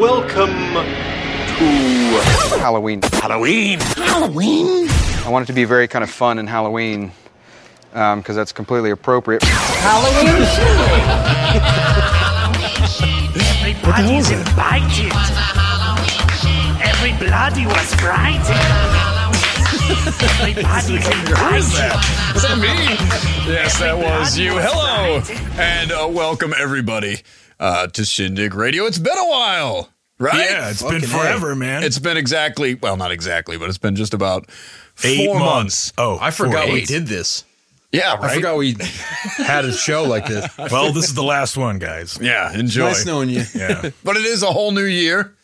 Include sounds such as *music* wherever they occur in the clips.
Welcome to Halloween. Halloween. I want it to be very kind of fun and Halloween because that's completely appropriate. Everybody's invited. Everybody was frightened. Everybody's invited. Is that me? Yes, that was you. Hello, Everybody was and uh, welcome everybody uh, to Shindig Radio. It's been a while, right? Yeah, it's been forever, man. It's been exactly well, not exactly, but it's been just about Eight four months. Oh, I forgot four, we eight. did this. Yeah, right. I forgot *laughs* we had a show like this. *laughs* Well, this is the last one, guys. Yeah, enjoy. Nice knowing you. Yeah. But it is a whole new year,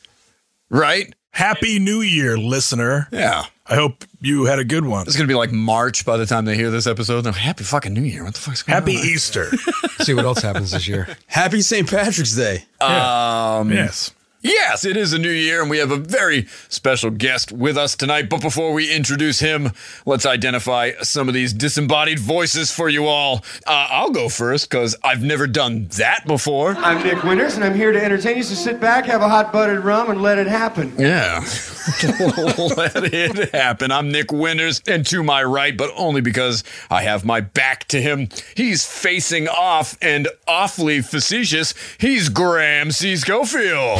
right? Happy New Year, listener. Yeah. I hope you had a good one. It's gonna be like March by the time they hear this episode. No, happy fucking New Year! What the fuck's going Happy E- on? *laughs* Easter. See what else happens this year. Happy St. Patrick's Day. Oh, yes. Yes, it is a new year, and we have a very special guest with us tonight. But before we introduce him, let's identify some of these disembodied voices for you all. Uh, I'll go first because I've never done that before. I'm Nick Winters, and I'm here to entertain you. So sit back, have a hot buttered rum, and let it happen. Yeah. *laughs* Let it happen. I'm Nick Winters, and to my right, but only because I have my back to him, he's facing off and awfully facetious. He's Graham C. Schofield.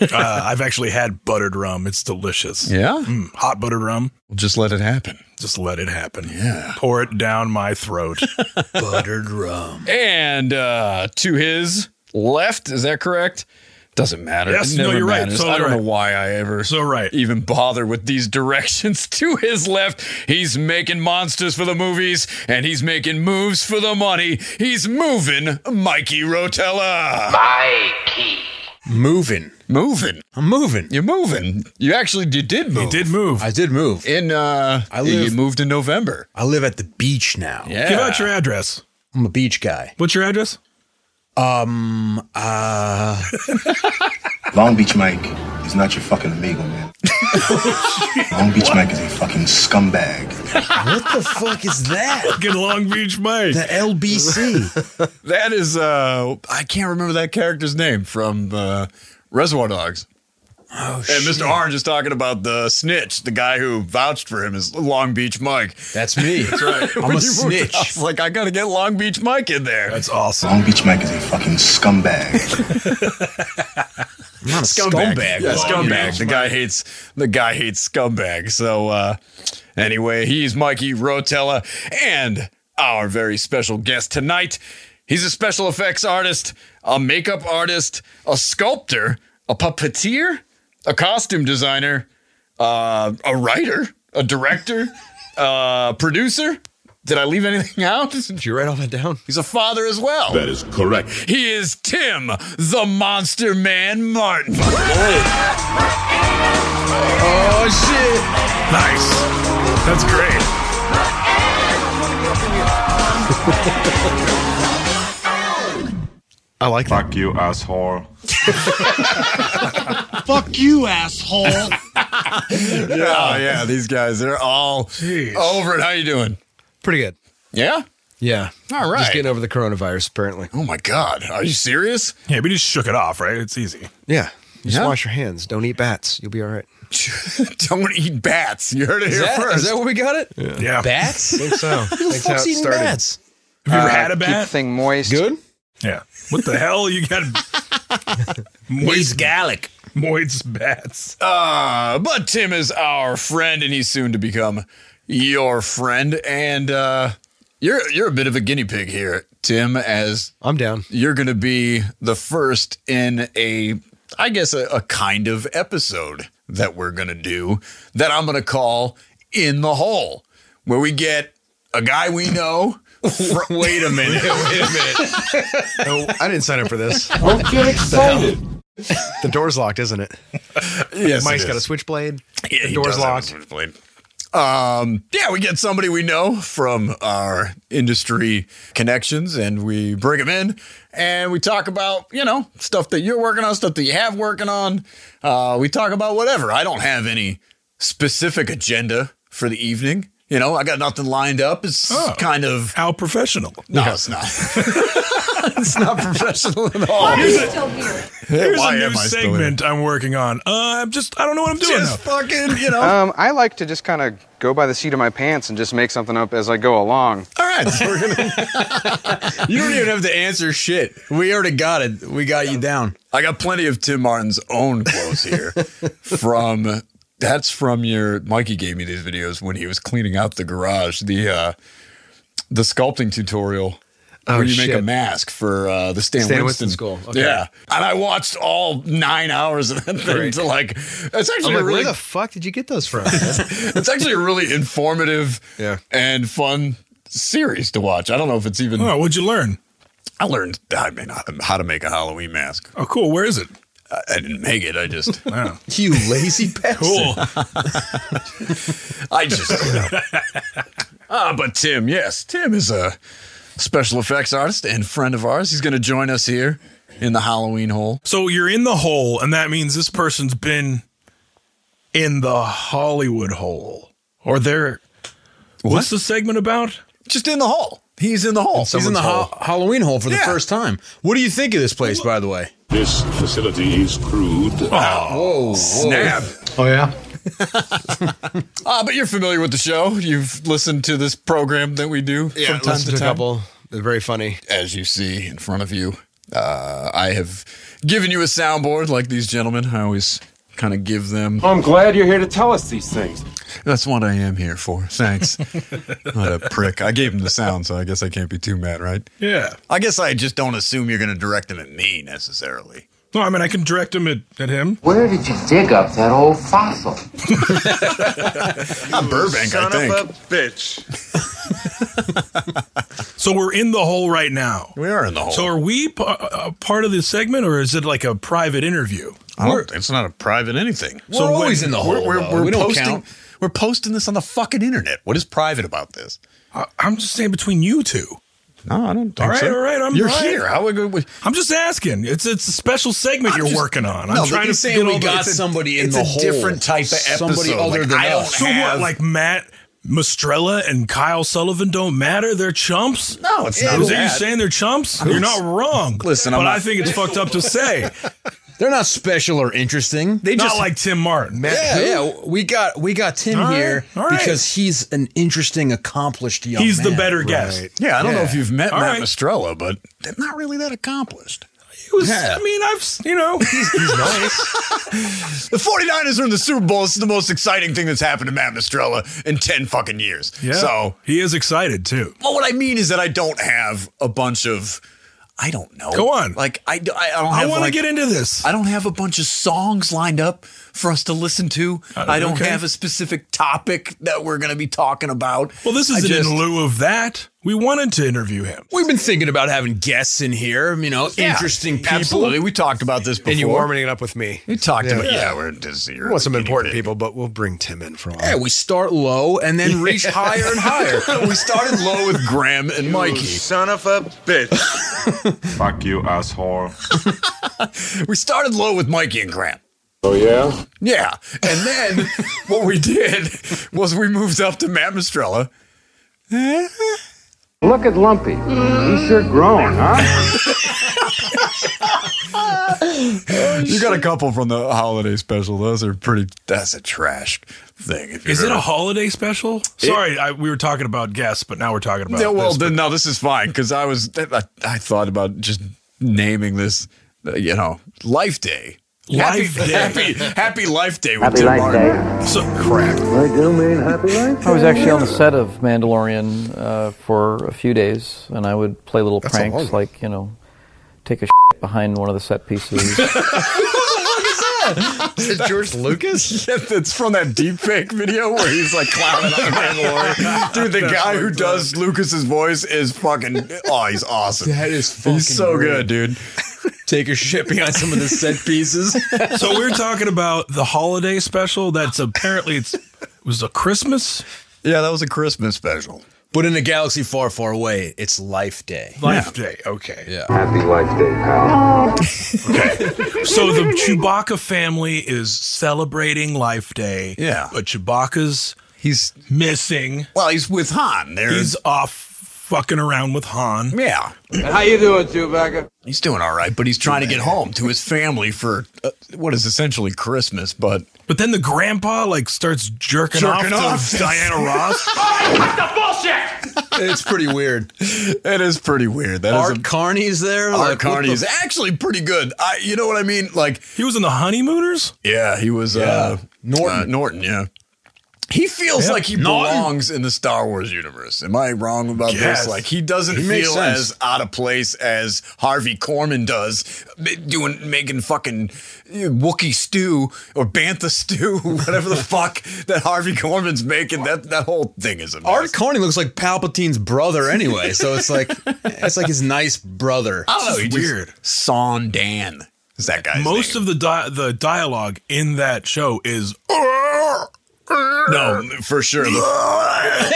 Uh, I've actually had buttered rum. It's delicious. Yeah? Mm, hot buttered rum. Just let it happen. Just let it happen. Yeah. Pour it down my throat. *laughs* Buttered rum. And uh, to his left, is that correct? Doesn't matter. Yes, it no, never you're right. matters. Totally I don't right. know why I ever So right. even bother with these *laughs* directions. to his left, he's making monsters for the movies, and he's making moves for the money. He's moving Mikey Rotella. Moving. Moving. I'm moving. You're moving. You actually you did move. He did move. I did move. In uh I live- you moved in November. I live at the beach now. Yeah. Give out your address. I'm a beach guy. What's your address? Long Beach Mike is not your fucking amigo, man. Long Beach Mike is a fucking scumbag. What the fuck is that? Good Long Beach Mike. *laughs* The LBC. That is uh I can't remember that character's name from uh Reservoir Dogs. Oh, And Mr. Orange is talking about the snitch, the guy who vouched for him is Long Beach Mike. That's me. That's right. *laughs* I'm a snitch. I was like, I gotta get Long Beach Mike in there. That's awesome. Long Beach Mike is a fucking *laughs* scumbag. I'm not a Scumbag. scumbag. Yeah, Long scumbag. Beach The guy hates the guy hates scumbag. So uh anyway, he's Mikey Rotella and our very special guest tonight. He's a special effects artist, a makeup artist, a sculptor, a puppeteer, a costume designer, uh, a writer, a director, *laughs* a producer. Did I leave anything *laughs* out? Did you write all that down? He's a father as well. That is correct. He is Tim, the Monster Man Martin. Oh, Nice. That's great. I like Fuck you, asshole. *laughs* Yeah, Oh, yeah. These guys, they're all over it. How you doing? shit. Pretty good. Yeah. Yeah. All right. Just getting over the coronavirus, apparently. Oh my God. Are you serious? *laughs* Yeah, we just shook it off, right? It's easy. Yeah. You just Yeah. wash your hands. Don't eat bats. You'll be all right. Don't eat bats. You heard it Eh, here first. what we got it? Yeah. Bats? think so. *laughs* Who the fuck's eating bats? Have you ever Uh, had a Keep the bat? thing moist. Good? Yeah. What the hell? You *laughs* got Moist Gallic. Moid's *laughs* bats. Uh, but Tim is our friend, and he's soon to become your friend. And uh, you're you're a bit of a guinea pig here, Tim, as I'm down. you're going to be the first in a, I guess, a, a kind of episode that we're going to do that I'm going to call In the Hole, where we get a guy we *laughs* know. fr- wait a minute. Wait a minute. No, I didn't sign up for *laughs* this. Don't get excited. The door's locked, isn't it? *laughs* Yes, Mike's it got a is. switchblade. Yeah, he does door's have a locked. switchblade. Um, yeah, we get somebody we know from our industry connections and we bring them in and we talk about, you know, stuff that you're working on, stuff that you have working on. Uh, we talk about whatever. I don't have any specific agenda for the evening. You know, I got nothing lined up. It's Oh. kind of, *laughs* How professional. no, it's not. it's not *laughs* professional *laughs* at all. Here's a- still here. Here's Why a am new I still segment I'm working on. Uh, I'm just, I don't know what I'm doing. Just though. fucking, *laughs* you know. Um, I like to just kind of go by the seat of my pants and just make something up as I go along. All right, so we're gonna. *laughs* You don't even have to answer shit. We already got it. We got you down. I got plenty of Tim Martin's own clothes here. from that's from your Mikey gave me these videos when he was cleaning out the garage. The uh the sculpting tutorial. Oh, where you make a shit. mask for uh, the Stan, Stan Winston. Winston school. Okay. Yeah, and I watched all nine hours of that thing Great. to like. It's I'm actually a like, really where the fuck did you get those from? it's actually a *laughs* really informative Yeah. and fun series to watch. I don't know if it's even. Oh, what'd you learn? I learned I mean how to- how to make a Halloween mask. Oh, cool. Where is it? I, I didn't make it. I *laughs* just Wow. *laughs* You lazy bastard. Cool. I just don't know. *laughs* Ah, but Tim, yes, Tim is a special effects artist and friend of ours. He's going to join us here in the Halloween hole. so you're in the hole, and that means this person's been in the Hollywood hole. Or they're. What's the segment about? Just in the hole. He's in the hole. He's in the ho- Halloween hole for the Yeah. first time. What do you think of this place, by the way? Oh. This facility is crude. Whoa, Snap. oh yeah. Ah, but you're familiar with the show. You've listened to this program that we do Yeah, from time listen to time. couple. They're very funny. as you see in front of you. Uh, I have given you a soundboard like these gentlemen. I always kind of give them. I'm glad you're here to tell us these things. That's what I am here for. Thanks. *laughs* what a prick. I gave him the sound, so I guess I can't be too mad, right? Yeah. I guess I just don't assume you're going to direct them at me necessarily. No, I mean, I can direct him at, at him. Where did you dig up that old fossil? Not Burbank, I think. bitch. So we're in the hole right now. we are in the hole. So are we p- a part of this segment, or is it like a private interview? I don't- it's not a private anything. So We're, when- we're, though. we're We don't posting, count. we're posting this on the fucking internet. What is private about this? I, I'm just saying between you two. No, I don't. All right, all right, I'm You're right. here. How would we? I'm just asking. It's it's a special segment you're just- working on. I'm No, trying to say get we all the- got it's a- somebody in it's the a hole. different type of Somebody episode. other Like, than I don't us. So have- what? Like Matt Mastrella and Kyle Sullivan don't matter. They're chumps. No, it's not Is that you that. saying they're chumps? You're not wrong. Listen, I'm but not- I think it's fucked up *laughs* to say. They're not special or interesting. They not just like Tim Martin. Matt yeah, who? yeah. We got we got Tim All right, here all right. because he's an interesting, accomplished young. He's the man. better guest. Yeah, I don't know if you've met All Matt right. Mastrella, but they're not really that accomplished. He was. Yeah. I mean, I've s- you know. *laughs* The 49ers are in the Super Bowl. This is the most exciting thing that's happened to Matt Mastrella in 10 fucking years. yeah. So, he is excited too. but what I mean is that I don't have a bunch of, I don't know. Go on. Like, I, do- I, I don't I have want to like- get into this. I don't have a bunch of songs lined up for us to listen to. Uh, I don't okay. have a specific topic that we're going to be talking about. well, this I is just- in lieu of that. We wanted to interview him. We've been thinking about having guests in here. You know, Yeah, interesting people. Absolutely. We talked about this before. And you're warming it up with me. We talked Yeah. about, yeah, we're just, you're want some the guinea important pig. people, but we'll bring Tim in for a Yeah, while. we start low and *laughs* then reach higher and higher. *laughs* we started low with Graham and Mikey. Son of a bitch. Fuck you, asshole. We started low with Mikey and Graham. Oh, yeah? Yeah. And then *laughs* what we did was we moved up to Matt Mastrella. Look at Lumpy. He's sure grown, huh? You got a couple from the holiday special. Those are pretty, that's a trash thing. if Is you've it a ever- holiday special? Sorry, I, we were talking about guests, but now we're talking about. No, well, this. then, no, this is fine because I was, I, I thought about just naming this, uh, you know, Life Day. *laughs* Life happy, Day. Happy, happy Life Day with Tim Martin. So, *laughs* I was actually on the set of Mandalorian uh, for a few days, and I would play little pranks like, you know, take a shit behind one of the set pieces. Is it George Lucas? Yeah, that's from that deep fake video where he's like clowning on the Mandalorian. Dude, the guy who does Lucas's voice is fucking oh, he's awesome. That is fucking He's so great. good, dude. Take a shit behind some of the set pieces. so we're talking about the holiday special. That's apparently it's it was a Christmas Yeah, that was a Christmas special. but in a galaxy far, far away, it's Life Day. life day. Okay, Happy Life Day, pal. so the Chewbacca family is celebrating Life Day. Yeah. but Chewbacca's He's missing. well, he's with Han. There He's off fucking around with Han. Yeah. How you doing, Chewbacca? He's doing all right, but he's trying to get home to his family for uh, what is essentially Christmas. But but then the grandpa like starts jerking, jerking off to off, *laughs* Diana Ross. Oh, the bullshit! it's pretty weird. It is pretty weird. That is Art a- Carney's there. Art what Carney the is actually pretty good. I, you know what I mean? Like he was in the Honeymooners. Yeah, he was uh, Norton. Norton, yeah. He feels Yeah. like he Norton. belongs in the Star Wars universe. Am I wrong about Yes. this? Like he doesn't He makes feel sense. as out of place as Harvey Korman does, ma- doing making fucking uh, Wookie stew or Bantha stew, *laughs* whatever the fuck that Harvey Korman's making. That that whole thing is a mess. Art Carney looks like Palpatine's brother anyway, so it's *laughs* like it's like his nice brother. Oh, I don't know. He It's just- weird. Son Dan is that guy. Most of the di- the dialogue in that show is No, for sure. *laughs*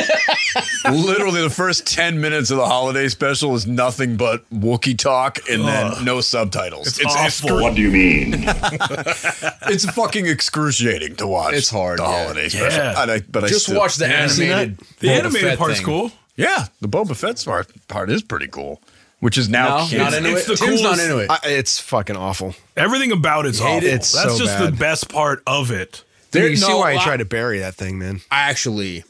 The- literally, the first 10 minutes of the holiday special is nothing but Wookiee talk and then no subtitles. It's, excru- What do you mean? it's fucking excruciating to watch. It's hard. The holiday special. Yeah. I, like- but I Just still- watch the Yeah. animated The Boba animated Fett part's thing. cool. Yeah, the Boba Fett part, part is pretty cool, which is now No, kids- not into it's it. the Tim's coolest- not into it. I, it's fucking awful. Everything about it's Hate awful. it. It's That's so just the bad. best part of it. Dude, There- you see no, why I I- tried to bury that thing, man. Actually,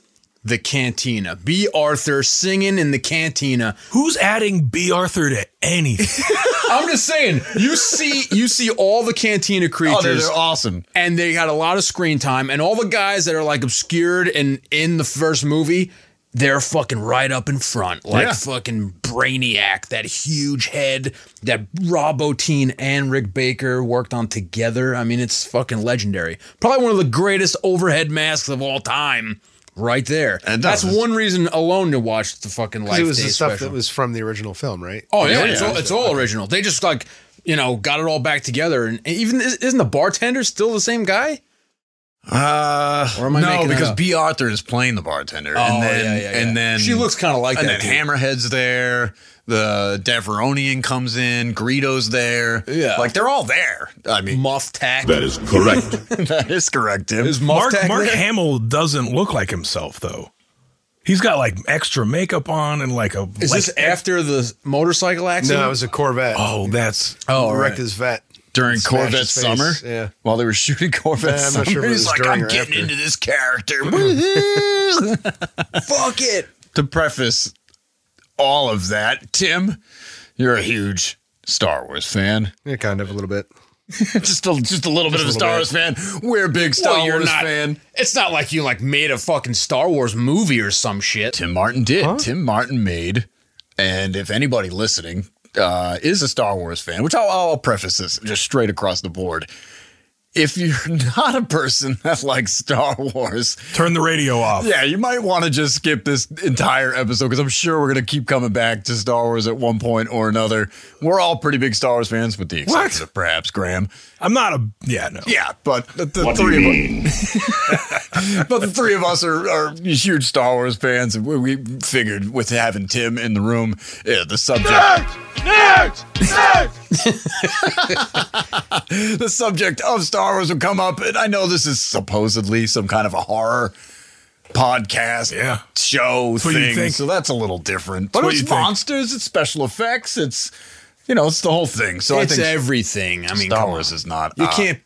the cantina. B. Arthur singing in the cantina. Who's adding B. Arthur to anything? I'm just saying, you see, you see all the cantina creatures. Oh, they're, they're awesome. and they got a lot of screen time and all the guys that are like obscured and in the first movie they're fucking right up in front like Yeah. fucking brainiac that huge head that rob Bottin and rick baker worked on together i mean it's fucking legendary probably one of the greatest overhead masks of all time right there And and that's that was- one reason alone to watch the fucking 'Cause life it was Day the stuff special. that was from the original film, right? Oh yeah, it's, all, it's all original. They just like you know got it all back together, and even isn't the bartender still the same guy? Uh, Or am I no, making that because up? B. Arthur is playing the bartender, Oh, and then yeah, yeah, yeah. and then She looks kinda like and that then dude. Hammerhead's there, the Deveronian comes in, Greedo's there, Yeah. like they're all there. I mean, Muff Tack. That is correct. *laughs* that is correct, Tim. Is Muff Mark Tack Mark there? Hamill doesn't look like himself though. He's got like extra makeup on and like a Is like, this after the motorcycle accident? No, it was a Corvette. Oh, that's Oh, all wrecked right. his vet. during Smashed Corvette his face, Summer, yeah. while they were shooting Corvette Yeah, I'm Summer, not sure if it he's was like, during "I'm or getting after." into this character." *laughs* Woohoo! Fuck it. to preface all of that, Tim, you're a huge Star Wars fan. Yeah, kind of a little bit. *laughs* just a just a little bit of a Just a Star Wars little fan. We're a big Star Well, you're Wars not- fan. It's not like you like made a fucking Star Wars movie or some shit. Tim Martin did. Tim Martin made, and if anybody listening uh, is a Star Wars fan, which I'll, I'll preface this just straight across the board. If you're *laughs* not a person that likes Star Wars, turn the radio off. yeah, you might want to just skip this entire episode because I'm sure we're going to keep coming back to Star Wars at one point or another. We're all pretty big Star Wars fans, with the exception What? of perhaps Graham. I'm not a yeah, no. Yeah, but the, the What do three you of us. mean? *laughs* but the three of us are, are huge Star Wars fans, and we, we figured with having Tim in the room, yeah, the subject, *laughs* the subject of Star Wars would come up. And I know this is supposedly some kind of a horror podcast, Yeah. show what you thing, think. so that's a little different. But what it's you think. monsters, it's special effects, it's you know, it's the whole thing. So it's I think everything. I mean, Star come Wars on. is not. You uh, can't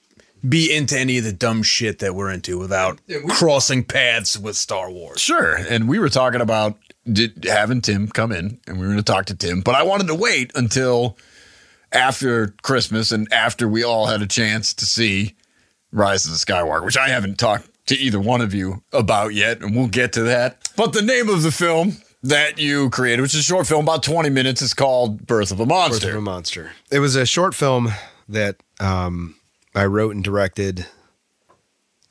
be into any of the dumb shit that we're into without crossing paths with Star Wars. Sure. And we were talking about did, having Tim come in and we were going to talk to Tim, but I wanted to wait until after Christmas and after we all had a chance to see Rise of the Skywalker, which I haven't talked to either one of you about yet, and we'll get to that. But the name of the film that you created, which is a short film, about 20 minutes, is called Birth of a Birth Monster. of a Monster. It was a short film that um, I wrote and directed.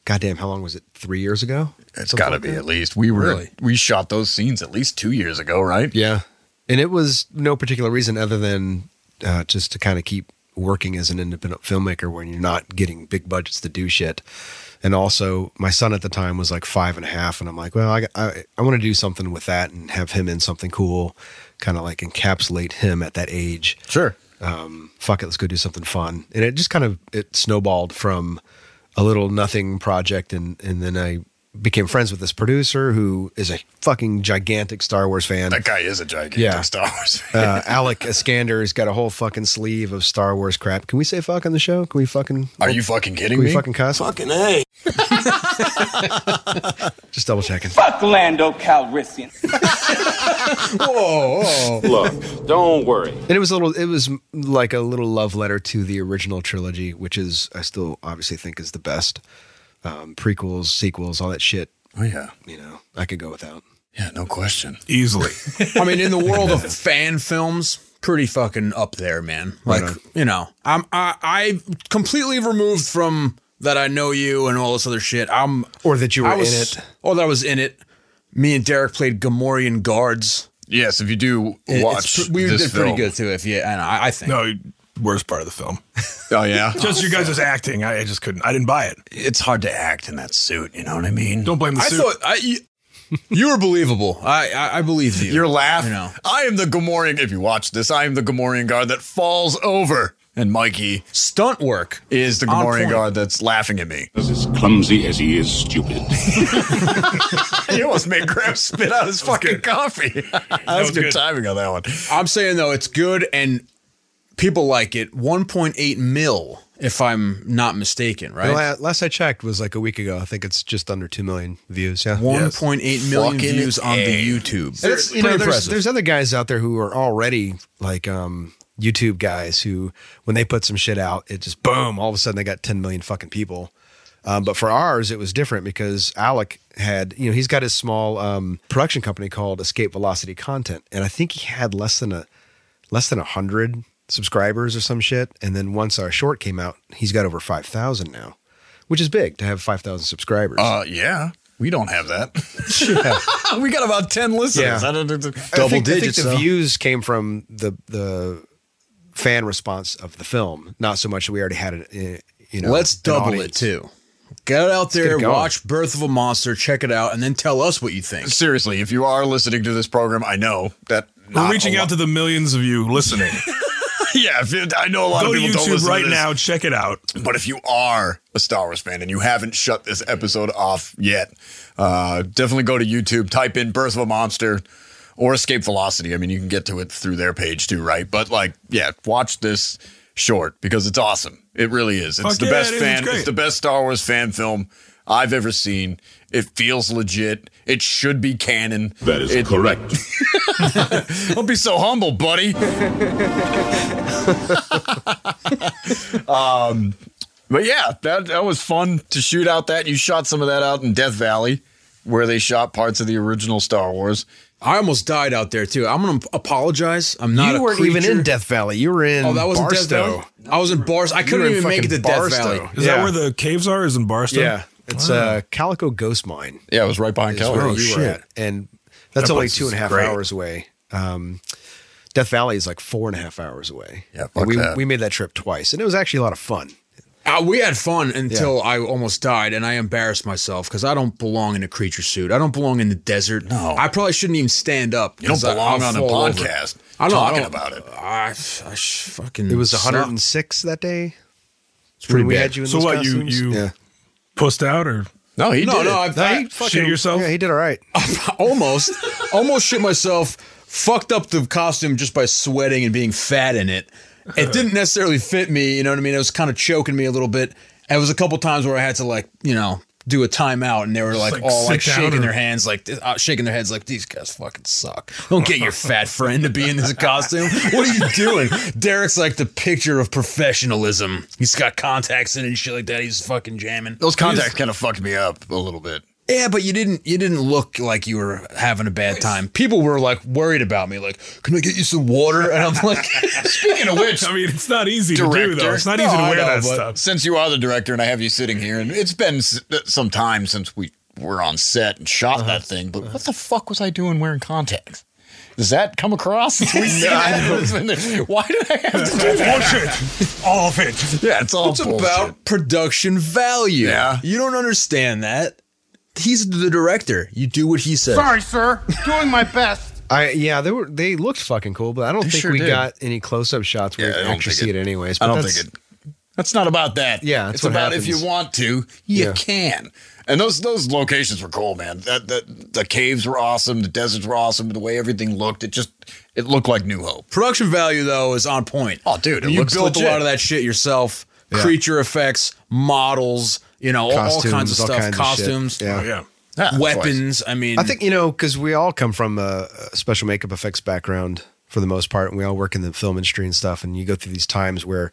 Goddamn, how long was it? Three years ago? it's Something got to like be that? at least. We were Really? we shot those scenes at least 2 years ago, right? Yeah. And it was no particular reason other than uh, just to kind of keep working as an independent filmmaker when you're not getting big budgets to do shit. And also, my son at the time was like five and a half. And I'm like, well, I, I, I want to do something with that and have him in something cool, kind of like encapsulate him at that age. Sure. Um, fuck it, let's go do something fun. And it just kind of it snowballed from a little nothing project. And, and then I became friends with this producer who is a fucking gigantic Star Wars fan. That guy is a gigantic Yeah. Star Wars fan. uh, Alec Iskander's got a whole fucking sleeve of Star Wars crap. Can we say fuck on the show? Can we fucking? Are you fucking kidding can we me? Fucking cuss? Fucking A. Just double checking. Fuck Lando Calrissian. *laughs* whoa, Look, don't worry. And it was a little. It was like a little love letter to the original trilogy, which is I still obviously think is the best. Um, prequels, sequels, all that shit. Oh yeah, you know I could go without. Yeah, no question. Easily. I mean, in the world of fan films, pretty fucking up there, man. Like, Right on. you know, I'm I, I completely removed from that I know you and all this other shit. I'm or that you I were was- in it. Or that I was in it. Me and Derek played Gamorrean guards. Yes, if you do watch we this did film. pretty good too. If you, and I, I think no, worst part of the film. Oh *laughs* yeah, Just you guys' acting. I, I just couldn't. I didn't buy it. It's hard to act in that suit. You know what I mean? Don't blame the I suit. thought I, you, you were believable. I, I, I believed you. Your laugh. You know. I am the Gamorrean. If you watch this, I am the Gamorrean guard that falls over, and Mikey stunt work is the On Gamorrean point. guard that's laughing at me. *laughs* As clumsy as he is stupid. he almost made Graham spit out his fucking coffee. *laughs* that, was, good, timing on that one. I'm saying though, it's good and people like it. 1.8 mil, if I'm not mistaken, right? The la- Last, I checked was like a week ago. I think it's just under two million views. Yeah, 1.8 million views on the YouTube. And it's, you know, Pretty there's, impressive. there's other guys out there who are already like um, YouTube guys who, when they put some shit out, it just boom, all of a sudden they got 10 million fucking people. Um, but for ours, it was different because Alec had, you know, he's got his small um, production company called Escape Velocity Content, and I think he had less than a less than a hundred subscribers or some shit. And then once our short came out, he's got over five thousand now, which is big to have five thousand subscribers. Oh, Uh, yeah. We don't have that. we got about 10 listeners. Yeah. I don't- Double I think, digits. I think the though. views came from the the fan response of the film, not so much that we already had it. eh, You know, Let's an double audience. it too. Get out get there, it going. watch Birth of a Monster, check it out, and then tell us what you *laughs* think. Seriously, if you are listening to this program, I know that We're reaching out to the millions of you listening. *laughs* yeah, if you- I know a lot Go of to people don't YouTube listen right to this. now. Check it out. But if you are a Star Wars fan and you haven't shut this episode off yet, uh, definitely go to YouTube, type in Birth of a Monster or Escape Velocity. I mean, you can get to it through their page too, right? But like, yeah, watch this short because it's awesome. It really is. It's Fuck the yeah, best it is. It's fan. great. it's the best Star Wars fan film I've ever seen. It feels legit. It should be canon. That is correct. *laughs* Don't be so humble, buddy. um, but yeah, that that was fun to shoot out. That you shot some of that out in Death Valley, where they shot parts of the original Star Wars. I almost died out there too. I'm gonna apologize. I'm not. You a weren't even creature. in Death Valley. You were in Oh, that wasn't Barstow. Death Valley. I was in Bars. I You couldn't were in even make it to fucking Death Barstow. Valley. Is Yeah. that where the caves are? Is in Barstow? Yeah, it's Wow. uh, Calico Ghost Mine. Yeah, it was right behind is Kelly. where Oh, you were shit. at. and that's That only place two and a is half great. hours away. Um, Death Valley is like four and a half hours away. Yeah, fuck And we that. we made that trip twice, and it was actually a lot of fun. Uh, we had fun until I almost died, and I embarrassed myself because I don't belong in a creature suit. I don't belong in the desert. No, I probably shouldn't even stand up. You don't 'cause I- belong I'll on a fall over. podcast I know, talking I don't, about it. I, I sh- fucking. It was suck. 106 that day. It's pretty we bad. had you in So those what? costumes? You you pussed out or No, he No, did. no, it. I, I shit yourself? Yeah, he did all right. almost, almost shit myself. Fucked up the costume just by sweating and being fat in it. It didn't necessarily fit me. You know what I mean? It was kind of choking me a little bit. It was a couple times where I had to like, you know, do a timeout, and they were like, like, all like sit down shaking or- their hands, like th- uh, shaking their heads, like these guys fucking suck. Don't *laughs* get your fat friend to be in this costume. What are you doing? Derek's like the picture of professionalism. He's got contacts in and shit like that. He's fucking jamming. Those contacts He's- kind of fucked me up a little bit. yeah, but you didn't you didn't look like you were having a bad time. People were like worried about me, like, can I get you some water? And I'm like, Speaking of which, *laughs* I mean, it's not easy to do though. It's not No, easy to I wear know, that but- stuff. since you are the director and I have you sitting here, and it's been s- some time since we were on set and shot that thing, but what the fuck was I doing wearing contacts? Does that come across? *laughs* Did we see that? Why did I have to do that? All of it. Yeah, it's all it's bullshit. about production value. Yeah. You don't understand that. He's the director. You do what he says. Sorry, sir. Doing my best. I yeah, they were they looked fucking cool, but I don't They think sure we did. got any close up shots where Yeah, I you don't actually think see it- it, anyways. I but don't that's- think it That's not about that. Yeah, that's it's what about if happens. you want to, you Yeah. can. And those those locations were cool, man. That, that the caves were awesome, the deserts were awesome, the way everything looked, it just it looked like New Hope. Production value though is on point. Oh, dude, it you looks built a legit. lot of that shit yourself. Yeah. Creature effects, models, you know, all- all, kinds of Costumes, all stuff, kinds of shit. costumes, Yeah. Oh, yeah. weapons. I mean, I think you know because we all come from a a special makeup effects background for the most part, and we all work in the film industry and stuff. And you go through these times where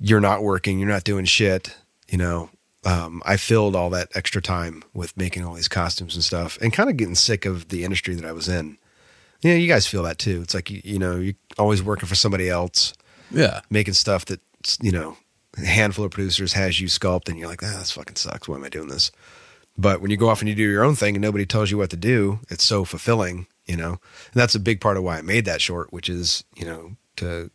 you're not working, you're not doing shit. You know, um, I filled all that extra time with making all these costumes and stuff, and kind of getting sick of the industry that I was in. Yeah, you guys feel that too. It's like you, you know, you're always working for somebody else. Yeah. making stuff that you know a handful of producers has you sculpt, and you're like, ah, this fucking sucks. Why am I doing this? But when you go off and you do your own thing and nobody tells you what to do, it's so fulfilling, you know. And that's a big part of why I made that short, which is, you know, to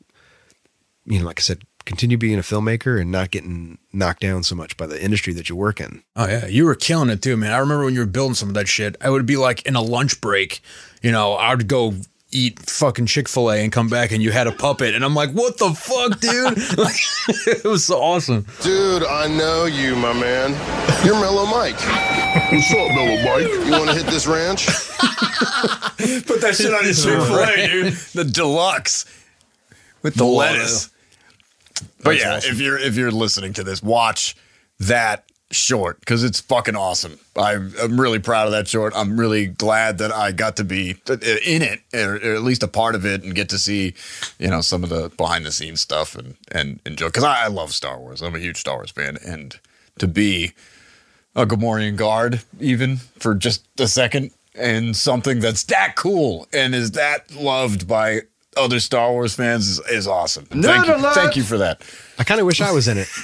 you know, like I said, continue being a filmmaker and not getting knocked down so much by the industry that you work in. Oh yeah, you were killing it too, man. I remember when you were building some of that shit. I would be like in a lunch break, you know, I would go eat fucking Chick Fil A and come back, and you had a puppet, and I'm like, what the fuck, *laughs* dude? like, *laughs* it was so awesome. Dude, I know you, my man. You're Mellow Mike. *laughs* What's up, Mellow Mike? You want to hit this ranch? Put that shit on your Chick Fil A, dude. The deluxe with the Wow. lettuce. But That's yeah, awesome. if you're if you're listening to this, watch that short because it's fucking awesome. I'm, I'm really proud of that short. I'm really glad that I got to be in it, or, or at least a part of it, and get to see, you know, some of the behind the scenes stuff and and enjoy. Because I, I love Star Wars. I'm a huge Star Wars fan, and to be a Gamorrean guard, even for just a second, and something that's that cool and is that loved by other Star Wars fans is, is awesome. Nerd thank you, alert! thank you for that. I kind of wish I was in it. *laughs*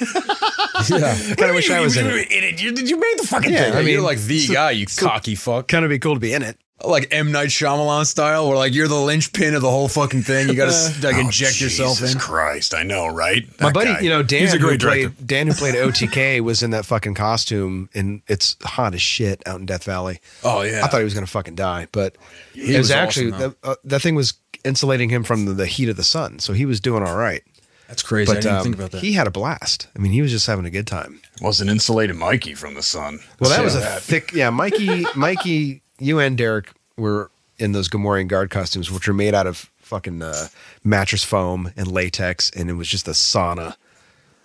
yeah, I kind of wish I was in it. You, you made the fucking *laughs* Yeah, you're like the guy, you cocky fuck. Kind of be cool to be in it. Like M Night Shyamalan style, where like you're the linchpin of the whole fucking thing. You got *laughs* Uh, to like oh, inject yourself Jesus in. Christ, I know, right? My buddy, you know, Dan, He's a great who director. played, Dan who *laughs* played OTK was in that fucking costume, and it's hot as shit out in Death Valley. Oh, yeah. I thought he was gonna fucking die, but He it was, was actually awesome, that, uh, that thing was insulating him from the, the heat of the sun, so he was doing all right. That's crazy. I didn't um, even think about that. He had a blast. I mean, he was just having a good time. Wasn't insulated Mikey from the sun. Well, that Yeah. was a That- thick. Yeah, Mikey, *laughs* Mikey, you and Derek were in those Gamorrean guard costumes, which were made out of fucking uh, mattress foam and latex, and it was just a sauna.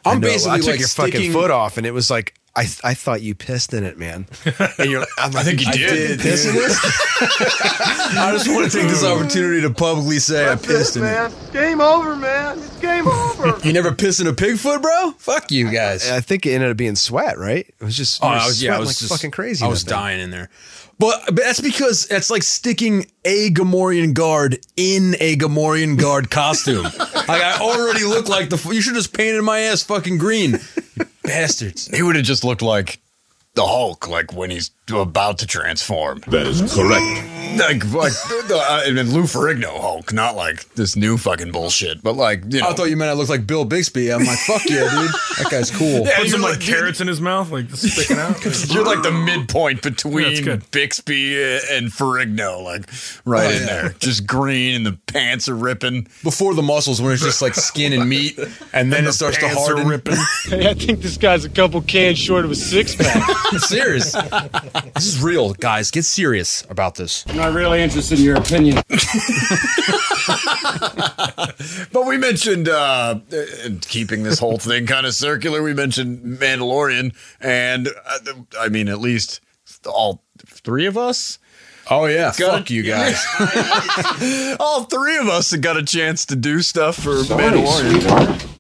I'm I know, basically I took like your sticking- fucking foot off, and it was like I I thought you pissed in it, man. And *laughs* you're, like, I'm like, I think you did, Piss in dude. this? I just want to take this opportunity to publicly say I pissed in it. Game over, man. It's game over. You never piss in a pig foot, bro? Fuck you guys. *laughs* I think it ended up being sweat, right? It was just Oh, you were I was, yeah, I sweating was like just- fucking crazy. I in was that thing. dying in there. But, but that's because that's like sticking a Gamorrean guard in a Gamorrean guard costume. like I already look like the. f- You should just painted my ass fucking green, You bastards. He would have just looked like the Hulk, like when he's about to transform. That is correct. Like, like the, the, I mean, Lou Ferrigno Hulk, not like this new fucking bullshit, but like, you know. I thought you meant I looked like Bill Bixby. I'm like, fuck yeah, dude. That guy's *laughs* cool. Put some like carrots in his mouth, like *laughs* just sticking out. You're like the midpoint Yeah, it's between good. Bixby and Ferrigno, like right Oh, in yeah. there. Just green and the pants are ripping. Before the muscles, when it's just like skin and meat, and then it starts to pants are harden. ripping. *laughs* Hey, I think this guy's a couple cans short of a six pack. *laughs* serious. This is real, guys. Get serious about this. I'm not really interested in your opinion. But we mentioned, uh, and keeping this whole thing kind of circular, we mentioned Mandalorian, and uh, I mean, at least all three of us. Oh yeah, fuck you *laughs* guys. all three of us got a chance to do stuff for Sorry, Mandalorian.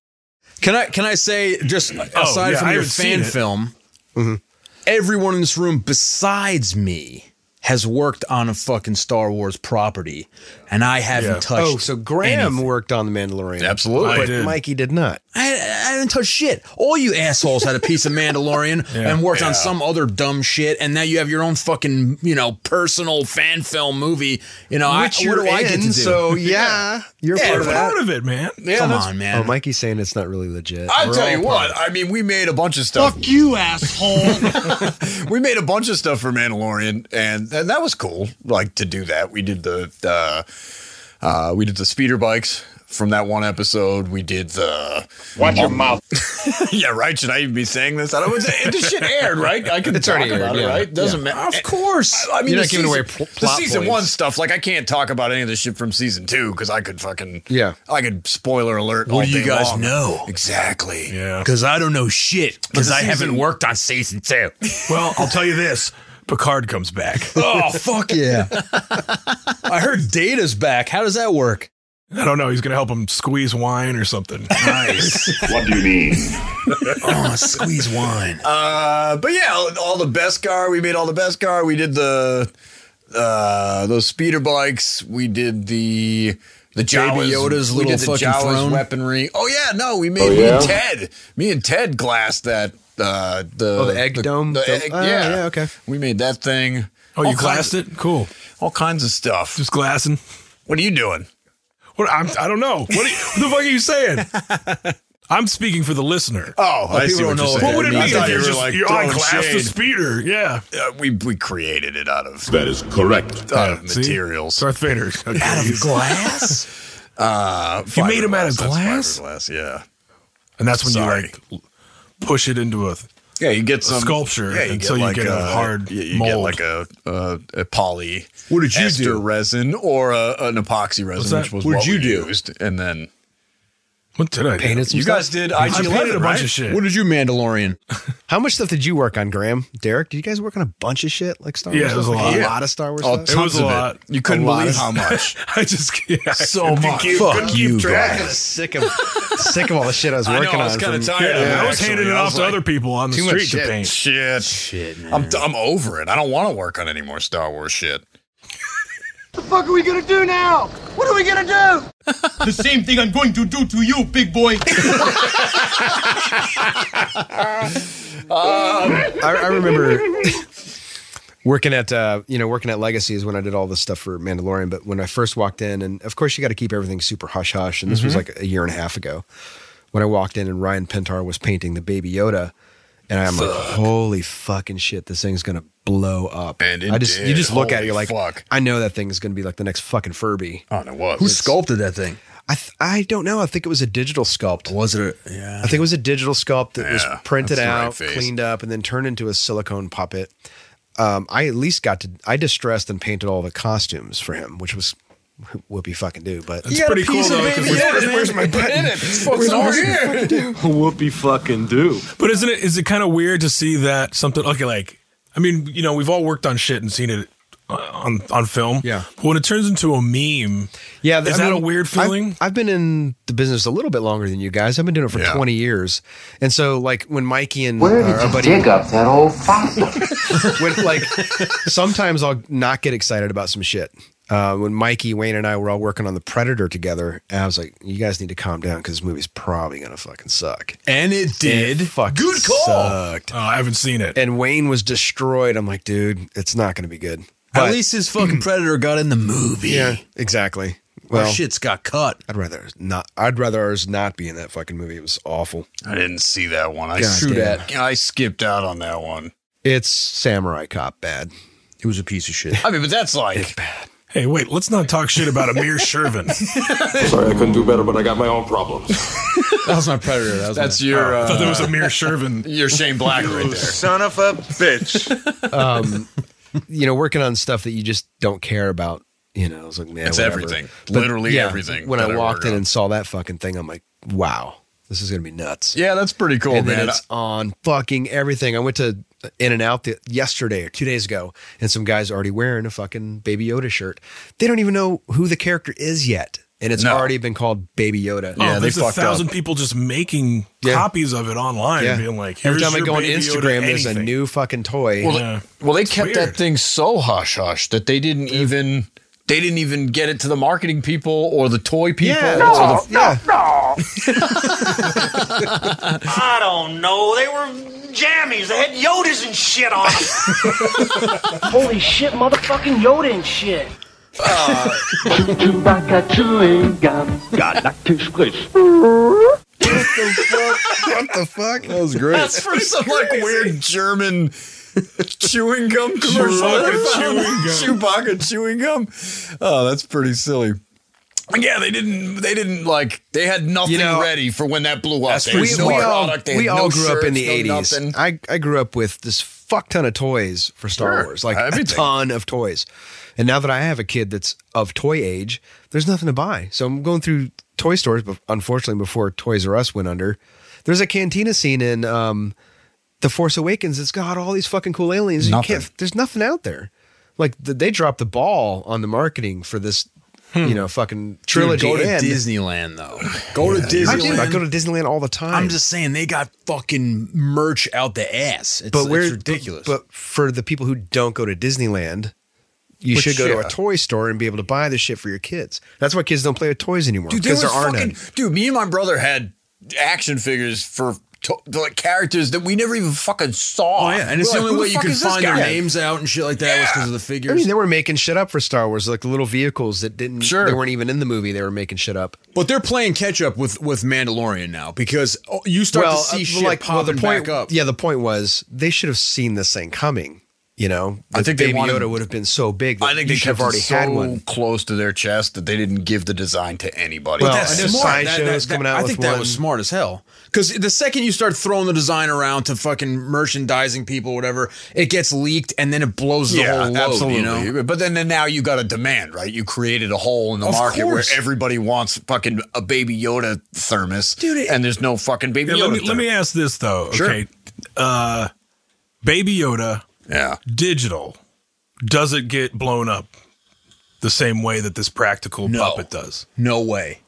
Can I can I say just aside Oh, yeah, from I your haven't seen fan it. Mm-hmm. film, everyone in this room besides me has worked on a fucking Star Wars property, and I haven't Yeah. touched. Oh, so Graham anything. worked on the Mandalorian. Absolutely. but I did. Mikey did not. I, I didn't touch shit. All you assholes had a piece *laughs* of Mandalorian Yeah. and worked on Yeah. some other dumb shit, and now you have your own fucking you know personal fan film movie. You know, I, Which what you're do I get to in, do? so yeah, you're Yeah, part of we're that. part of it, man. Yeah, Come that's- on, man. Oh, Mikey's saying it's not really legit. I We're tell all you what, part of I mean, we made a bunch of stuff. Fuck you, asshole. *laughs* we made a bunch of stuff for Mandalorian, and, and that was cool. Like to do that, we did the uh, uh, we did the speeder bikes from that one episode. We did the *laughs* Watch your mouth. yeah, right. Should I even be saying this? I don't. Was it, this shit aired, right? I can It's talk already aired, about it, yeah. right? Doesn't Yeah. matter. Of course. I, I mean, You're the not giving away season- pl- plot the season points. one stuff. Like, I can't talk about any of this shit from season two because I could fucking Yeah. I could spoiler alert. What all do you day guys long. know? exactly? Yeah, Because I don't know shit. But Because the I season- haven't worked on season two. Well, I'll tell you this: Picard comes back. oh fuck yeah! I heard Data's back. How does that work? I don't know. He's gonna help him squeeze wine or something. Nice. What do you mean? oh, squeeze wine. Uh, but yeah, all- all the best car. We made all the best car. We did the uh those speeder bikes. We did the the Baby Jawas. Yoda's we little did the fucking Jawas throne. weaponry. Oh yeah, no, we made Oh, me and yeah? Ted. Me and Ted glassed that uh the Oh, the egg dome? The The- egg, oh, yeah. yeah, okay. We made that thing. Oh, All you glassed kinds- it? Cool. All kinds of stuff. Just glassing. What are you doing? What I'm I don't know. What, are you, what the fuck are you saying? I'm speaking for the listener. Oh, I see what you're saying. What would it I mean thought you if you're were, just like, you're on throwing glass the shade. speeder? Yeah. Uh, we we created it out of That is correct. out of See? materials. Darth Vader. Out of glass? *laughs* Uh, You made 'em out of fiberglass, that's glass? fiberglass, yeah. And that's when Sorry. you like l- push it into a Yeah, you get some sculpture Yeah, you until get like you get a, hard yeah, you get mold. like a, a a poly. What did you ester do? Resin or a, an epoxy resin, that? which was What what, did you you do? used, and then what did I do? Painted some you stuff? guys did. I IG11, painted a bunch right? of shit. What did you Mandalorian? How much stuff did you work on, Graham? Derek, did you guys work on a bunch of shit like Star Wars? Yeah, it was stuff? a Like lot. of Star Wars Oh, stuff. tons was a of lot. it. You couldn't A lot believe of *laughs* how much. I just yeah, So much. Keep, Fuck couldn't you keep track. guys. I was sick of sick of all the shit I was I know, working I was on. kinda from- tired. Yeah, Yeah, I was actually, handing it I off was to like, other people on the too much street to shit. paint. Shit, Shit, man. I'm I'm over it. I don't want to work on any more Star Wars shit. What the fuck are we gonna do now? What are we gonna do? the same thing I'm going to do to you, big boy. I, I remember working at uh, you know working at Legacy is when I did all this stuff for Mandalorian. But when I first walked in, and of course you got to keep everything super hush hush, and this was Mhm. like a year and a half ago when I walked in, and Ryan Pentar was painting the Baby Yoda. And I'm like, holy fucking shit, this thing's gonna blow up. And it I just you did. just look at it, you're Holy like, fuck. I know that thing's gonna be like the next fucking Furby. Oh, and it was. Who sculpted that thing? I th- I don't know. I think it was a digital sculpt. Was it? A, yeah. I think it was a digital sculpt that was Yeah, printed that's the right out, face. cleaned up, and then turned into a silicone puppet. Um, I at least got to. I distressed and painted all the costumes for him, which was whoopee fucking do. But It's pretty cool though. 'cause it's- where's my button? It's fucking over here. Whoopie fucking do. But isn't it is it kind of weird to see that something okay like I mean you know we've all worked on shit and seen it uh, on on film Yeah. but when it turns into a meme yeah, is that a weird I've- *laughs* feeling? I've, been in the business a little bit longer than you guys. I've been doing it for Yeah. twenty years, and so like when Mikey and Where uh, did our you buddy dig up that old fossil? when like sometimes I'll not get excited about some shit. Uh, when Mikey, Wayne, and I were all working on the Predator together, I was like, "You guys need to calm down because this movie's probably gonna fucking suck." And it did. It fucking Good call. Sucked. oh, I haven't seen it And Wayne was destroyed. I'm like, dude, it's not gonna be good. At least his fucking predator got in the movie. Eh. yeah, exactly. Oh, Well, Well, shit's got cut. I'd rather not. I'd rather ours not be in that fucking movie. It was awful. I didn't see that one. I God true damn. that. I skipped out on that one. It's Samurai Cop bad. It was a piece of shit. I mean, but that's like hey wait let's not talk shit about *laughs* Amir Shervin Sorry, I couldn't do better, but I got my own problems. That was my predator. *laughs* That was that's my, your I thought uh, that was Amir Shervin your Shane Black right You there. son of a bitch. Um, *laughs* you know, working on stuff that you just don't care about. You know, I was like, man, It's whatever. everything. Literally everything When that I I walked work in on. and saw that fucking thing, I'm like, wow, this is gonna be nuts. Yeah, that's pretty cool, and man. Uh, then it's on fucking everything. I went to In and Out the, yesterday or two days ago, and some guy's already wearing a fucking Baby Yoda shirt. They don't even know who the character is yet, and it's No. already been called Baby Yoda. oh Yeah, they there's a fucked up. thousand people just making Yeah. copies of it online Yeah. and being like Every "Here's time I your go on Baby Yoda Instagram, there's a anything." new fucking toy. well, yeah. they, well, they kept that weird. thing so hush hush that they didn't even they didn't even get it to the marketing people or the toy people. yeah, or that's the- what the- yeah. I don't know. They were jammies. They had Yodas and shit on. Holy shit, motherfucking Yoda and shit. Chewbacca chewing gum. what the fuck? That was *laughs* *laughs* great. That's for some like weird German chewing gum commercial. *laughs* Chewbacca chewing Chewbacca chewing gum. Oh, that's pretty silly. Yeah, they didn't. They didn't like. They had nothing ready for when that blew up. That's There was we, no we all, product. They had we no all grew up in shirts, the no 80s. nothing. I, I grew up with this fuck ton of toys for Star Sure. Wars, like a Everything. ton of toys. And now that I have a kid that's of toy age, there's nothing to buy. So I'm going through toy stores, but unfortunately, before Toys R Us went under, there's a cantina scene in um, The Force Awakens that's got all these fucking cool aliens. You Nothing. can't, there's nothing out there. Like th- they dropped the ball on the marketing for this, you know, fucking trilogy. Dude, go to and- Disneyland though. Go to I do. Disneyland. I go to Disneyland all the time. I'm just saying they got fucking merch out the ass. It's, but we're it's ridiculous. But, but for the people who don't go to Disneyland, you But should go to yeah. a toy store and be able to buy this shit for your kids. That's why kids don't play with toys anymore Dude, there, because there, was are fucking. none. Dude, me and my brother had action figures for. To, like characters that we never even fucking saw. oh yeah, and it's We're the like, only who way you fuck could is this find their guy? names out and shit like that was because of the figures. I mean, they were making shit up for Star Wars, like the little vehicles that didn't. Sure. They weren't even in the movie. They were making shit up. But they're playing catch up with with Mandalorian now because oh, you start to see uh, shit well, the popping point, back up. Yeah, the point was they should have seen this thing coming. You know, I The think they Baby wanted- Yoda would have been so big. That I think they you should should have already had one. close to their chest that they didn't give the design to anybody. But that's smart. That- that- that- I think that was smart as hell. Because the second you start throwing the design around to fucking merchandising people, whatever, it gets leaked and then it blows the whole load. You know, But then, then now you got a demand, right? You created a hole in the Of market course. where everybody wants fucking a baby Yoda thermos, Dude, it- and there's no fucking baby Yeah, Yoda. let, me, let me ask this though. Sure. Okay. Uh Baby Yoda. Yeah. Digital. Does it get blown up the same way that this practical puppet does? No way.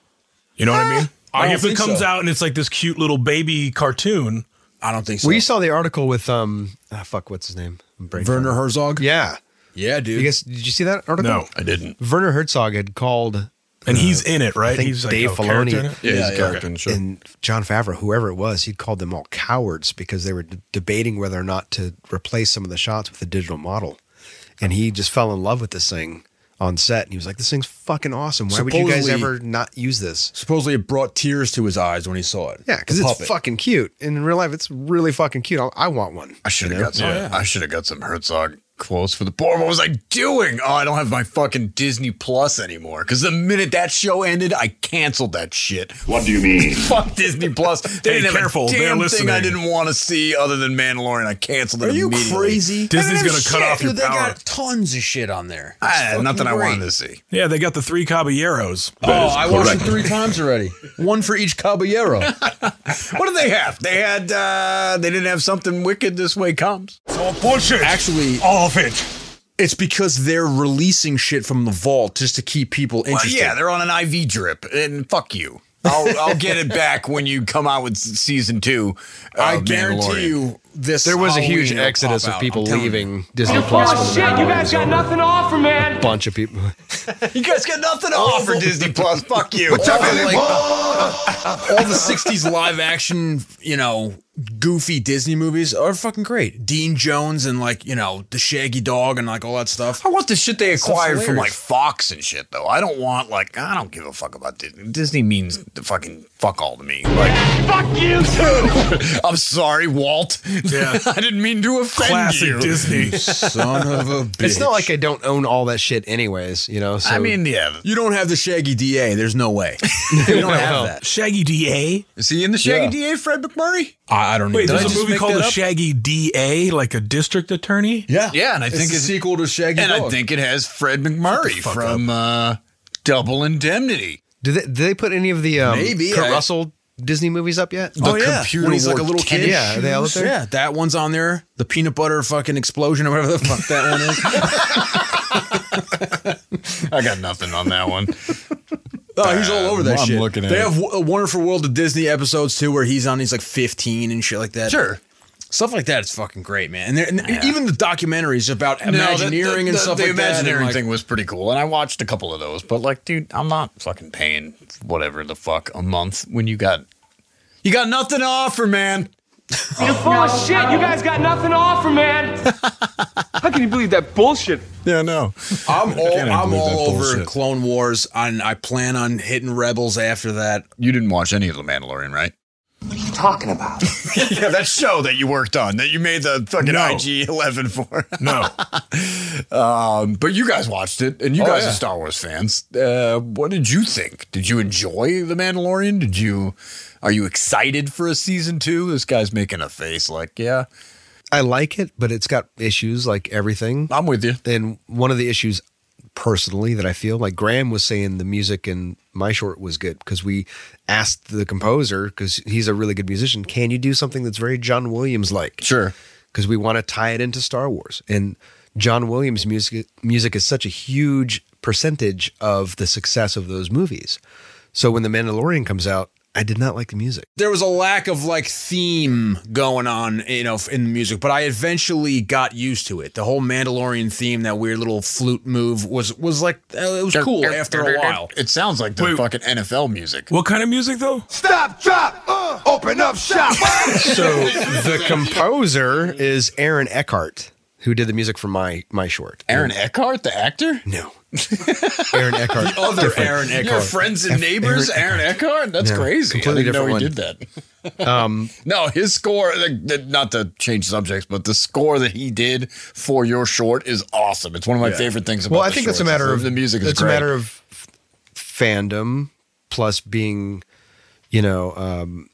You know what I mean? I Like don't if it think comes so. out and it's like this cute little baby cartoon. I don't think Well, you saw the article with um, ah, fuck, what's his name? I'm brain Werner farting. Herzog. Yeah, yeah, dude. You guys, did you see that article? No, I didn't. Werner Herzog had called, And he's in it, right? I think He's like Dave a Filoni, character in it? Yeah, he's a character in the show. and John Favreau, whoever it was, he called them all cowards because they were d- debating whether or not to replace some of the shots with a digital model, and he just fell in love with this thing on set, and he was like, "This thing's fucking awesome. Why would you guys Supposedly- ever not use this?" supposedly it brought tears to his eyes when he saw it. Yeah, because The it's puppet. fucking cute. And in real life, it's really fucking cute. I, I want one. I should have You know? got some. I should have got some Herzog clothes for the poor. What was I doing? Oh, I don't have my fucking Disney Plus anymore. Because the minute that show ended, I canceled that shit. *laughs* What do you mean? Fuck Disney Plus. *laughs* They Hey, didn't careful, have a they're damn thing I listening. didn't want to see other than Mandalorian. I canceled it. Are you immediately. crazy? Disney's They gonna don't have cut off your dude. They power. got tons of shit on there. I had It's nothing Ah, I fucking great. wanted to see. Yeah, they got the three caballeros. Oh, I watched it three times already. One for each caballero. What did they have? They had. uh They didn't have something wicked. This way comes. It's all bullshit. Actually, all of it. It's because they're releasing shit from the vault just to keep people Well, interested. yeah, they're on an IV drip, and fuck you. I'll, I'll get it back when you come out with s- season two. of I guarantee oh, Mandalorian. you this. There was a huge Halloween will exodus pop of out. people I'm telling leaving you. Disney You're Plus. full of when shit. You Mandalorian guys was got over. nothing to offer, man. Bunch of people. You guys got nothing to *laughs* offer Disney Plus. Fuck you. What's up, All the, Ellie? all the 60s live action, you know, goofy Disney movies are fucking great. Dean Jones and like, you know, the Shaggy Dog and like all that stuff. I want the shit they That stuff's acquired from like hilarious. Fox and shit though. I don't want like I don't give a fuck about Disney. Disney means the fucking fuck all to me. Like Fuck you too. I'm sorry, Walt. Yeah. *laughs* I didn't mean to offend Classic you. Disney. Son of a bitch. It's not like I don't own all that shit, anyways. You know. So I mean, yeah. you don't have the Shaggy DA. There's no way. You don't have that. Uh, Shaggy DA. Is he in the Shaggy DA, Fred McMurray? I, I don't Wait, even there's a Did I just movie make called that the up? Shaggy DA, like a district attorney. Yeah. Yeah, and I It's think the it's- sequel to Shaggy And I Dog. think it has Fred McMurray fuck from uh, Double Indemnity. do they do they put any of the um, Maybe, Kurt I- Russell Disney movies up yet? The computer when he's like a wore little tennis kid. Yeah, are they all up there? Yeah, that one's on there. The peanut butter fucking explosion or whatever the fuck that one *laughs* is. I got nothing on that one. Oh, he's all over that I'm shit. looking at they it. have w- Wonderful World of Disney episodes too, where he's on. He's like 15 and shit like that. Sure. Stuff like that is fucking great, man. And, they're- and even the documentaries about Imagineering and stuff the like that. Imagineering and, like, thing was pretty cool, and I watched a couple of those. But like, dude, I'm not fucking paying whatever the fuck a month when you got you got nothing to offer, man. You're full of shit. You guys got nothing to offer, man. How can you believe that bullshit? Yeah, no. *laughs* I'm all, can't I'm believe all that over bullshit. Clone Wars, and I plan on hitting Rebels after that. You didn't watch any of the Mandalorian, right? you talking about? yeah, that show that you worked on that you made the fucking No. IG 11 for. no. Um, but you guys watched it and you Oh, guys yeah. are Star Wars fans. Uh, what did you think? Did you enjoy The Mandalorian? Did you are you excited for a season 2? This guy's making a face like, yeah. *laughs* I like it, but it's got issues like everything. I'm with you. And one of the issues personally that I feel like Graham was saying the music in my short was good because we asked the composer because he's a really good musician, can you do something that's very John Williams like? Sure. Because we want to tie it into Star Wars. And John Williams music music is such a huge percentage of the success of those movies. So when The Mandalorian comes out, I did not like the music. there was a lack of like theme going on, you know, in the music, but I eventually got used to it. The whole Mandalorian theme, that weird little flute move was was like uh, it was cool after *laughs* a while. It sounds like the fucking NFL music. What kind of music though? Stop, drop, uh, open up shop. So the composer is Aaron Eckhart, who did the music for my my short. Aaron Eckhart, the actor? No. Aaron The Eckhart. other different. Aaron Eckhart. Your friends and neighbors, Aaron Eckhart? That's No, crazy. Completely I didn't different know he one. *laughs* Um, did that. *laughs* no, his score, the, the, not to change subjects, but the score that he did for your short is awesome. It's one of my Yeah. favorite things about Well, I think it's it's a matter of the music is It's great. a matter of f- fandom plus being, you know, um,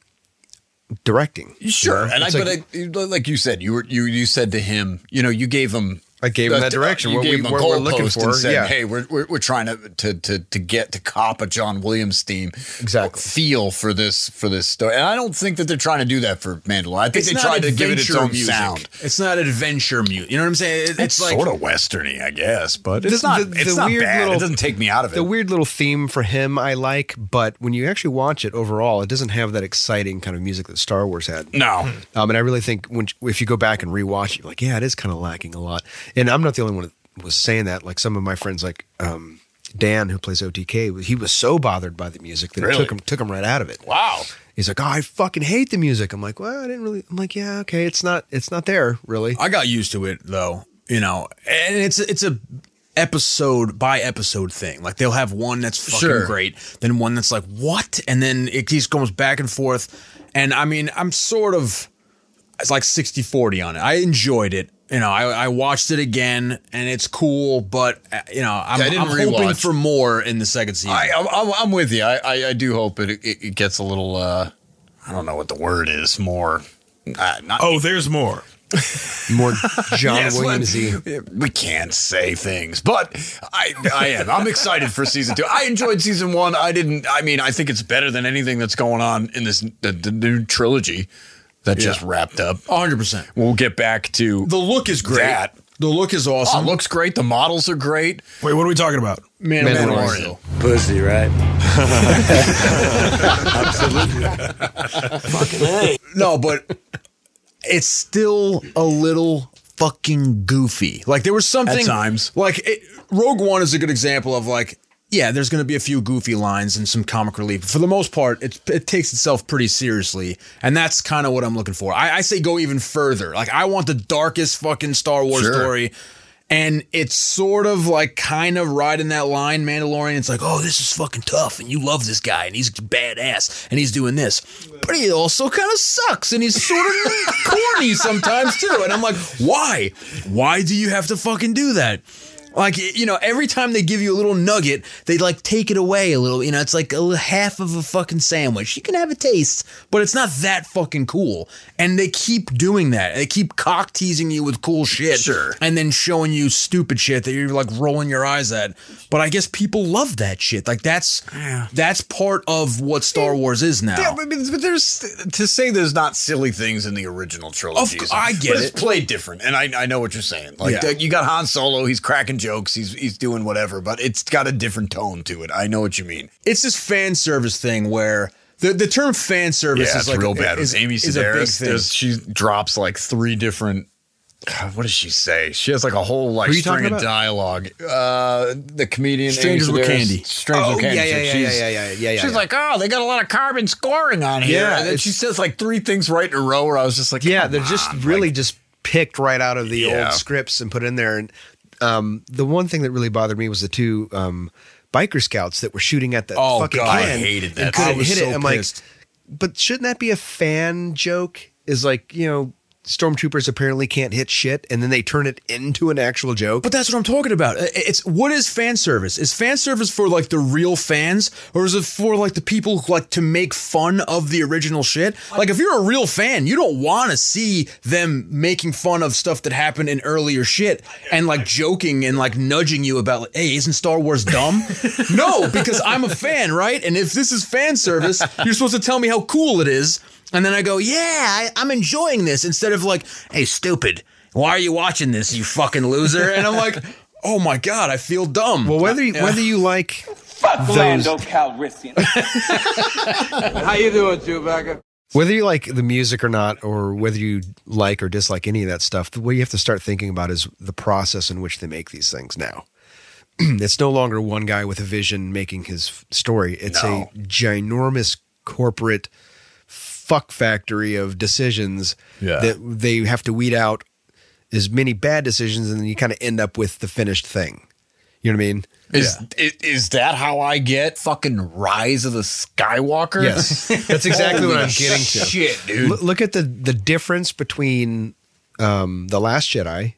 directing. Sure, and I, It's like- but I, like you said, you were you you said to him, you know, you gave him, I gave him that direction, You what gave we- him a what we're goalpost looking for, and said, yeah. "Hey, we're, we're we're trying to to to to get to cop a John Williams theme exactly feel for this for this story." And I don't think that they're trying to do that for Mandalore. I think they not tried to give it its adventure own music. sound. It's not adventure music. You know what I'm saying? It- it's It's like sort of westerny, I guess, but it's not. it's not bad. it doesn't take me out of it. The weird little theme for him I like, but when you actually watch it overall, it doesn't have that exciting kind of music that Star Wars had. No. Hmm. Um, and I really think when if you go back and rewatch it, you're like, yeah, it is kind of lacking a lot. And I'm not the only one that was saying that. Like some of my friends, like um, Dan, who plays OTK, he was so bothered by the music that Really? it took him took him right out of it. Wow. He's like, oh, I fucking hate the music. I'm like, well, I didn't really. I'm like, yeah, okay, it's not, it's not there really. I got used to it though, you know, and it's it's a episode by episode thing. Like they'll have one that's fucking Sure. great, then one that's like what, and then it just goes back and forth. And I mean, I'm sort of it's like 60 40 on it. I enjoyed it. You know, I, I watched it again and it's cool, but uh, you know, I'm, Yeah, I didn't I'm hoping rewatch. for more in the second season. I, I'm- I'm, I'm with you. I, I, I do hope it, it, it gets a little. Uh, I don't know what the word is. More. Uh, not, Oh, there's more. More *laughs* Yes, let- We can't say things, but I, I am. I'm excited for season two. I enjoyed season one. I didn't. I mean, I think it's better than anything that's going on in this the, the new trilogy that just Yeah. wrapped up. 100. percent We'll get back to the look is great. That. The look is awesome. looks great. The models are great. Wait, what are we talking about? Man, Mandalorian. Pussy, right? no, but it's still a little fucking goofy. Like there was something times. Like it, Rogue One is a good example of like, yeah, there's going to be a few goofy lines and some comic relief. But for the most part, it it takes itself pretty seriously, and that's kind of what I'm looking for. I, I say go even further. Like I want the darkest fucking Star Wars Sure. story. And it's sort of like kind of riding that line, Mandalorian. It's like, oh, this is fucking tough, and you love this guy, and he's badass, and he's doing this. But he also kind of sucks, and he's sort of corny sometimes, too. And I'm like, why? Why do you have to fucking do that? Like, you know, every time they give you a little nugget, they like take it away a little. You know, it's like a li- half of a fucking sandwich. You can have a taste, but it's not that fucking cool. And they keep doing that. They keep cock teasing you with cool shit. Sure. And then showing you stupid shit that you're like rolling your eyes at. But I guess people love that shit. Like, that's that's part of what Star Wars is now. Yeah, but, but there's to say there's not silly things in the original trilogy. Of cou- I get but it. It's played different, and I, I know what you're saying. Like Yeah. uh, you got Han Solo, he's cracking jokes, he's he's doing whatever, but it's got a different tone to it. I know what you mean. it's this fan service thing where the, the term fan service yeah, is it's like real bad. Is, With Amy is a big Sedaris, thing. there's- she drops like three different. God, What does she say? She has like a whole like Who are you string talking of about? dialogue. Uh, the comedian Strangers Amy with Sedaris- Candy. Strangers Oh, with Candy. yeah, yeah, yeah, she's, yeah, yeah, yeah, yeah, yeah, She's yeah. like, oh, they got a lot of carbon scoring on here. Yeah, and then it's- she says like three things right in a row, where I was just like, yeah, they're just really just picked right out of the Yeah. old scripts and put in there. And um, the one thing that really bothered me was the two um, biker scouts that were shooting at that Oh, fucking God, I can hated that. And couldn't I was hit so it. I'm pissed. like, but shouldn't that be a fan joke? Is like you know, stormtroopers apparently can't hit shit, and then they turn it into an actual joke. But that's what I'm talking about. I- It's what is fan service? Is fan service for like the real fans, or is it for like the people who like to make fun of the original shit? Like, if you're a real fan, you don't want to see them making fun of stuff that happened in earlier shit and like joking and like nudging you about, like, hey, isn't Star Wars dumb? no, because I'm a fan, right? And if this is fan service, you're supposed to tell me how cool it is. And then I go, yeah, I, I'm enjoying this instead of like, hey, stupid, why are you watching this, you fucking loser? And I'm like, *laughs* oh my God, I feel dumb. Well, whether you, whether you like Fuck Those- Lando Calrissian. How you doing, Chewbacca? whether you like the music or not, or whether you like or dislike any of that stuff, the way you have to start thinking about is the process in which they make these things now. it's no longer one guy with a vision making his f- story. It's a ginormous corporate fuck factory of decisions Yeah. that they have to weed out as many bad decisions, and then you kind of end up with the finished thing. You know what I mean? Is i- is that how I get fucking Rise of the Skywalker? Yes, *laughs* that's exactly what Holy I'm *laughs* getting to. Shit, dude. L- look at the the difference between um, the Last Jedi,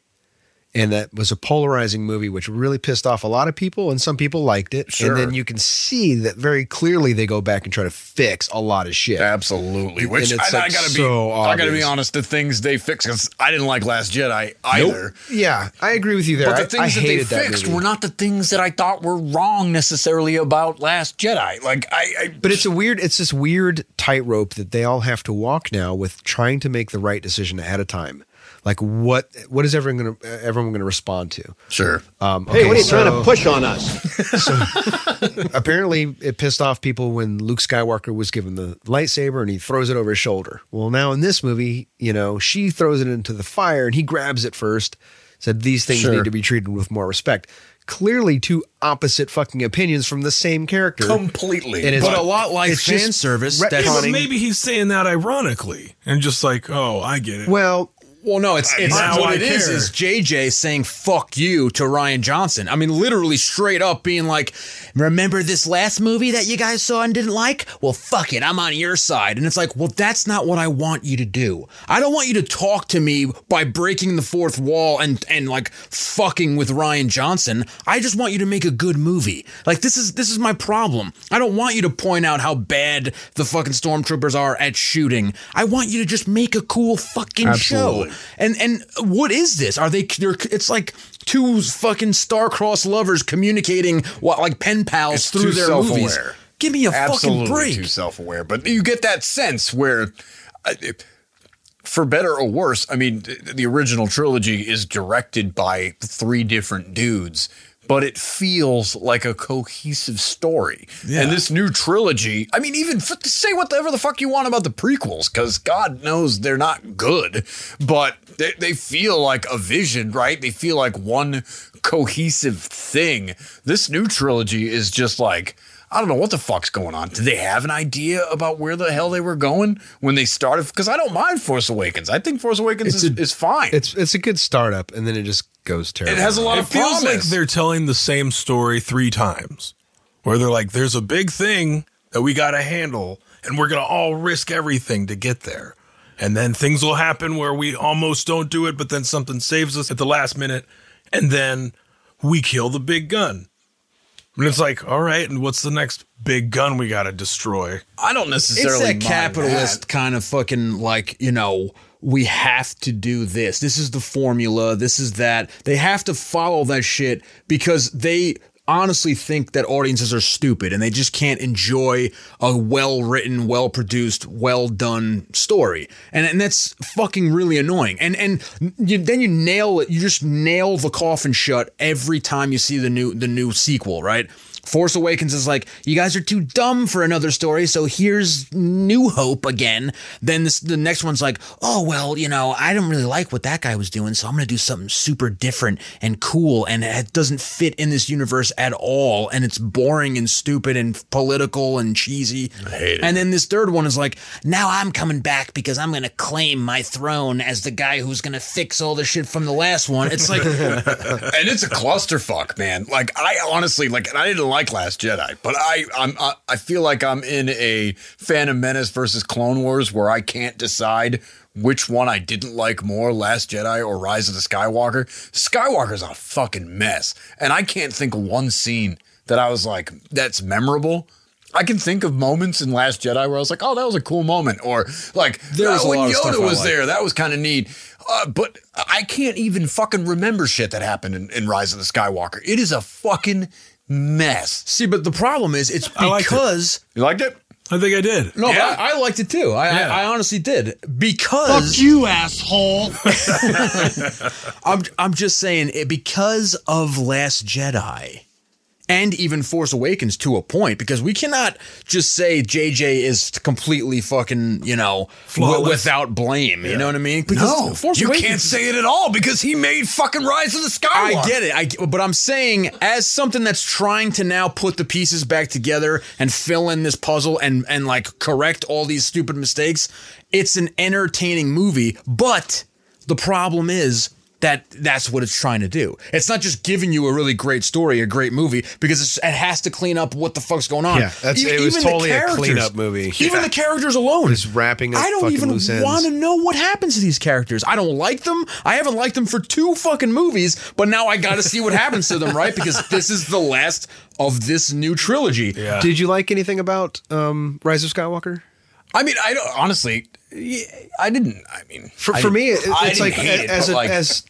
and that was a polarizing movie, which really pissed off a lot of people, and some people liked it. Sure. And then you can see that very clearly they go back and try to fix a lot of shit. Absolutely. Which and it's I, I like gotta so be, I gotta be obvious. honest. The things they fixed, 'cause I didn't like Last Jedi Nope. either. Yeah, I agree with you there. But the I- things I that they hated that fixed movie. were not the things that I thought were wrong necessarily about Last Jedi. Like I, I But it's a weird, it's this weird tightrope that they all have to walk now with trying to make the right decision ahead of time. Like what, what is everyone going to, everyone going to respond to? Sure. Um, Hey, what are you trying to push on us? apparently, it pissed off people when Luke Skywalker was given the lightsaber and he throws it over his shoulder. Well, now in this movie, you know, she throws it into the fire and he grabs it first. Said these things Sure. need to be treated with more respect. Clearly, two opposite fucking opinions from the same character. Completely. And it's- But a lot like it's just fan service, retconning. Yeah, but maybe he's saying that ironically and just like, oh, I get it. Well, well, no, it's it's Now what I it is care. is JJ saying "fuck you" to Ryan Johnson. I mean, literally straight up being like, "Remember this last movie that you guys saw and didn't like? Well, fuck it, I'm on your side." And it's like, well, that's not what I want you to do. I don't want you to talk to me by breaking the fourth wall and and like fucking with Ryan Johnson. I just want you to make a good movie. Like this is this is my problem. I don't want you to point out how bad the fucking stormtroopers are at shooting. I want you to just make a cool fucking Absolutely. show. And and what is this? Are they? They're, it's like two fucking star-crossed lovers communicating, what like pen pals It's through too their self-aware. movies. Give me a Absolutely fucking break. too self-aware. But you get that sense where, uh, for better or worse, I mean, th- the original trilogy is directed by three different dudes, but it feels like a cohesive story. Yeah. And this new trilogy, I mean, even f- say whatever the fuck you want about the prequels, because God knows they're not good, but they, they feel like a vision, right? They feel like one cohesive thing. This new trilogy is just like, I don't know what the fuck's going on. Did they have an idea about where the hell they were going when they started? Because I don't mind Force Awakens. I think Force Awakens is, is fine. It's it's a good startup, and then it just goes terrible. it feels like they're telling the same story three times, where they're like, "There's a big thing that we got to handle, and we're gonna all risk everything to get there." And then things will happen where we almost don't do it, but then something saves us at the last minute, and then we kill the big gun. And it's like, all right, and what's the next big gun we got to destroy? I don't It's that capitalist kind of fucking like you know we have to do this. This is the formula. This is that. They have to follow that shit because they honestly think that audiences are stupid and they just can't enjoy a well-written, well-produced, well-done story. And and that's fucking really annoying. And and you, then you nail it. You just nail the coffin shut every time you see the new the new sequel, right? Force Awakens is like, you guys are too dumb for another story, so here's New Hope again. Then this, the next one's like, oh, well, you know, I don't really like what that guy was doing, so I'm going to do something super different and cool, and it doesn't fit in this universe at all, and it's boring and stupid and political and cheesy. I hate it. And then this third one is like, now I'm coming back because I'm going to claim my throne as the guy who's going to fix all the *laughs* shit from the last one. It's like, and it's a clusterfuck, man. Like I honestly like, and I didn't like Last Jedi, but I I'm I, I feel like I'm in a Phantom Menace versus Clone Wars where I can't decide which one I didn't like more, Last Jedi or Rise of the Skywalker. Skywalker's a fucking mess, and I can't think of one scene that I was like that's memorable. I can think of moments in Last Jedi where I was like, "Oh, that was a cool moment," or like, There was "Oh, a when lot of stuff Yoda I was liked." there, that was kind of neat." Uh, but I can't even fucking remember shit that happened in, in Rise of the Skywalker. It is a fucking mess. See, but the problem is it's because you liked it. I think I did. No, I, I liked it too. I, Yeah. I, I honestly did because Fuck *laughs* you, asshole. *laughs* I'm I'm just saying it because of Last Jedi. And even Force Awakens to a point, because we cannot just say JJ is completely fucking, you know, w- Flawless. without blame. You know what I mean? no, you can't say it at all because he made fucking Rise of the Skywalker. I get it. I get- but I'm saying as something that's trying to now put the pieces back together and fill in this puzzle and and like correct all these stupid mistakes, it's an entertaining movie, but the problem is that that's what it's trying to do. It's not just giving you a really great story, a great movie, because it's, it has to clean up what the fuck's going on. Yeah, that's, E- it was even the totally a characters. cleanup movie. Even the characters alone, just wrapping up. I don't fucking even loose ends. want to know what happens to these characters. I don't like them. I haven't liked them for two fucking movies, but now I got to see what happens to them, right? Because this is the last of this new trilogy. Did you like anything about um, Rise of Skywalker? I mean, I don't, honestly, y- I didn't. I mean, For, I for me, it, didn't- I it's didn't like hate it, as but, a, as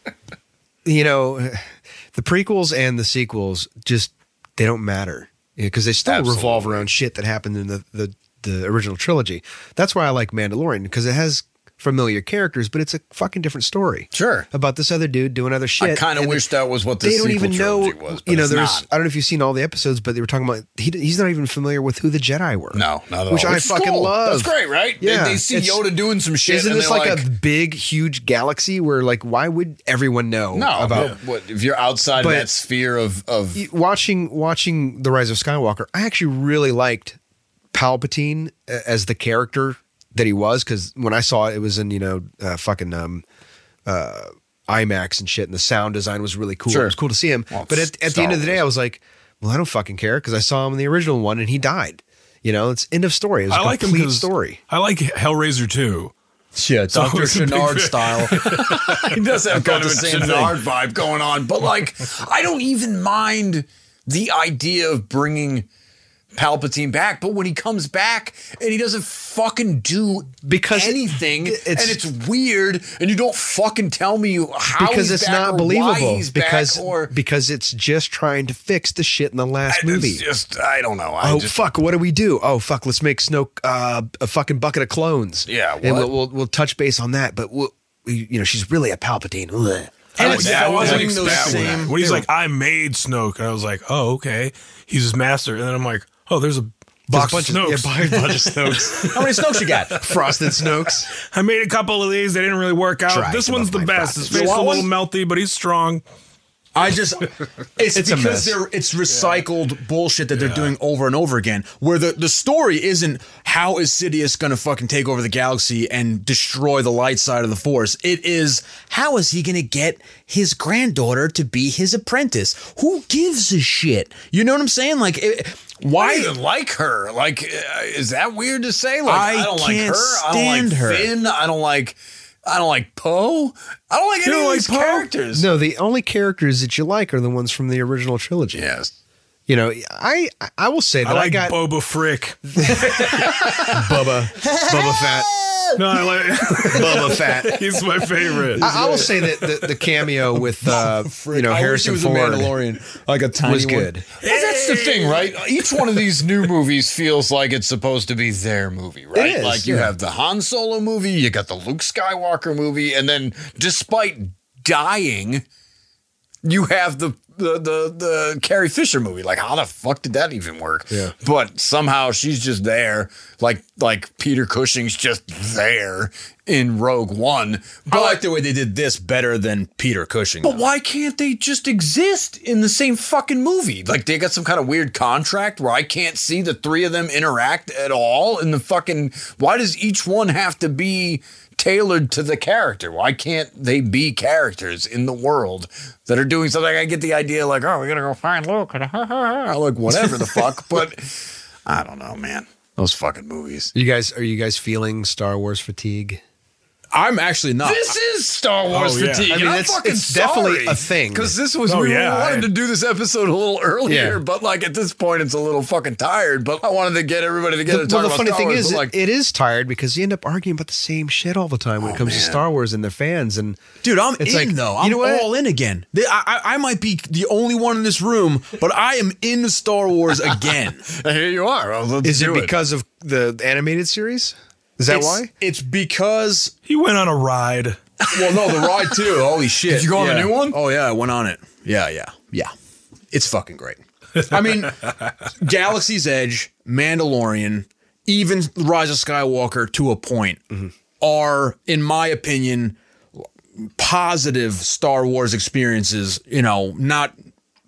you know, *sighs* the prequels and the sequels just they don't matter because they still revolve around shit that happened in the, the the original trilogy. That's why I like Mandalorian because it has familiar characters, but it's a fucking different story. Sure, about this other dude doing other shit. I kind of and wish that was what the they don't sequel even know. trilogy was. But you know, it's there's not. I don't know if you've seen all the episodes, but they were talking about he, he's not even familiar with who the Jedi were. No, not at which all. I Which is fucking cool. love. That's great, right? They- Yeah, they see It's- Yoda doing some shit Isn't and this they're like, a like- big, huge galaxy where like why would everyone know no about? but what, if you're outside But- of that sphere of of y- watching watching the rise of skywalker i actually really liked *laughs* palpatine a- as the character that he was because when i saw it it was in you know uh, fucking um uh imax and shit and the sound design was really cool Sure. it was cool to see him Well, but it's at, at the Star end of the day i was like well i don't fucking care because i saw him in the original one and he died you know it's end of story it's a I like him complete 'cause story I like Hellraiser too. Yeah, Dr. Chenard style. he does have Kind kind of of a a Chenard Chenard *laughs* vibe going on, but like I don't even mind the idea of bringing Palpatine back. But when he comes back and he doesn't fucking do because anything, it's- and it's weird, and you don't fucking tell me how because he's it's back not or why believable he's back because or because it's just trying to fix the shit in the last movie it's just I don't know. I Oh just, fuck! What do we do? Oh fuck! Let's make Snoke uh, a fucking bucket of clones. Yeah, and what? we'll, we'll we'll touch base on that. But we'll, we- you know, she's really a Palpatine. Ugh. I was I wasn't those expecting same. that. When he's They like, "I made Snoke," and I was like, "Oh, okay, he's his master." And then I'm like, "Oh, there's a box bunch of of- yeah, *laughs* Snokes. buy a bunch of Snokes. How many Snokes you got? *laughs* Frosted Snokes. *laughs* I made a couple of these. They didn't really work out. Try this some one's of the my best. frosted His face Snokes. a You want little melty, but he's strong. I just it's, It's a mess. because they're it's recycled bullshit that they're doing over and over again. Where the, the story isn't how is Sidious gonna fucking take over the galaxy and destroy the light side of the force. It is how is he gonna get his granddaughter to be his apprentice? Who gives a shit? You know what I'm saying? Like it, I why don't even like her. Like, uh, is that weird to say? Like, I, I don't can't like her. I don't stand like her. Finn. I don't like. I don't like Poe. I don't like You any don't of like these characters. No, the only characters that you like are the ones from the original trilogy. Yes. You know, I I will say that I I, like got Boba Frick. *laughs* Bubba Bubba Fat. *laughs* No, I like Bubba Fat. *laughs* He's my favorite. I, I will say that the, the cameo with uh, you know I wish he Harrison was a Ford Mandalorian, like a tiny was one. good. Well, that's the thing, right? Each one of these new movies feels like it's supposed to be their movie, right? is, like you yeah. have the Han Solo movie, you got the Luke Skywalker movie, and then despite dying, you have the the the, the Carrie Fisher movie. Like, how the fuck did that even work? Yeah. But somehow she's just there, like like Peter Cushing's just there in Rogue One. I like the way they did this better than Peter Cushing. But why can't they just exist in the same fucking movie? Like they got some kind of weird contract where I can't see the three of them interact at all in the fucking why does each one have to be tailored to the character? Why can't they be characters in the world that are doing something? I get the idea like, oh, we gotta go find Luke and *laughs* like whatever the fuck, but I don't know, man. Those fucking movies. You guys, are you guys feeling Star Wars fatigue? I'm actually not. This is Star Wars Oh, yeah. fatigue. I I mean, am it's- fucking it's definitely a thing. Because this was Oh, we yeah, wanted I- to do this episode a little earlier, Yeah. but like at this point, it's a little fucking tired. But I wanted to get everybody The- together. to well, talk the about funny Star thing Wars, is, but, it- like, it is tired because you end up arguing about the same shit all the time when it comes to Star Wars and their fans. And Dude, I'm it's in like, though. you I'm know what? all in again. They- I, I, I might be the only one in this room, but I am in Star *laughs* Wars again. here you are. is it because of the animated series? Is that It's- why? It's because he went on a ride. Well, no, the ride too. Holy shit! Did you go on the Yeah. new one? Oh yeah, I went on it. Yeah, yeah, yeah. It's fucking great. *laughs* I mean, Galaxy's Edge, Mandalorian, even Rise of Skywalker to a point Mm-hmm. are, in my opinion, positive Star Wars experiences. You know, not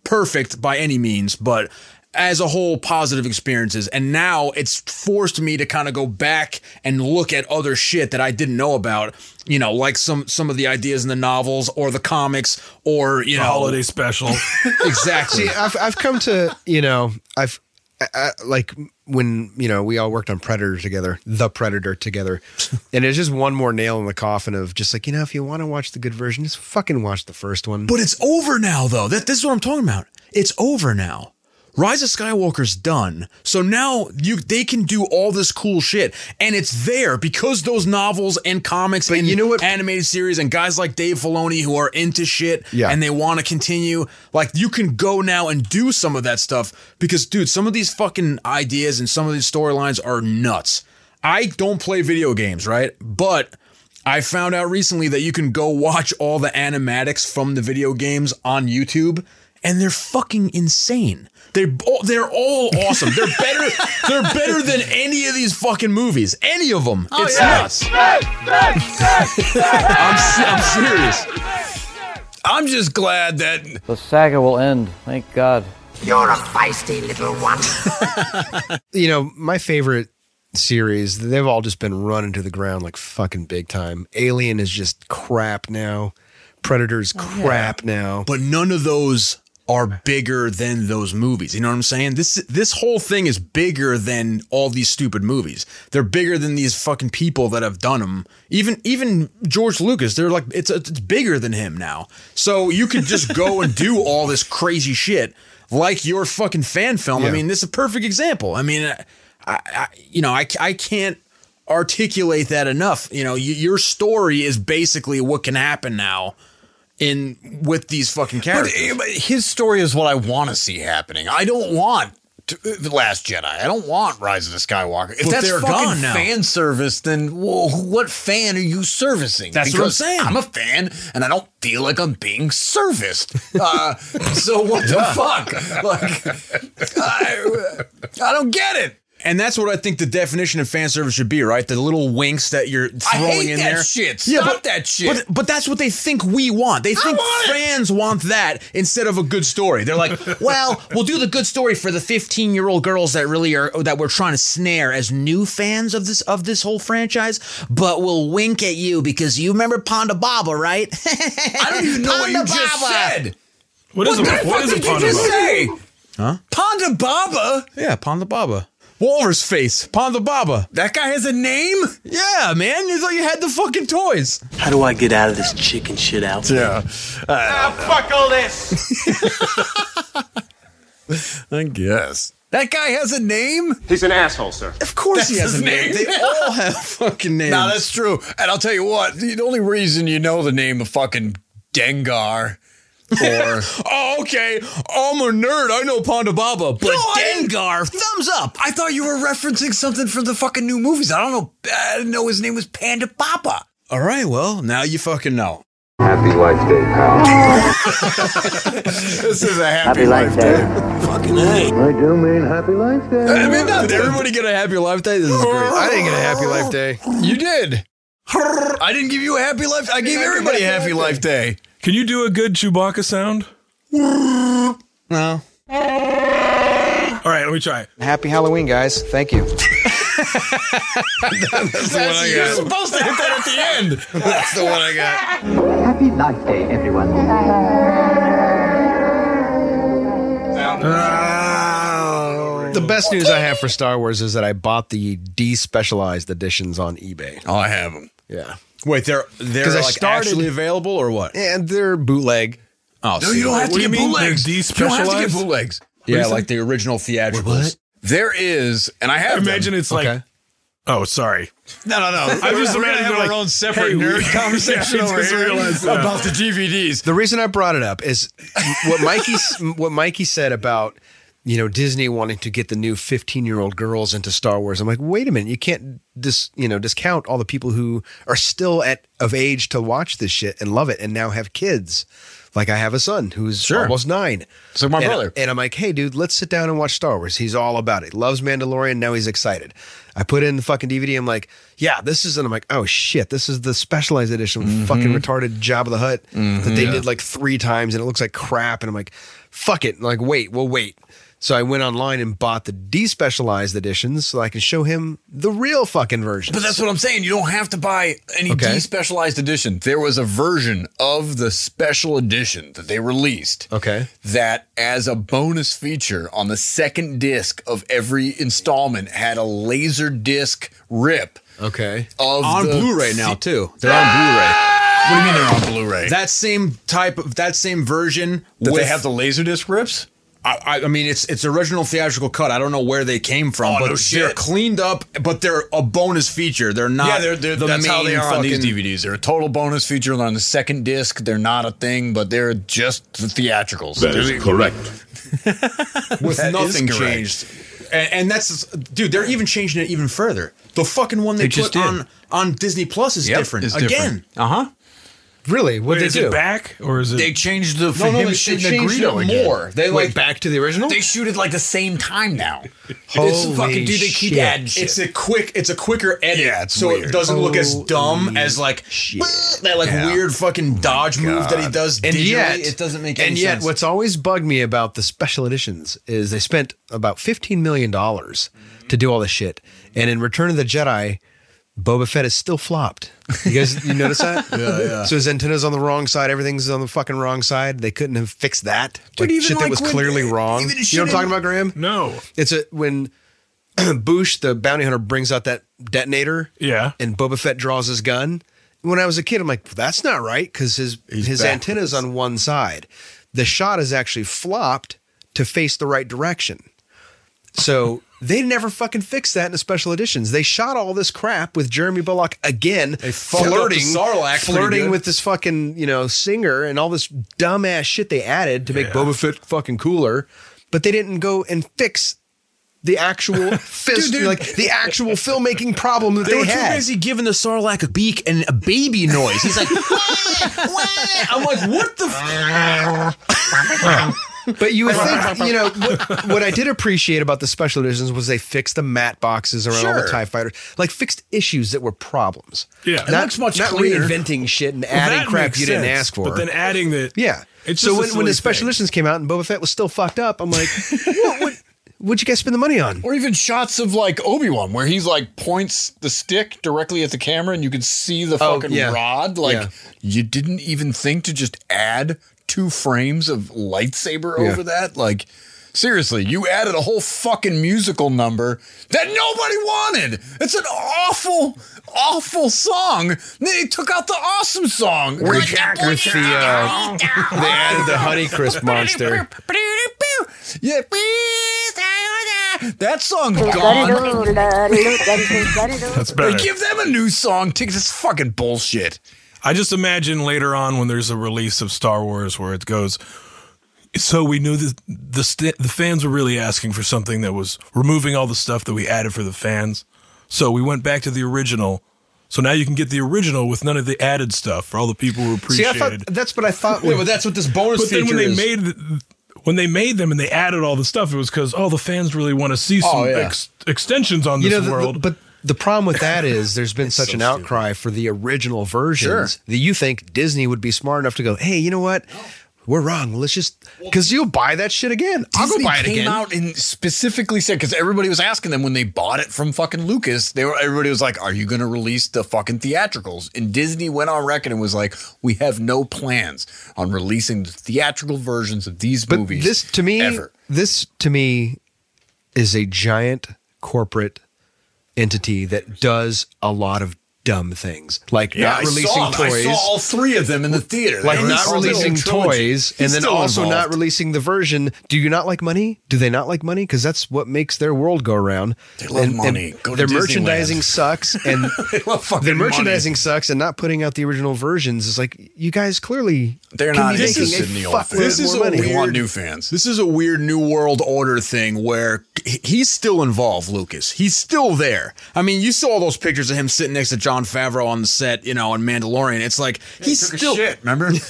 perfect by any means, but as a whole, positive experiences. And now it's forced me to kind of go back and look at other shit that I didn't know about. You know, like some some of the ideas in the novels or the comics or you The know holiday special. exactly. See, I've I've come to you know I've I, I, like when you know we all worked on Predator together, the Predator together, and it's just one more nail in the coffin of just like you know if you want to watch the good version, just fucking watch the first one. But it's over now, though. That this is what I'm talking about. It's over now. Rise of Skywalker's done. So now you they can do all this cool shit. And it's there because those novels and comics and you know what? animated series and guys like Dave Filoni who are into shit Yeah. and they want to continue. Like you can go now and do some of that stuff because dude, some of these fucking ideas and some of these storylines are nuts. I don't play video games, right? But I found out recently that you can go watch all the animatics from the video games on YouTube, and they're fucking insane. They're bo- they're all awesome. They're better. they're better than any of these fucking movies. Any of them. it's nuts. I'm, se- I'm serious. I'm just glad that The saga will end. Thank *laughs* God. You're a feisty little one. you know, my favorite series, they've all just been run into the ground like fucking big time. Alien is just crap now. Predator's crap now. But none of those are bigger than those movies. You know what I'm saying? This this whole thing is bigger than all these stupid movies. They're bigger than these fucking people that have done them. Even even George Lucas, they're like it's it's bigger than him now. So you could just go and do all this crazy shit like your fucking fan film. I Yeah. mean, this is a perfect example. I mean, I, I you know, I I can't articulate that enough. You know, y- your story is basically what can happen now in with these fucking But, characters. uh, but his story is what I want to see happening. I don't want to, uh, the Last Jedi. I don't want Rise of the Skywalker. If But that's they're fucking gone now. fan service, then wh- what fan are you servicing? That's what I'm saying. I'm a fan, and I don't feel like I'm being serviced. Uh, *laughs* so what the Yeah. fuck? Like, I, I don't get it. And that's what I think the definition of fan service should be, right? The little winks that you're I throwing hate in that there. shit. Yeah, Stop but- that shit. But, but that's what they think we want. They think want it. fans want that instead of a good story. *laughs* They're like, well, we'll do the good story for the 15 year old girls that really are that we're trying to snare as new fans of this of this whole franchise, but we'll wink at you because you remember Ponda Baba, right? I don't even know what you just said. What is What a the what fuck is a did you Ponda just Baba? say? Huh? Ponda Baba? Yeah, Ponda Baba. Wolver's face, Ponda Baba. That guy has a name? Yeah, man. It's like you had the fucking toys. How do I get out of this chicken shit out? Yeah. Ah, fuck all this. I guess. That guy has a name? He's an asshole, sir. Of course That's he has his a name. name. They all have fucking names. No, that's true. And I'll tell you what, the only reason you know the name of fucking Dengar or Oh, okay. I'm a nerd. I know Ponda Baba, but Dengar, thumbs up. I thought you were referencing something from the fucking new movies. I don't know. I didn't know his name was Panda Papa. All right, well, now you fucking know. Happy Life Day, *laughs* this is a happy, life, day. Fucking hey. I do mean Happy Life Day. I mean, not *laughs* Did everybody get a happy life day? This is great. I didn't get a happy life day. You did. I didn't give you a happy life. I gave everybody a happy life day. Can you do a good Chewbacca sound? No. All right, let me try. Happy Halloween, guys. Thank you. That's the one I you're got. supposed to hit that at the end. That's the one I got. Happy Life Day, everyone. The best news I have for Star Wars is that I bought the despecialized editions on eBay. Oh, I have them. Yeah. Wait, they're they're 'Cause I like started- actually available or what? And they're bootleg. Oh, No, you don't have to What get do you mean? bootlegs. They're You don't have to get despecialized? bootlegs. What Yeah, do you like the original theatricals. There is, and I have. Imagine them. it's like, oh, sorry. No, no, no. I was We're gonna imagining have like, our own separate hey, *laughs* we- nerd Yeah, conversation I over just here realized that. about the DVDs. The reason I brought it up *laughs* is what Mikey s- what Mikey said about you know Disney wanting to get the new 15 year old girls into Star Wars. I'm like, wait a minute, you can't dis, you know discount all the people who are still at of age to watch this shit and love it and now have kids. Like I have a son who's almost nine. So my And- brother. and I'm like, hey, dude, let's sit down and watch Star Wars. He's all about it. He loves Mandalorian. Now he's excited. I put in the fucking DVD. I'm like, yeah, this is, and I'm like, oh shit, this is the specialized edition with fucking retarded Job of the Hut that they Mm-hmm. Yeah. did like three times and it looks like crap. And I'm like, fuck it. And like, wait, we'll wait. So I went online and bought the despecialized editions so I can show him the real fucking version. But that's what I'm saying. You don't have to buy any Okay. despecialized edition. There was a version of the special edition that they released. Okay. That as a bonus feature on the second disc of every installment had a laser disc rip Okay. of on the Blu-ray fe- now too. They're on What do you mean they're on Blu-ray? Blu-ray. That same type of that same version. Did with, they have the laser disc rips? I, I- I mean, it's it's original theatrical cut. I don't know where they came from, Oh, but no shit. they're cleaned up. But they're a bonus feature. They're not. yeah, they're, they're, the that's how they main are on these fucking- DVDs. They're a total bonus feature on the second disc. They're not a thing, but they're just the theatricals. That is They're the- correct. with That is nothing correct. changed. And, and that's dude, they're even changing it even further. The fucking one they, They put just did. on on Disney Plus is Yep, different it's again. different. Uh huh. Really? What Wait, did is they do? it back or is it? They changed the for no, him they- they shooting the changed Greedo it again. more. They Went like back to the original? They shoot it like the same time now. it's Holy fucking dude. They keep shit. adding shit. it's a quick, it's a quicker edit, Yeah, it's so weird. it doesn't look as Holy dumb as like that like Yeah. weird fucking dodge move that he does. and digitally. yet it doesn't make any and yet sense. what's always bugged me about the special editions is they spent about 15 million dollars to do all this shit and in return of the jedi Boba Fett is still flopped. You guys, you notice *laughs* that? yeah, yeah. So his antenna's on the wrong side. Everything's on the fucking wrong side. They couldn't have fixed that. Dude, like, even shit that like was when- clearly wrong. even You know what I'm shit talking in- about, Graham? no. It's a when *clears throat* Boosh, the bounty hunter, brings out that detonator. Yeah. And Boba Fett draws his gun. When I was a kid, I'm like, that's not right because his his antenna's on one side. The shot is actually flopped to face the right direction. So they never fucking fixed that in the special editions. They shot all this crap with Jeremy Bullock again, fucked up the flirting, Sarlacc pretty flirting good. with this fucking you know singer and all this dumbass shit they added to make Yeah. Boba Fett fucking cooler. But they didn't go and fix the *laughs* actual fist, dude. like the actual filmmaking problem that they, they were too had. busy giving the Sarlacc a beak and a baby noise. He's like, "Wah, wah." I'm like, what the? F-? *laughs* But you would think, you know, what, what I did appreciate about the special editions was they fixed the mat boxes around all the Sure. TIE fighters, like fixed issues that were problems. Yeah. It not, looks much not cleaner. reinventing shit and Well, adding that crap makes you didn't sense, ask for. But then adding that. yeah. It's just so a when, when silly the special thing. editions came out and Boba Fett was still fucked up, *laughs* I'm like, what would what'd you guys spend the money on? or even shots of like Obi Wan, where he's like points the stick directly at the camera, and you can see the Oh, fucking yeah. rod. Like Yeah. you didn't even think to just add two frames of lightsaber Yeah. over that. Like seriously, you added a whole fucking musical number that nobody wanted. It's an awful, awful song. They took out the awesome song. With, with the uh, they added *laughs* the Honeycrisp *laughs* monster. Yeah. That song's gone. That's better. They give them a new song. Take this fucking bullshit. I just imagine later on when there's a release of Star Wars where it goes. So we knew that the st- the fans were really asking for something that was removing all the stuff that we added for the fans. So we went back to the original. So now you can get the original with none of the added stuff for all the people who See, appreciated. I thought that's what I thought. Yeah, Uh, but that's what this bonus but then feature when they is. made when they made them and they added all the stuff, it was because oh the fans really want to see some yeah. ex- extensions on you this know, the- the- world. but the problem with that is there's been such an outcry for the original versions that you think Disney would be smart enough to go, hey, you know what? We're wrong. Let's just because you'll buy that shit again. I'll go Disney buy it came again. out and specifically said because everybody was asking them when they bought it from fucking Lucas. They were everybody was like, "Are you going to release the fucking theatricals?" And Disney went on record and was like, "We have no plans on releasing the theatrical versions of these but movies." this to me, ever. this to me is a giant corporate entity that does a lot of dumb things, like Yeah, not releasing I saw, them. toys. I saw all three of them in the theater. like They not still- releasing toys He's and then still also involved. not releasing the version do you not like money do they not like money because that's what makes their world go around they love money. Go to their Disneyland. merchandising sucks and fucking their merchandising sucks and not putting out the original versions is like you guys clearly They're can not be making interested a in the old fuckload fans. This more is a money. weird, This is a weird New World Order thing where he- he's still involved, Lucas. He's still there. I mean, you saw those pictures of him sitting next to John Favreau on the set, you know, on Mandalorian. It's like he's still shit, *laughs* remember? I'm just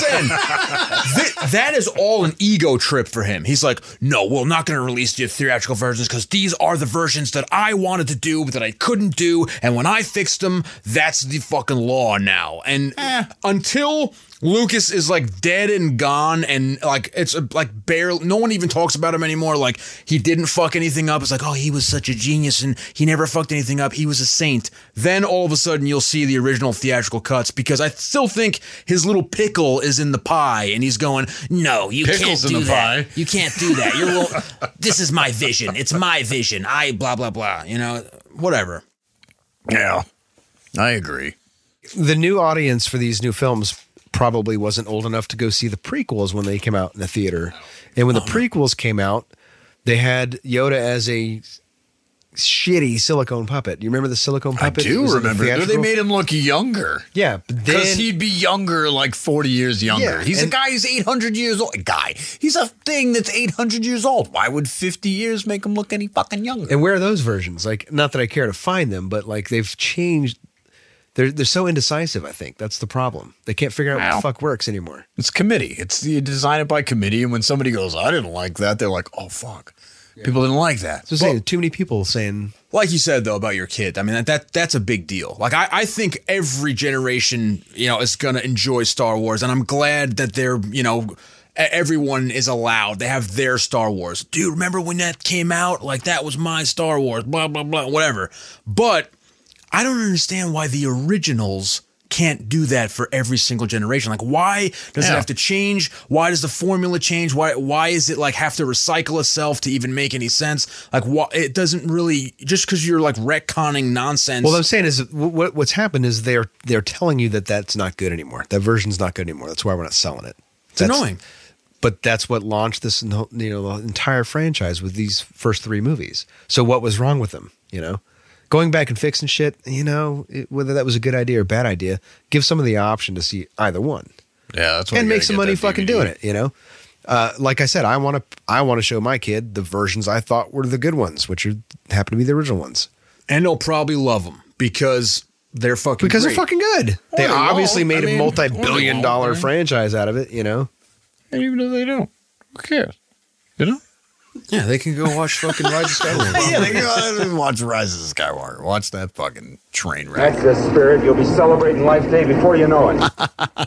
saying that, that is all an ego trip for him. He's like, no, we're not going to release the theatrical versions because these are the versions that I wanted to do but that I couldn't do, and when I fixed them, that's the fucking law now. And until Lucas is like dead and gone, and like it's uh, like barely no one even talks about him anymore. Like he didn't fuck anything up. It's like, oh, he was such a genius and he never fucked anything up. He was a saint. Then all of a sudden you'll see the original theatrical cuts because I still think his little pickle is in the pie and he's going, no, you Pickle's can't in do the that. pie. You can't do that. You're *laughs* lo- this is my vision. It's my vision. I blah blah blah. You know, whatever. Yeah, I agree. the new audience for these new films probably wasn't old enough to go see the prequels when they came out in the theater. And when the Uh-huh. prequels came out, they had Yoda as a shitty silicone puppet. You remember the silicone puppet? I do remember. They made him look younger. Yeah, Because but then he'd be younger, like 40 years younger. Yeah, he's a and- guy who's 800 years old. Guy. He's a thing that's 800 years old. Why would 50 years make him look any fucking younger? and where are those versions? Like, not that I care to find them, but like they've changed. They're they're so indecisive. I think that's the problem. They can't figure out what the fuck works anymore. It's committee. It's you design it by committee. And when somebody goes, I didn't like that, they're like, oh, fuck. People didn't like that. So saying too many people saying like you said though about your kid i mean that, that that's a big deal like I, I think every generation you know is gonna enjoy star wars and i'm glad that they're you know e- everyone is allowed they have their star wars dude remember when that came out like that was my star wars blah blah blah whatever but I don't understand why the originals can't do that for every single generation. Like, why does it Yeah. have to change? Why does the formula change? Why why is it like have to recycle itself to even make any sense? Like, why it doesn't really just because you're like retconning nonsense. Well, what I'm saying is what what's happened is they're they're telling you that that's not good anymore. That version's not good anymore. That's why we're not selling it. It's annoying. But that's what launched this no- you know the entire franchise with these first three movies. So what was wrong with them? You know, going back and fixing shit. You know it, whether that was a good idea or bad idea. Give someone the option to see either one Yeah, that's why and you make gotta some get money that fucking DVD. doing it. You know, uh, like I said, I want to I want to show my kid the versions I thought were the good ones, which are, happen to be the original ones. and they'll probably love them because they're fucking because great. they're fucking good. Or they They obviously won't. made I mean, a or they multi-billion won't, dollar right? franchise out of it. You know, And even if they don't, who cares? You know? Yeah, they can go *laughs* watch fucking Rise of *laughs* Skywalker. yeah, they can go out and watch Rise of Skywalker. Watch that fucking train wreck. That's the spirit. You'll be celebrating Life Day before you know it. *laughs*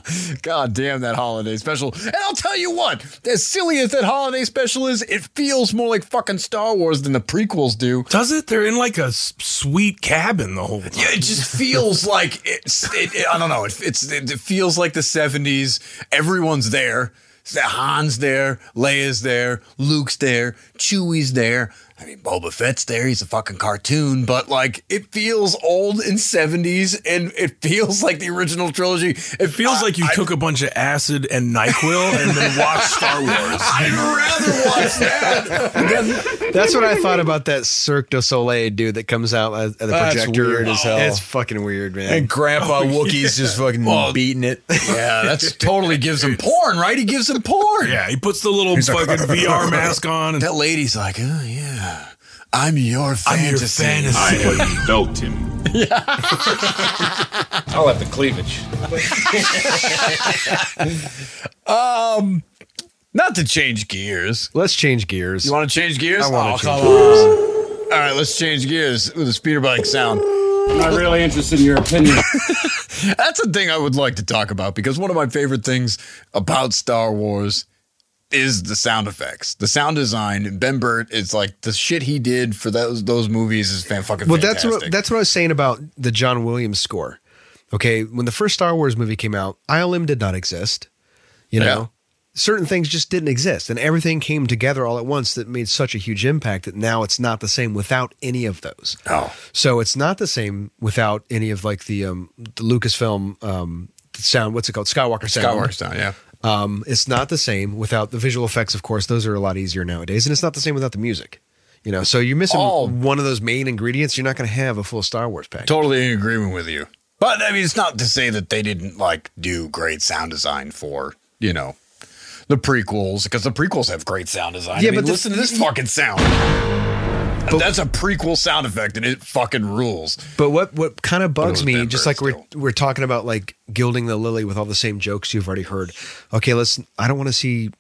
God damn that holiday special. And I'll tell you what, as silly as that holiday special is, it feels more like fucking Star Wars than the prequels do. Does it? They're in like a s- sweet cabin the whole time. Yeah, it just *laughs* feels like it's. It, it- I don't know. It, it's. It, it feels like the '70s. Everyone's there. Han's there. Leia's there. Luke's there. Chewie's there. I mean, Boba Fett's there. He's a fucking cartoon, but like, it feels old and '70s, and it feels like the original trilogy. It *laughs* feels like you took a bunch of acid and NyQuil and then watched *laughs* Star Wars. that's what I thought about that Cirque du Soleil dude that comes out at at the That's projector. weird as hell. It's fucking weird, man. And Grandpa Oh, *laughs* Wookiee's yeah. just fucking beating it. Yeah, *laughs* that's totally gives him porn, right? He gives him porn. Yeah, he puts the little *laughs* fucking VR mask on. that lady's like, oh yeah, I'm your fantasy. I have felt him. I'll have the cleavage. um, not to change gears. Let's change gears. You want to change gears? I wanna oh, change come gears. on. All right, let's change gears with a speeder bike sound. I'm not really interested in your opinion. That's a thing I would like to talk about because one of my favorite things about Star Wars is the sound effects, the sound design. And Ben Burt is like the shit he did for those those movies is fan fucking. Well, fantastic. that's what that's what I was saying about the John Williams score. Okay, when the first Star Wars movie came out, ILM did not exist. You know, Yeah. certain things just didn't exist, and everything came together all at once that made such a huge impact that now it's not the same without any of those. Oh, so it's not the same without any of like the um, the Lucasfilm um, sound. What's it called? Skywalker sound. Skywalker sound, yeah. Um, it's not the same without the visual effects. Of course, those are a lot easier nowadays, and it's not the same without the music. You know, so you're missing Oh. one of those main ingredients. You're not going to have a full Star Wars pack. Totally in agreement with you. But I mean, *laughs* it's not to say that they didn't like do great sound design for you know the prequels because the prequels have great sound design. Yeah, I mean, but this- listen to this fucking sound. That's a prequel sound effect, and it fucking rules. But what what kind of it was bugs me, Ben just Burtt like we're we're talking about like gilding the lily with all the same jokes you've already heard. Okay, let's. I don't want to see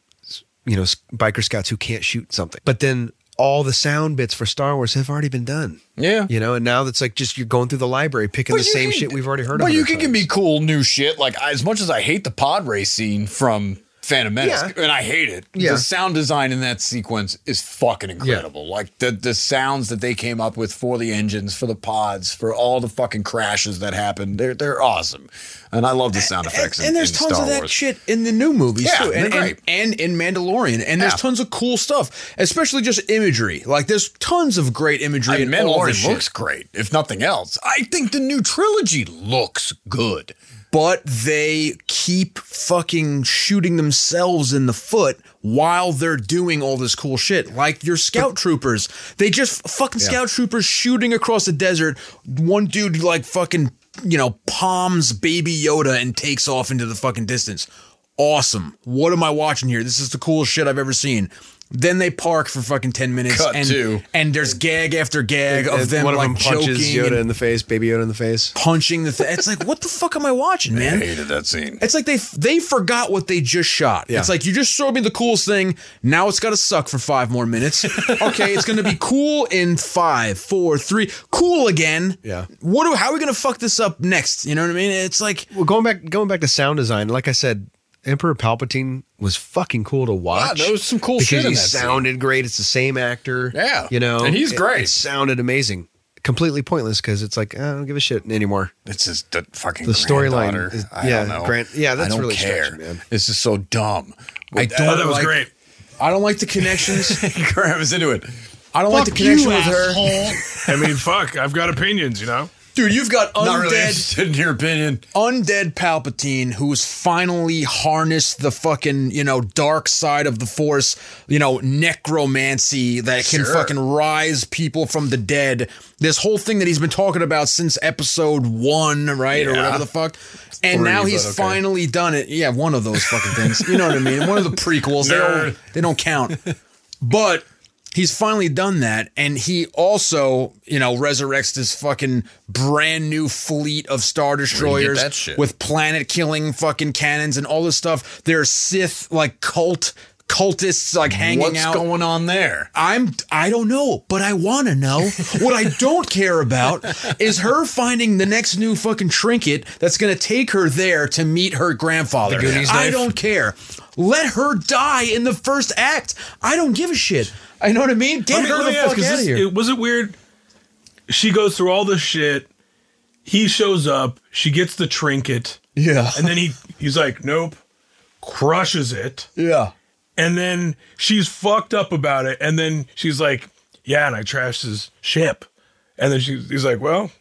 you know s- biker scouts who can't shoot something, but then all the sound bits for Star Wars have already been done. Yeah, you know, and now that's like just you're going through the library picking the you same can- shit we've already heard. But of. you can give me cool new shit. Like as much as I hate the pod race scene from Phantom Menace, Yeah. and I hate it. Yeah. The sound design in that sequence is fucking incredible. Like the the sounds that they came up with for the engines, for the pods, for all the fucking crashes that happened. They're they're awesome, and I love the sound effects. in- and there's in tons Star of that Wars. shit in the new movies Yeah, too, they're and, and, great. and in Mandalorian. And there's tons of cool stuff, especially just imagery. Like there's tons of great imagery. I mean, in all this Mandalorian shit. looks great, if nothing else. I think the new trilogy looks *laughs* good. but they keep fucking shooting themselves in the foot while they're doing all this cool shit. Like your scout troopers, they just fucking Yeah. scout troopers shooting across the desert. One dude like fucking you know palms baby Yoda and takes off into the fucking distance. Awesome. What am I watching here? This is the coolest shit I've ever seen. Then they park for fucking ten minutes, Cut and to- and there's gag after gag And of them one like of them punches joking Yoda and in the face, Baby Yoda in the face, punching the. Th- it's like what the fuck am I *laughs* watching, man? I hated that scene. It's like they they forgot what they just shot. Yeah. It's like you just showed me the coolest thing. Now it's got to suck for five more minutes. Okay, it's gonna be cool in five, four, three. Cool again. Yeah. What? Do, how are we gonna fuck this up next? You know what I mean? It's like Well, going back going back to sound design, like I said, Emperor Palpatine was fucking cool to watch. there was some cool because shit in he that scene. sounded great. It's the same actor. Yeah. you know, And he's It- great. It, sounded amazing. Completely pointless because it's "Eh, like I don't give a shit anymore. It's just the fucking The storyline granddaughter. is- I yeah, don't know. grand- yeah, that's I don't really care. stretching, man. This is so dumb. I But don't. like- I don't like the connections. *laughs* Graham is into it. I don't like the Fuck you, connection with her. I mean, fuck, I've got opinions, you know? Dude, you've got Not really undead. interested in your opinion, undead Palpatine, who has finally harnessed the fucking you know dark side of the Force, you know necromancy that can Sure. fucking rise people from the dead. This whole thing that he's been talking about since Episode One, right, or Yeah. whatever the fuck. And Three, now but he's okay. finally done it. Yeah, one of those fucking things. You know what I *laughs* mean? One of the prequels. They Nerd. don't, they don't count. But he's finally done that, and he also, you know, resurrects this fucking brand new fleet of star destroyers that shit? with planet killing fucking cannons and all this stuff. There are Sith like cult cultists like hanging What's out. going on there? I'm I don't know, but I want to know. what I don't care about is her finding the next new fucking trinket that's going to take her there to meet her grandfather. The Goonies I knife? don't care. Let her die in the first act. I don't give a shit. I know what I mean. Get Let me- her let the me ask, fuck is out of this- here. It, was it weird? She goes through all this shit. He shows up. She gets the trinket. Yeah. And then he he's like, nope. Crushes it. Yeah. And then she's fucked up about it. And then she's like, yeah, and I trashed his ship. And then she's he's like, well.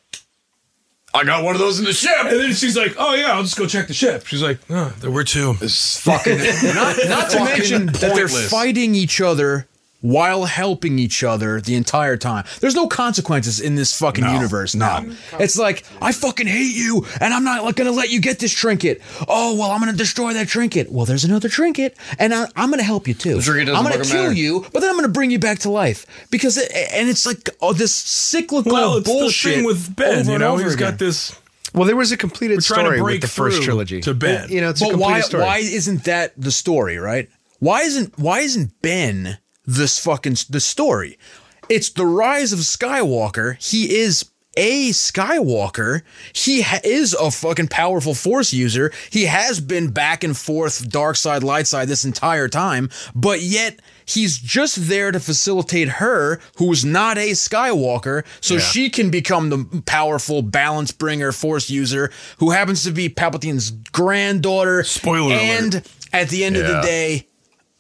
I got one of those in the ship. And then she's like, oh, yeah, I'll just go check the ship. She's like, oh, there were two. It's fucking. not, not to Fucking mention that they're pointless. fighting each other while helping each other the entire time. There's no consequences in this fucking universe. None. It's like I fucking hate you, and I'm not going to let you get this trinket. Oh well, I'm going to destroy that trinket. Well, there's another trinket, and I, I'm going to help you too. The trinket doesn't I'm going to fucking kill matter. you, but then I'm going to bring you back to life because it, and it's like oh, this cyclical Well, it's bullshit the thing with Ben, over you and know, over he's again. got this. Well, there was a completed trying to story with break the first through trilogy to Ben. You know, it's a but completed why story. why isn't that the story, right? Why isn't why isn't Ben this fucking s- the story? It's the rise of Skywalker. He is a Skywalker. He ha- is a fucking powerful force user. He has been back and forth, dark side, light side, this entire time, but yet he's just there to facilitate her, who's not a Skywalker, so Yeah. she can become the powerful balance bringer, force user, who happens to be Palpatine's granddaughter. Spoiler and at the end of the Yeah. day,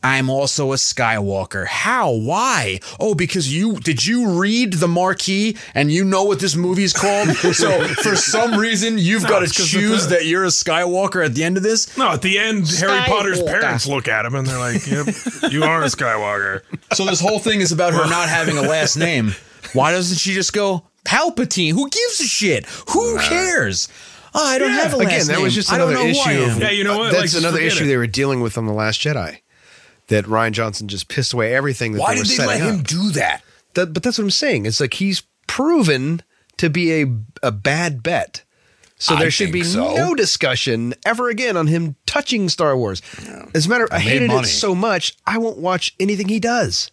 I'm also a Skywalker. How? Why? Oh, because you did you read the marquee and you know what this *laughs* movie's called? so for some reason you've No, got to it's 'cause it's choose a- that you're a Skywalker at the end of this? No, at the end, Harry Potter's Skywalker. parents look at him and they're like, yep, you *laughs* are a Skywalker. So this whole thing *laughs* is about her not having a last name. Why doesn't she just go Palpatine? Who gives a shit? Who cares? Oh, I don't have a last Again, that name. was just I don't another know who I issue. am. of- That's another issue they were dealing with on the Last Jedi. That Ryan Johnson just pissed away everything. That Why they did were they let setting him up. do that? That- But that's what I'm saying. It's like he's proven to be a a bad bet. So I there should think be so. no discussion ever again on him touching Star Wars. As a matter, of, I made hated money. it so much I won't watch anything he does.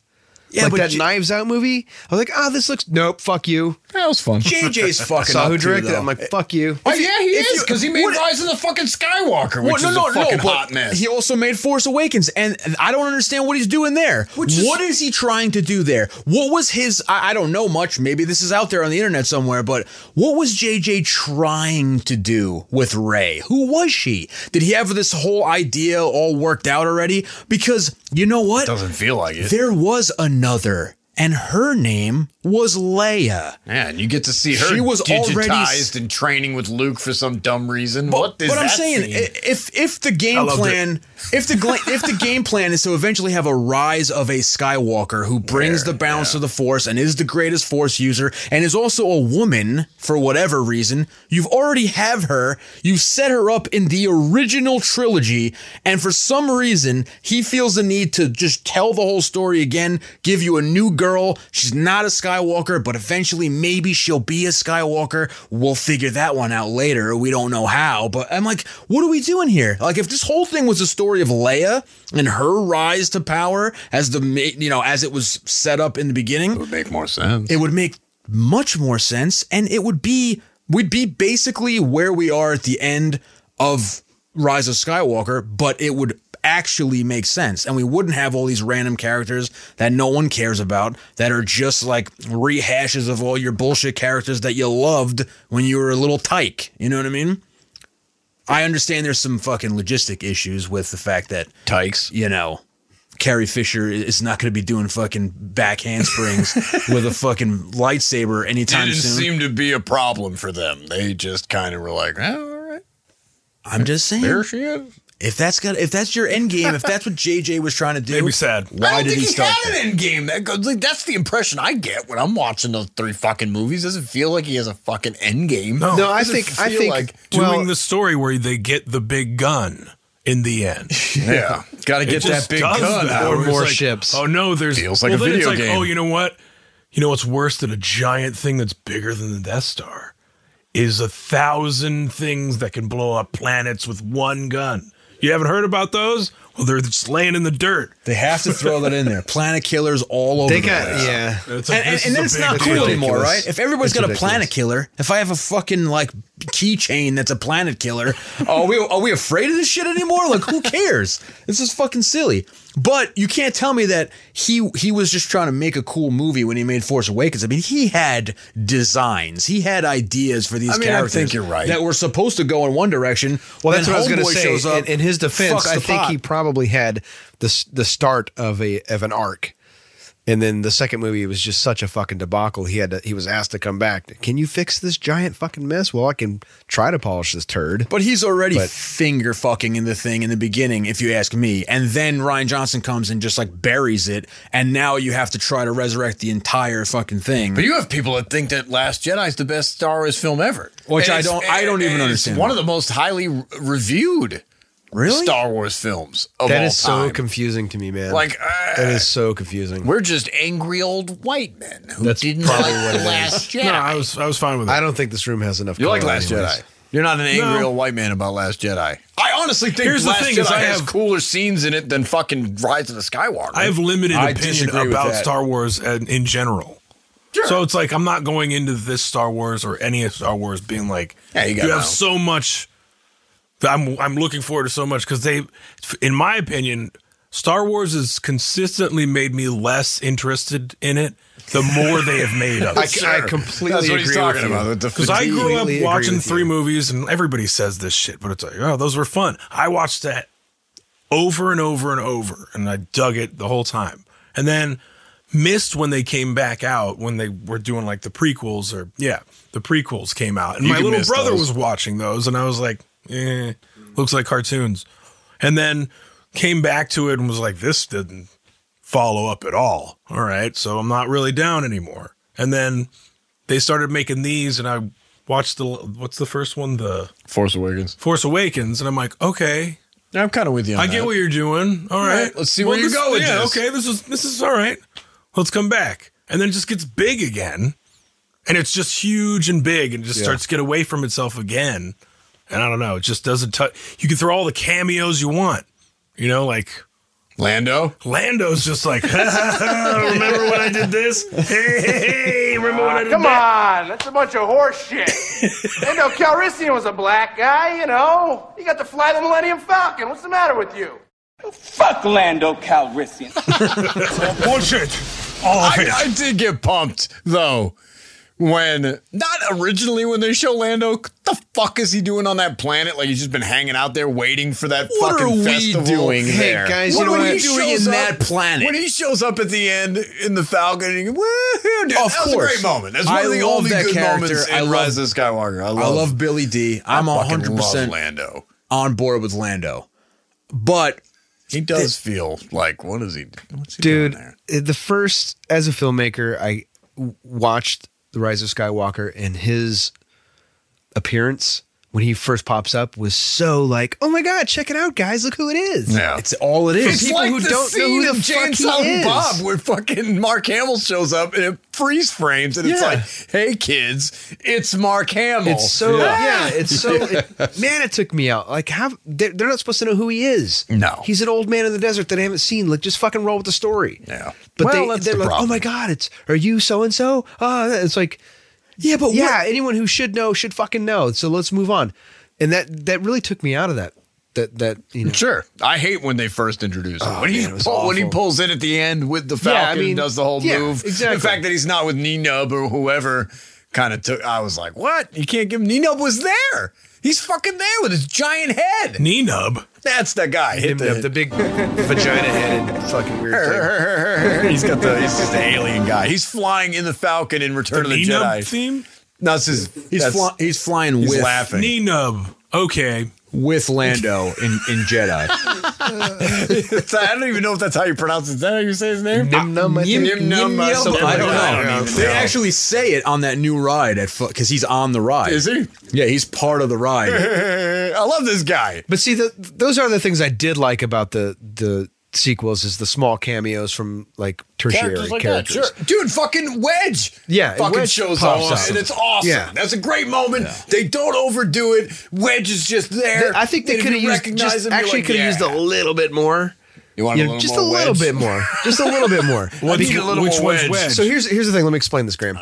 Yeah, like but that J- Knives Out movie. I was like, ah, this looks nope. Fuck you. That was fun. *laughs* JJ's fucking Saw up who to, directed it. though. I'm like, fuck you. Oh, yeah, he if is you- because he made what- Rise of the fucking Skywalker, which Well, is a fucking but hot mess. He also made Force Awakens, and and I don't understand what he's doing there. is- what is he trying to do there? What was his? I, I don't know much. Maybe this is out there on the internet somewhere. But what was JJ trying to do with Ray? Who was she? Did he have this whole idea all worked out already? Because you know what? Doesn't feel like it. There was another. And her name was Leia. Yeah, and you get to see her. She was already digitized s- and training with Luke for some dumb reason. what is but I'm that saying scene? i- if if the game loved plan if the gla- if the game plan is to eventually have a rise of a Skywalker who brings the balance to the Force and is the greatest Force user and is also a woman for whatever reason, you've already have her. You've set her up in the original trilogy, and for some reason he feels the need to just tell the whole story again, give you a new girl. She's not a Skywalker, but eventually maybe she'll be a Skywalker. We'll figure that one out later. We don't know how, but I'm like, what are we doing here? Like, if this whole thing was a story of Leia and her rise to power as the, ma- you know, as it was set up in the beginning, it would make more sense. It would make much more sense, and it would be, we'd be basically where we are at the end of Rise of Skywalker, but it would actually make sense. And we wouldn't have all these random characters that no one cares about that are just like rehashes of all your bullshit characters that you loved when you were a little tyke. You know what I mean? I understand there's some fucking logistic issues with the fact that Tykes, you know, Carrie Fisher is not going to be doing fucking back handsprings with a fucking lightsaber anytime didn't soon. seem to be a problem for them. They just kind of were like, oh, all right, I'm just saying. there she is. If that's got, if that's your end game, if that's what JJ was trying to do, Maybe sad. I Why don't did think he he, start? had that? an end game. That goes, like, that's the impression I get when I'm watching those three fucking movies. Doesn't feel like he has a fucking end game. No, I Doesn't think- I feel think- *laughs* like Doing Well- the story where they get the big gun in the end. Yeah. Gotta *laughs* It get that just big does gun that, out. where it's More like, ships. Oh no, there's Feels like a then it's video game. Oh, you know what? You know what's worse than a giant thing that's bigger than the Death Star is a thousand things that can blow up planets with one gun. You haven't heard about those? Well, they're just laying in the dirt. They have to throw that in *laughs* there. Planet killers all over. They the got- place. yeah. It's and, a- and, this is and then a it's big not cool deal. anymore, ridiculous. right? If everybody's It's got ridiculous. a planet killer, if I have a fucking like keychain that's a planet killer, are we are we afraid of this shit anymore? Like, who cares? This is fucking silly. But you can't tell me that he he was just trying to make a cool movie when he made Force Awakens. I mean, he had designs, he had ideas for these I mean, I characters. think you're right. that were supposed to go in one direction. Well, that's what I was going to say. Shows up, in, in his defense, fucks I the think pot. he probably had the s- the start of a of an arc, and then the second movie was just such a fucking debacle. He had to, he was asked to come back. Can you fix this giant fucking mess? Well, I can try to polish this turd. But he's already But- finger fucking in the thing in the beginning, if you ask me. And then Ryan Johnson comes and just like buries it, and now you have to try to resurrect the entire fucking thing. But you have people that think that Last Jedi is the best Star Wars film ever, Which And I it's- don't- I don't and- even and it's understand. One of the most highly re- reviewed, Really? Star Wars films of That all is time. so confusing to me, man. Like, uh, that is so confusing. We're just angry old white men who That's didn't like probably what the it Last No, Jedi. I was I was fine with it. I don't think this room has enough. you like Oh, color Last anyways. Jedi? You're not an angry No. old white man about Last Jedi. I honestly think Here's the Last thing Jedi is I has have- cooler scenes in it than fucking Rise of the Skywalker. I have limited I opinion disagree with about that. Star Wars and, in general. Sure. So it's like I'm not going into this Star Wars or any of Star Wars being like, Yeah, you you, gotta have know." so much. that I'm I'm looking forward to so much because they, in my opinion, Star Wars has consistently made me less interested in it. The more they *laughs* have made of it, I, I completely agree with you. Because I grew up Completely agree watching with you. three movies, and everybody says this shit, but it's like, oh, those were fun. I watched that over and over and over, and I dug it the whole time. And then missed when they came back out when they were doing like the prequels or yeah, the prequels came out, and You my can little miss brother those. was watching those, and I was like, eh, looks like cartoons. And then came back to it and was like, this didn't follow up at all. All right, so I'm not really down anymore. And then they started making these, and I watched the what's the first one, the Force Awakens. Force Awakens, and I'm like, okay, I'm kind of with you. On I get that. what you're doing. All All right, right, let's see where you this- go with yeah, this. Okay, this is this is all right. Let's come back, and then it just gets big again, and it's just huge and big, and it just Yeah. starts to get away from itself again. And I don't know, it just doesn't touch. You can throw all the cameos you want, you know, like Lando. Lando's just like, *laughs* remember when I did this? Hey, hey, hey remember Ah, when I did Come that? on, that's a bunch of *laughs* horse shit. Endo Calrissian was a black guy, you know. He got to fly the Millennium Falcon. What's the matter with you? Fuck Lando Calrissian. Bullshit. I, I did get pumped though when not originally when they show Lando. What the fuck is he doing on that planet? Like he's just been hanging out there waiting for that What fucking are we festival. doing Hey, there? guys, you know when what? he doing shows in that planet? When he shows up at the end in the Falcon, and you go, "Woohoo, dude, Of that was a course. great moment. That's one I of the love only that good character. moments in I love- Rise of Skywalker. I love, I love Billy D. I'm I fucking 100 percent love Lando. on board with Lando, but he does feel like what is he? What's he dude it- the first as a filmmaker i w- watched the rise of skywalker and his appearance when he first pops up was so like oh my god check it out guys look who it is Yeah. It's all it It's is. people like who the don't know scene who the of Jane fuck he Silent is. Bob where fucking Mark Hamill shows up and it freeze frames and it's Yeah. like, hey kids, it's Mark Hamill. it's so yeah, Ah! it's *laughs* so it- man it took me out like how they're, they're not supposed to know who he is no he's an old man in the desert that i haven't seen like just fucking roll with the story yeah but Well, they, that's they're the like oh problem. my god it's are you so and so uh it's like yeah but yeah anyone who should know should fucking know so let's move on and that that really took me out of that that that you know Sure, I hate when they first introduce him. Oh, when, he man, it was pull, when he awful. pulls in at the end with the Yeah, Falcon, I mean, does the whole yeah, move. exactly. The fact that he's not with Ninub or whoever kind of took. I was like, what? You can't give him. Ninub was there. He's fucking there with his giant head. Ninub. That's the guy. Hit the, the big vagina headed fucking weird thing. he's got the he's just the alien guy. He's flying in the Falcon in Return of the Neenub Jedi. theme. No, this is he's fly, he's flying he's with laughing. Ninub. Okay. with Lando in in Jedi. I don't even know if that's how you pronounce it. Is that how you say his name? Nimnum, I Yim- think. Yim- Yim- uh, something I don't like that. I know. don't even They know. actually say it on that new ride at because he's on the ride. Is he? Yeah, he's part of the ride. *laughs* I love this guy. But see, the, those are the things I did like about the the sequels is the small cameos from like tertiary characters. sure. Dude, fucking Wedge. Yeah, fucking Wedge shows up, pops up. and it's awesome. Yeah. That's a great moment. They don't overdo it. Wedge is just there. They- I think they And if could have you used recognize just him, you're actually like, could have yeah. used a little bit more. You want a You know, little just more a little Wedge? bit more. Just a little bit more. I need a little which more one's Wedge. Wedge? So here's here's the thing. Let me explain this, Graham.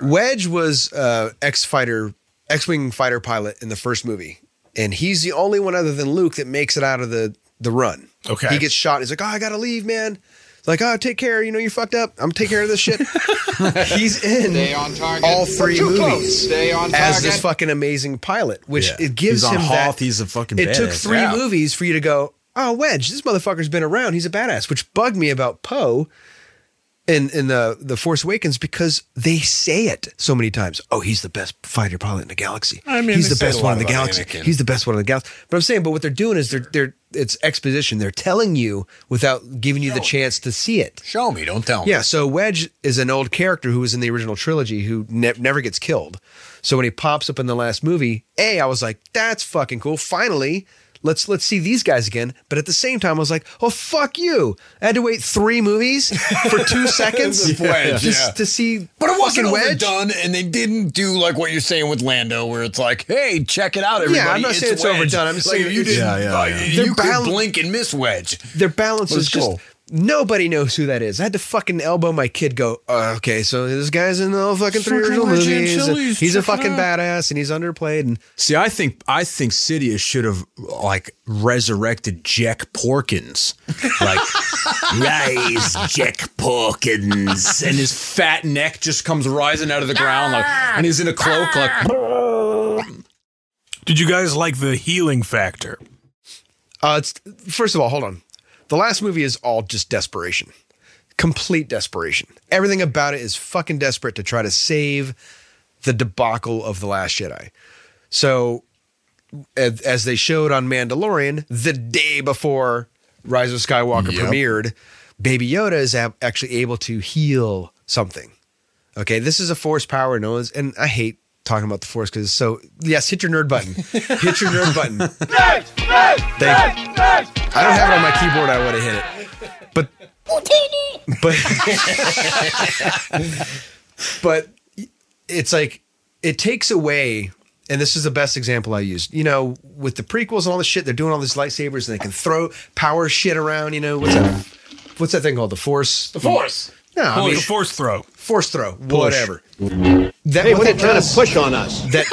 Wedge was uh, X fighter, X wing fighter pilot in the first movie, and he's the only one other than Luke that makes it out of the the run. Okay. he gets shot. He's like, "Oh, I gotta leave, man." It's Like, "Oh, take care. You know, you're fucked up. I'm taking care of this shit." he's in all three Too movies close. Stay on as this target. fucking amazing pilot, which Yeah. it gives He's on him Hoth, that. he's a fucking It took badass. three Yeah. movies for you to go. Oh, Wedge, this motherfucker's been around. He's a badass, which bugged me about Poe in in the the Force Awakens because they say it so many times. Oh, he's the best fighter pilot in the galaxy. I mean, he's they the say a best lot one in the about galaxy. Anakin. He's the best one in the galaxy. But I'm saying, but what they're doing is they're they're it's exposition. They're telling you without giving you the chance to see it. Show me, don't tell me. Yeah, so Wedge is an old character who was in the original trilogy who ne- never gets killed. So when he pops up in the last movie, A, I was like, that's fucking cool. Finally, let's let's see these guys again. But at the same time, I was like, oh fuck you. I had to wait three movies for *laughs* two seconds Of Wedge, just yeah. to see But it wasn't fucking Wedge. overdone, and they didn't do like what you're saying with Lando, where it's like, "Hey, check it out, Yeah, everybody." I'm not saying it's Wedge. overdone. I'm like, saying if you it's- didn't, Yeah, yeah, uh, yeah. you They're could balanced- blink and miss Wedge. Their balance Well, is it's just cool. Nobody knows who that is. I had to fucking elbow my kid. Go, "Oh, okay, so this guy's in the fucking three original Fucking Legend movies. Chili's, he's a check it fucking out." badass, and he's underplayed. And See, I think I think Sidious should have like resurrected Jack Porkins, like rise, Jack Porkins, and his fat neck just comes rising out of the ground, like, and he's in a cloak, like. Did you guys like the healing factor? Uh, it's first of all, hold on. The last movie is all just desperation, complete desperation. Everything about it is fucking desperate to try to save the debacle of the Last Jedi. So, as, as they showed on Mandalorian, the day before Rise of Skywalker Yep. premiered, Baby Yoda is ab- actually able to heal something. Okay, this is a force power known as, and I hate talking about the force because so yes, hit your nerd button, hit your nerd button. Thank you. I don't have it on my keyboard. I would have hit it, but but but it's like it takes away. And this is the best example I used. You know, with the prequels and all this shit, they're doing all these lightsabers and they can throw power shit around. You know, what's that? What's that thing called? The force. The Force. No, I Holy mean, force throw. force throw, whatever. That, Hey, what they that trying to does- push on us? *laughs* That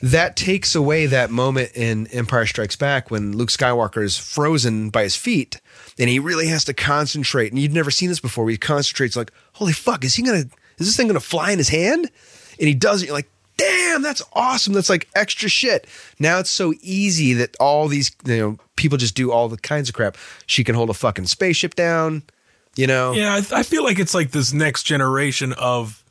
that takes away that moment in Empire Strikes Back when Luke Skywalker is frozen by his feet, and he really has to concentrate. And you've never seen this before. Where he concentrates like, "Holy fuck, is he gonna? Is this thing gonna fly in his hand?" And he does it. You're like, "Damn, that's awesome. That's like extra shit." Now it's so easy that all these you know people just do all the kinds of crap. She can hold a fucking spaceship down. You know, Yeah, I, I feel like it's like this next generation of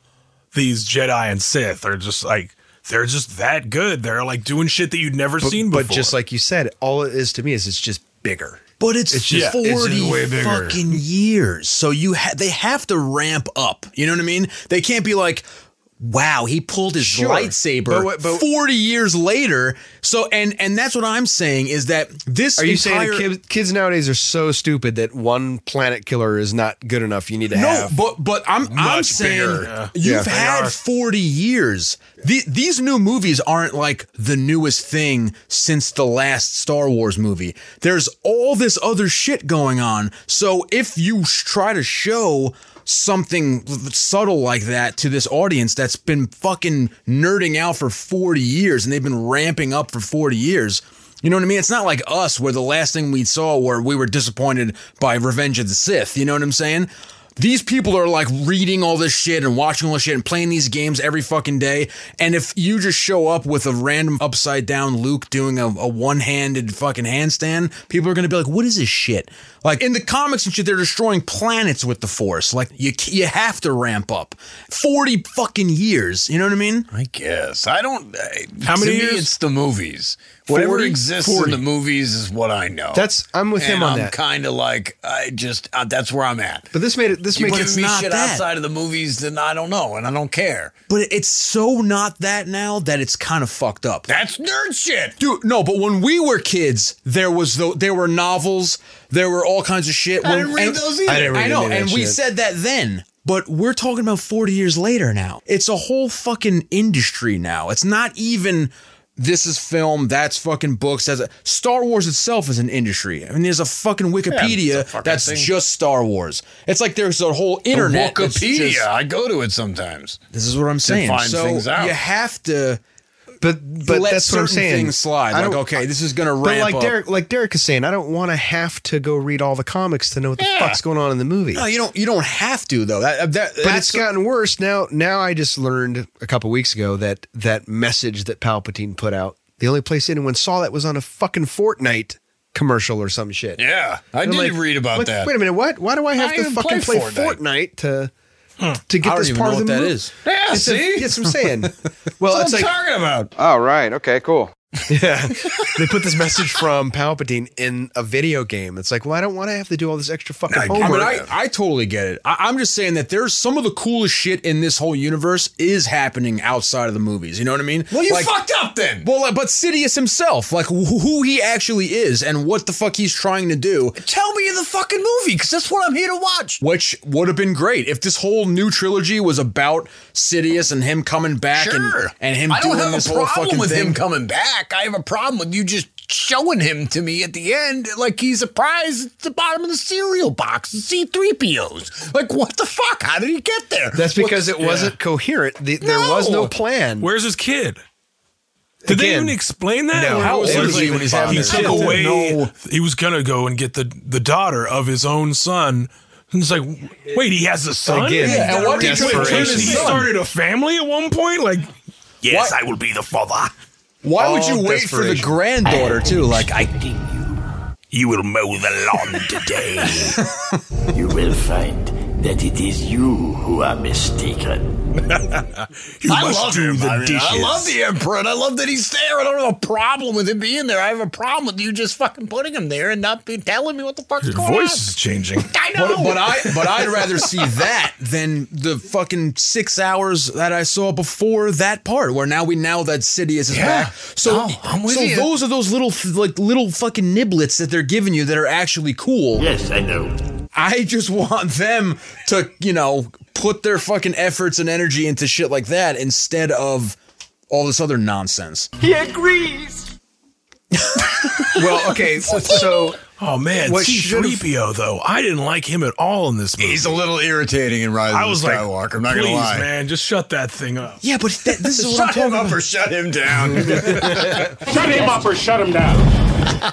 these Jedi and Sith are just like they're just that good. They're like doing shit that you'd never but, seen before. But just like you said, all it is to me is it's just bigger. But it's, just- forty it's just way bigger. fucking years, so you ha- they have to ramp up. You know what I mean? They can't be like, "Wow, he pulled his Sure. lightsaber But what- but- forty years later." So, and and that's what I'm saying is that this Are you saying entire, that kids, kids nowadays are so stupid that one planet killer is not good enough? You need to No, have but but I'm I'm much saying bigger. Yeah. Yeah, you've they had are. 40 years. The, these new movies aren't like the newest thing since the last Star Wars movie. There's all this other shit going on. So if you sh- try to show something subtle like that to this audience that's been fucking nerding out for 40 years and they've been ramping up for 40 years, you know what I mean? It's not like us where the last thing we saw where we were disappointed by Revenge of the Sith. You know what I'm saying? These people are like reading all this shit and watching all this shit and playing these games every fucking day. And if you just show up with a random upside down Luke doing a, a one handed fucking handstand, people are gonna be like, "What is this shit?" Like in the comics and shit, they're destroying planets with the Force. Like you you have to ramp up forty fucking years. You know what I mean? I guess I don't. I, How to many me, years? It's the movies. Whatever 40? exists 40. in the movies is what I know. That's- I'm with And him on I'm that. kind of like I just uh, that's where I'm at. But this made it. This you makes give it me shit outside of the movies, then I don't know, and I don't care. But it's so not that now that it's kind of fucked up. That's nerd shit. Dude, no, but when we were kids, there was the, there were novels, there were all kinds of shit. I When- didn't read and- those either. I didn't read I know, any of that and we shit. said that then. But we're talking about 40 years later now. It's a whole fucking industry now. It's not even this is film, that's fucking books. That's a, Star Wars itself is an industry. I mean, there's a fucking Wikipedia fucking that's thing. just Star Wars. It's like there's a whole internet. the that's Wikipedia. just- I go to it sometimes. This is what I'm saying. find so things out. you have to. But but let that's what I'm certain saying. Things slide. I Like don't- okay, this is gonna ramp But like up. Derek, like Derek is saying, I don't want to have to go read all the comics to know what the Yeah. fuck's going on in the movie. no, you don't. You don't have to though. That, that, but it's gotten worse now. Now I just learned a couple weeks ago that that message that Palpatine put out, the only place anyone saw that was on a fucking Fortnite commercial or some shit. Yeah, I And did I'm like, read about like, that. Wait a minute, what? Why do I have I to even fucking play play Fortnite. Fortnite, to to I get don't this even part know of the what that movie? is. Yeah, It's a- see? that's what I'm saying. Well, That's what it's I'm like talking about. All right. Okay. Cool. yeah, they put this message from Palpatine in a video game. It's like, well, I don't want to have to do all this extra fucking I mean, homework. I, I totally get it. I, I'm just saying that there's some of the coolest shit in this whole universe is happening outside of the movies. You know what I mean? Well, you Like- fucked up then. Well, like, but Sidious himself, like wh- who he actually is and what the fuck he's trying to do, Tell me the fucking movie, because that's what I'm here to watch. which would have been great if this whole new trilogy was about Sidious and him coming back and, and him I don't doing have this a whole problem fucking with thing. him coming back. I have a problem with you just showing him to me at the end like he's a prize at the bottom of the cereal box. C3POs. Like, what the fuck? How did he get there? That's because it wasn't coherent. The, There was no plan. Where's his kid? Did they Again, even explain that? no. Or How was old it was he when he's having he this took kid? away. No. He was gonna go and get the the daughter of his own son. And it's like, wait, he has a son. Again, Yeah, and why did he try to kill his He son? started a family at one point. Like, yes, I will be the father. Why would you wait for the granddaughter too? Like I You will mow the lawn today. you will find that it is you who are mistaken. You I must love do him, the I mean, I love the Emperor, and I love that he's there. I don't have a problem with him being there. I have a problem with you just fucking putting him there and not be telling me what the fuck's Your going voice is changing. on. *laughs* I know, But, but I but I'd rather *laughs* see that than the fucking six hours that I saw before that part, where now we know that Sidious is Yeah. back. So, No, I'm with so you. those are those little th- like little fucking niblets that they're giving you that are actually cool. Yes, I know. I just want them to you know put their fucking efforts and energy into shit like that instead of all this other nonsense. He agrees. well, okay, so, so Oh man, What C-3PO though, I didn't like him at all in this movie. He's a little irritating in Rise I of was the like, Skywalker. I'm not gonna please, lie. man, just shut that thing up. Yeah, but that, this is what I'm shut talking him up about. or shut him down. Shut him up or shut him down.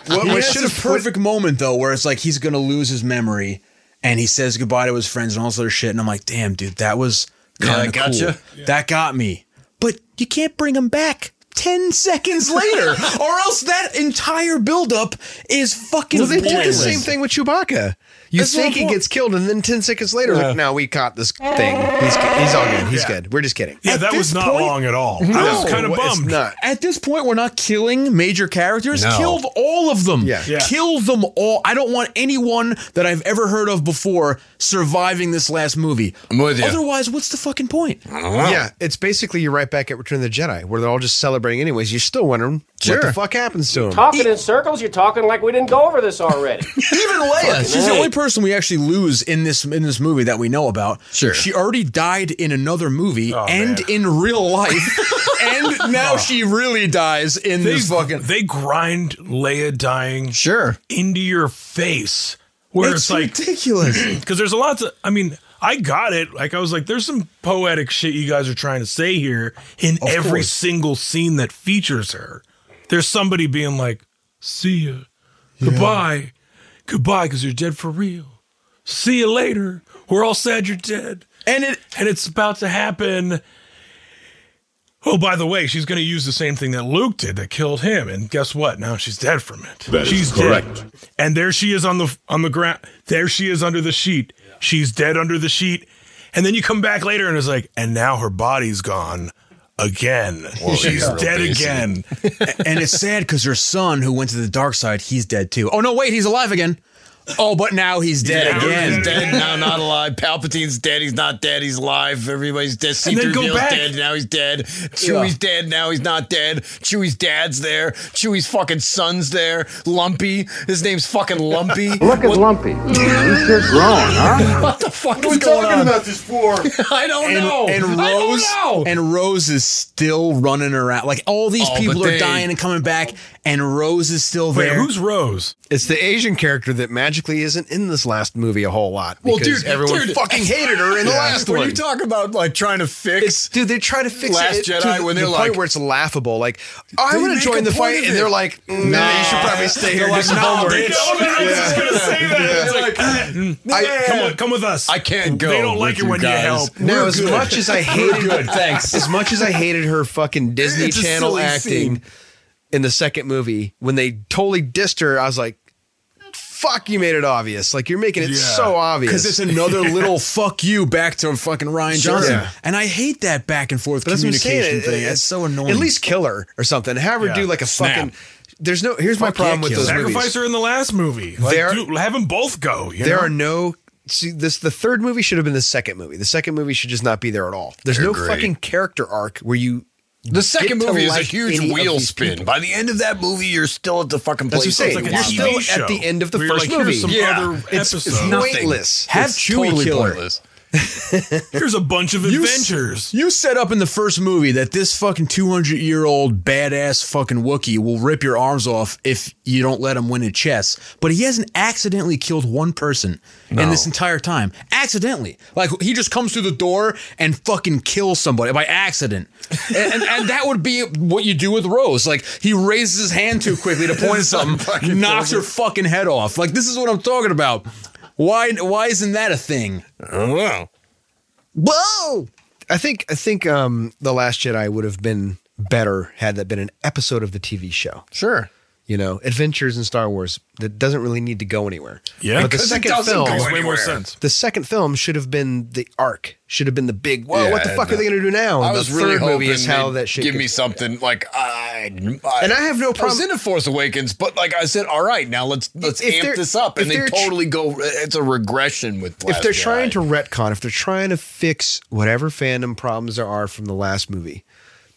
What, He what has should this have perfect moment though, where it's like he's gonna lose his memory, and he says goodbye to his friends and all this other shit, and I'm like, damn, dude, that was Yeah, kind that of got cool. ya. That got me. But you can't bring him back. 10 *laughs* seconds later, or else that entire buildup is fucking well, they did the pointless. same thing with Chewbacca. You That's think what he I'm- gets killed, and then ten seconds later, like, no, we caught this thing. He's he's all good. He's good. We're just kidding. Yeah, At that this was not point- long at all. I was kind of it's bummed. not. At this point, we're not killing major characters. No. Killed all of them. Yeah. Yeah. Kill them all. I don't want anyone that I've ever heard of before surviving this last movie. I'm with you. Otherwise, what's the fucking point? Yeah, it's basically you're right back at Return of the Jedi, where they're all just celebrating anyways. You're still wondering Sure. what the fuck happens to him. Talking in circles, you're talking like we didn't go over this already. Even Leia, she's the hey. only person we actually lose in this in this movie that we know about. Sure. she already died in another movie and in *laughs* real life, and now she really dies in They, this fucking. they grind Leia dying Sure. into your face, where it's, it's like ridiculous. because there's a lot to. I mean, I got it. Like I was like, there's some poetic shit you guys are trying to say here in every course. single scene that features her. There's somebody being like, "See ya, goodbye, goodbye," because you're dead for real. See you later. We're all sad you're dead. and it and it's about to happen. Oh, by the way, she's going to use the same thing that Luke did that killed him, and guess what? Now she's dead from it. That is she's correct. Dead. And there she is on the on the ground. There she is under the sheet. She's dead under the sheet. And then you come back later and it's like, and now her body's gone again. she's yeah. dead Real basic. again. and it's sad because her son, who went to the dark side, he's dead too. Oh no, wait, he's alive again. Oh, but now he's dead now again. he's He's dead now, not alive. Palpatine's dead. He's not dead. He's alive. Everybody's dead. And then go C-3PO's back. dead. Now he's dead. Chewie's dead. Now he's not dead. Chewie's dad's there. Chewie's fucking son's there. Lumpy. His name's fucking Lumpy. *laughs* Look at Lumpy. He's just grown, huh? *laughs* what the fuck What is are we going talking on? about this for? *laughs* I don't and, know. and Oh, I don't Rose know. and Rose is still running around. Like all these Oh, people but are they- dying and coming back, and Rose is still Wait, there. who's Rose? It's the Asian character that magically isn't in this last movie a whole lot. because everyone *laughs* fucking hated her in the last when one. you talk about like trying to fix, It's- dude, they try to fix Last it to Jedi the, when the they're point like- where it's laughable. Like, I They want to make join a the point fight, of and it. they're like, "Nah, you should probably stay here." They're like, "Nah, *laughs* bitch." I was just going to say that. Yeah. It's Uh, like, mm, I- come, with- come with us. I can't go. They don't like with it when you guys. help. Now, as much as I hated, *laughs* Thanks. as much as I hated her fucking Disney It's a Channel silly acting scene. in the second movie, when they totally dissed her, I was like, "Fuck, you made it obvious. Like, you're making it Yeah. so obvious." Because *laughs* it's another little fuck you back to fucking Ryan Sure. Johnson. Yeah. And I hate that back and forth But that's what I'm saying. communication It- thing. it- That's so annoying. At least kill her or something. Have her Yeah. do like a fucking. There's no. Here's my Fuck yeah, problem with kill those her. movies. Sacrifice her in the last movie. Like, There- dude, have them both go. You There know? are no. See, this the third movie should have been the second movie. The second movie should just not be there at all. There's no Agree. fucking character arc where you. The second get to movie is a like huge any of wheel these spin. people. By the end of that movie, you're still at the fucking That's what I'm place. saying. like a You're TV still show at the end of the where you're first like, movie. "Here's some Yeah. other It's, it's episode." pointless. Have It's Chewie totally kill her. pointless. *laughs* Here's a bunch of You s- adventures. You, set up in the first movie that this fucking 200 year old badass fucking Wookiee will rip your arms off if you don't let him win in chess, but he hasn't accidentally killed one person in No. this entire time. Accidentally. Like he just comes through the door and fucking kills somebody by accident. *laughs* and, and, and that would be what you do with Rose. Like he raises his hand too quickly to point at something, knocks her fucking head off. Like this is what I'm talking about. Why why isn't that a thing? I don't know. Whoa! I think I think um, the Last Jedi would have been better had that been an episode of the TV show. Sure. You know, adventures in Star Wars that doesn't really need to go anywhere. Yeah, but the because it second doesn't film go Makes way more anywhere. sense. The second film should have been the arc. Should have been the big. Whoa, what the Yeah, fuck are no. they going to do now? I And was the really third movie hoping is how they'd that shit. give could- me something like I, I And I have I no was problem- in a Force Awakens, but like I said, all right, now let's let's If amp they're- this up, if and they they're tr- totally go. It's a regression with if Last they're Jedi. trying to retcon, if they're trying to fix whatever fandom problems there are from the last movie,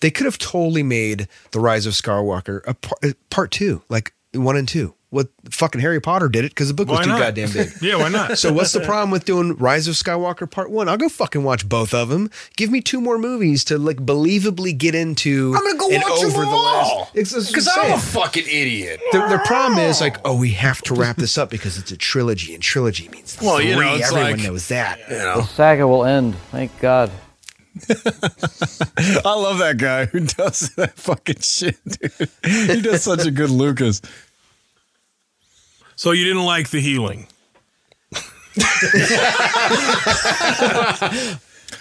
they could have totally made the Rise of Skywalker a part, a part two, like one and two. What fucking Harry Potter did it because the book Why was too not? goddamn *laughs* big. Yeah, why not? *laughs* So what's the problem with doing Rise of Skywalker Part One? I'll go fucking watch both of them. Give me two more movies to like believably get into. I'm gonna go and watch over them the last- all It's- it's because I'm a insane. fucking idiot. Their, their problem is like, oh, we have to wrap this up because it's a trilogy, and trilogy means three. Well, you know, it's everyone like- knows that. The saga will end. Thank God. I love that guy who *laughs* does that fucking shit, dude. He does such a good Lucas. So you didn't like the healing.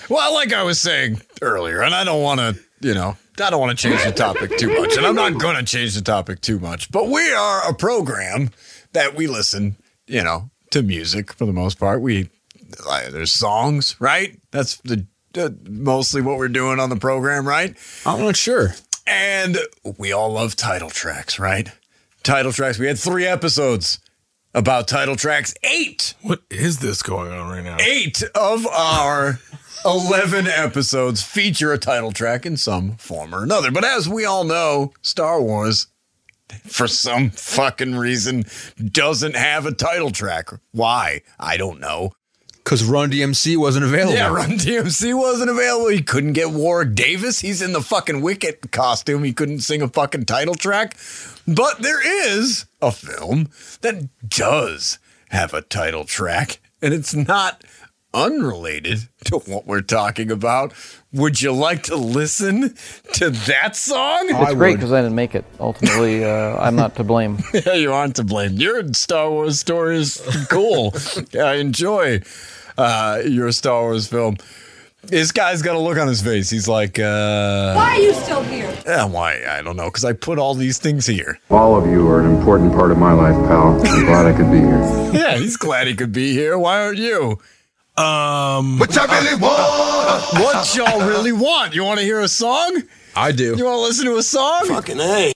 Well, like I was saying earlier, and I don't want to, you know, I don't want to change the topic too much, and I'm not going to change the topic too much. But we are a program that we listen, you know, to music for the most part. We like, there's songs, right? That's the uh, mostly what we're doing on the program, right? I'm not sure. And we all love title tracks, right? Title tracks. We had three episodes about title tracks. Eight. What is this going on right now? Eight of our 11 episodes feature a title track in some form or another. But as we all know, Star Wars, for some fucking reason, doesn't have a title track. Why? I don't know. Because Run DMC wasn't available. Yeah, Run DMC wasn't available. He couldn't get Warwick Davis. He's in the fucking Wicket costume. He couldn't sing a fucking title track. But there is a film that does have a title track, and it's not unrelated to what we're talking about. Would you like to listen to that song? It's great because I didn't make it. Ultimately, uh, I'm not to *laughs* blame. Yeah, you aren't to blame. Your Star Wars story is cool. I enjoy uh, your Star Wars film. This guy's got a look on his face. He's like, uh, Why are you still here? Yeah, why? I don't know. Because I put all these things here. All of you are an important part of my life, pal. I'm glad I could be here. *laughs* Yeah, he's glad he could be here. Why aren't you? Um, what y'all really want? What y'all really want? You want to hear a song? I do. You want to listen to a song? Fucking a.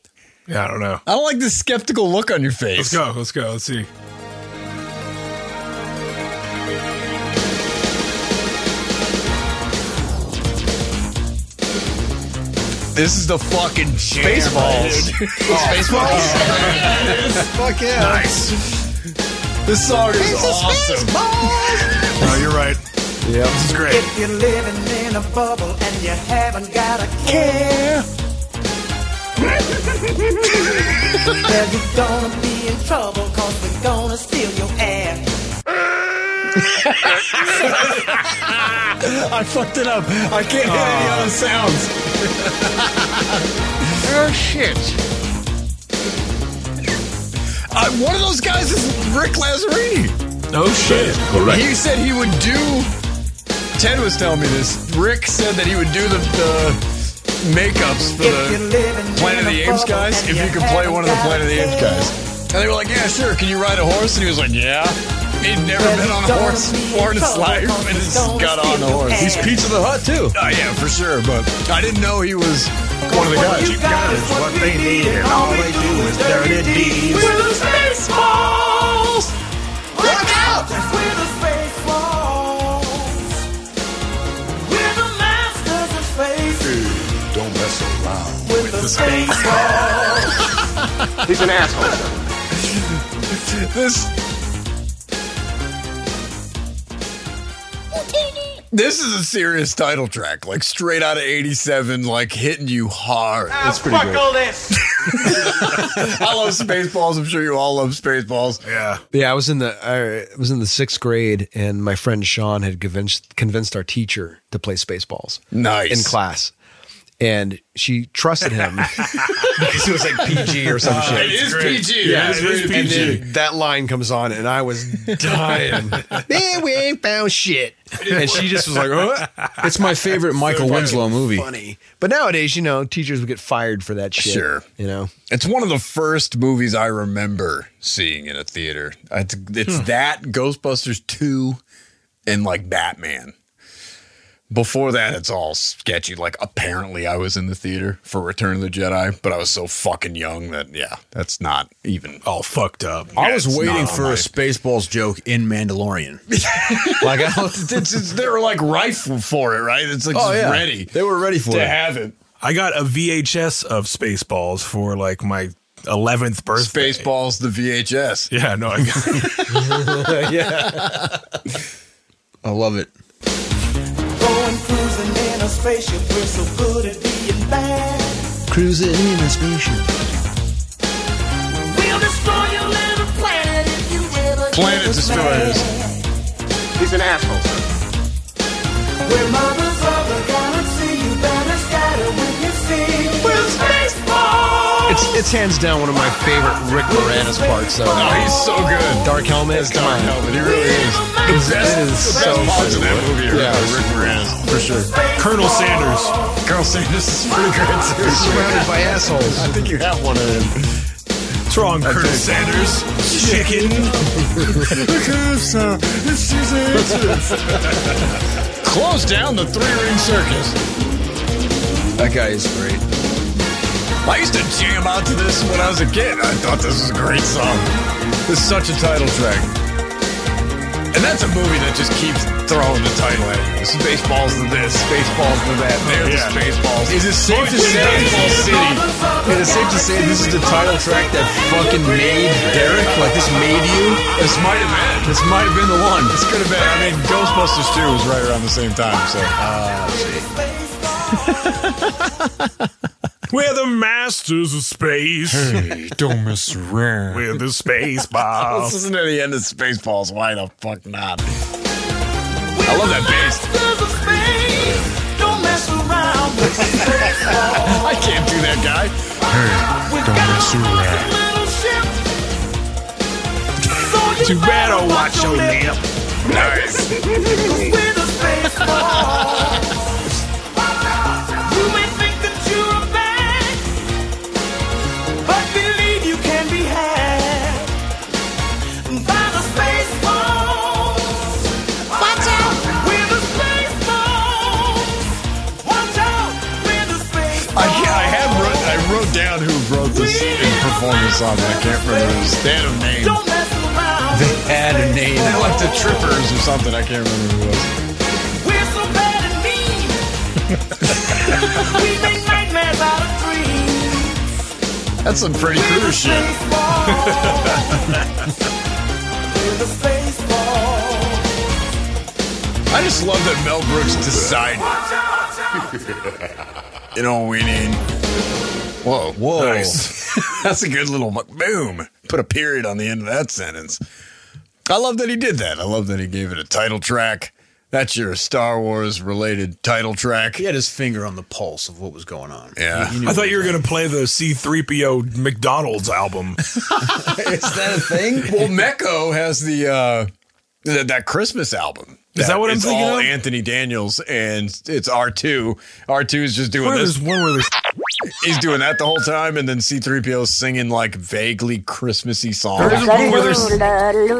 Yeah, I don't know. I don't like this skeptical look on your face. Let's go. Let's go. Let's see. This is the fucking jam. Spaceballs. *laughs* dude. Spaceballs. Fuck yeah. Nice. This song is awesome. No, you're right. Yeah, this is great. If you're living in a bubble and you haven't got a care, well, you're gonna be in trouble because we're gonna steal your air. *laughs* I fucked it up. I can't get any other sounds. *laughs* oh shit! Uh, one of those guys is Rick Lazzarini. Oh shit! correct. He said he would do. Ted was telling me this. Rick said that he would do the, the makeups for the Planet of the Apes guys if you could play one of the Planet of the Apes guys. And they were like, "Yeah, sure. Can you ride a horse?" And he was like, "Yeah." He'd never been on a horse before in his life, and he's got on a horse. He's Pizza the Hut, too. Oh, yeah, for sure. But I didn't know he was one of the guys. You got is what they need, and all they do is dirty deeds. We're the Spaceballs! Look out! We're the Spaceballs! We're the masters of space. Don't mess around. We're the Spaceballs! He's an asshole. This. This is a serious title track, like straight out of '87, like hitting you hard. Ah, fuck all this. I love Spaceballs. I'm sure you all love Spaceballs. Yeah. Yeah, I was in the I was in the sixth grade, and my friend Sean had convinced convinced our teacher to play Spaceballs. Nice. in class, and she trusted him because *laughs* it was like PG or some Uh, shit. it is PG. Yeah, it is And PG. then that *laughs* line comes on, and I was dying. Man, we ain't found shit. And she just was like, "Huh?" *laughs* It's my favorite Michael Winslow movie. Funny, but nowadays, you know, teachers would get fired for that shit. Sure. you know. It's one of the first movies I remember seeing in a theater. It's, it's Hmm. that Ghostbusters two, and like Batman. Before that, it's all sketchy. Like apparently, I was in the theater for Return of the Jedi, but I was so fucking young that yeah, that's not even all fucked up. I was waiting for a Spaceballs joke in Mandalorian. *laughs* like I was, *laughs* It's, it's, they were like rife for it, right? It's like Oh, just ready. Oh, They were ready for to it. have it. I got a VHS of Spaceballs for like my 11th birthday. Spaceballs, the VHS. Yeah, no, I got *laughs* I love it. Going cruising in a spaceship, we're so good at being bad. Cruising in a spaceship. We'll destroy your little planet if you ever get Planet us Destroyers. mad. He's an asshole, sir. We're mothers of the galaxy, you better scatter when you see. We're Spaceballs! It's it's hands down one of my favorite Rick Moranis parts. Though. No, he's so good. Dark Helmet. come on. Helmet, he really is. The best, It is the best so parts of good. that movie are Yeah. Rick Moranis, for sure. Colonel Sanders. Carl Sanders is pretty good too. Surrounded by assholes. I think you have one of them. What's wrong, Colonel Sanders? Chicken. *laughs* uh, Close down the three ring circus. That guy is great. I used to jam out to this when I was a kid. I thought this was a great song. This is such a title track. And that's a movie that just keeps throwing the title at you. Spaceballs to this, Spaceballs to that. There's Yeah. the Spaceballs. Is it safe to say Spaceballs City? It is safe to say this is the title track that fucking made Derek. Like this made you. This might have been. This might have been the one. This could have been. I mean, Ghostbusters 2 was right around the same time, so. um. We're the masters of space. Hey, don't mess around. We're the Let's Spaceballs. listen to the end of Spaceballs. Why the fuck not? I love that bass. Masters of space, don't mess around with Spaceballs. I can't do that, guy. We've got a little ship. So you better watch your lips. Nice. With a space ball. You may think that you're a bag, but believe you can be had by the space ball. Watch out with a space ball. Watch out with a space I, can't, I have wrote, I wrote down who wrote this and performed this song, but I can't remember his stand up name. Don't mess around. They had a name. They're like the Trippers or something. I can't remember who it was. We're so bad and mean. we make nightmares out of dreams. That's some pretty cruise shit. I just love that Mel Brooks decided. you know what we need? Whoa. Whoa. *laughs* That's a good little mu- boom. Put a period on the end of that sentence. I love that he did that. I love that he gave it a title track. That's your Star Wars related title track. He had his finger on the pulse of what was going on. Yeah. He- he knew I thought you were what was going to play the C3PO McDonald's album. Is that a thing? well, Mecco has the uh, that, that Christmas album. Is that what I'm it's thinking all of? Anthony Daniels and it's R2. R2 is just doing *laughs* Where this. there's one where there's He's doing that the whole time, and then C3PO is singing like vaguely Christmassy There's songs. one where they're,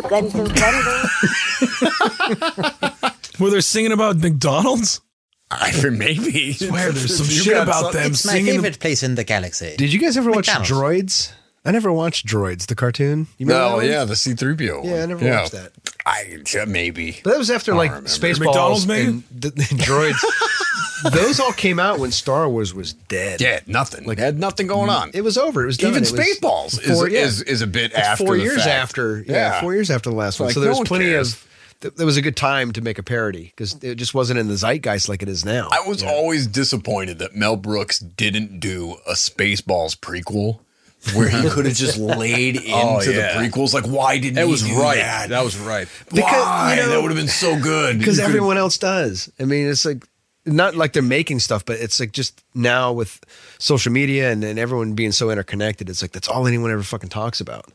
where they're singing about McDonald's. *laughs* I maybe Swear *laughs* there's some If you shit got about something- them singing. place in the galaxy. Did you guys ever watch McDonald's. Droids? I never watched Droids, the cartoon. You remember that No, one? Oh, yeah, the C3PO. one. Yeah, I never watched that. I yeah, maybe. But that was after like remember. Spaceballs McDonald's, maybe? and, th- and Droids. Those all came out when Star Wars was dead. Yeah, nothing. Like, had nothing going on. It was over. It was done. Even It was Spaceballs is- is- is a bit It's after Four the years fact. after. Yeah, Yeah. Four years after the last one. like, so there no was one plenty cares. of th- that was a good time to make a parody because it just wasn't in the zeitgeist like it is now. I was always disappointed that Mel Brooks didn't do a Spaceballs prequel where *laughs* he could have just laid into Oh, yeah. the prequels. Like, why didn't That he was do right. That? That was right. Why? that would have been so good. Because You could've- everyone else does. I mean, it's like not like they're making stuff, but it's like just now with social media and, and everyone being so interconnected, it's like that's all anyone ever fucking talks about.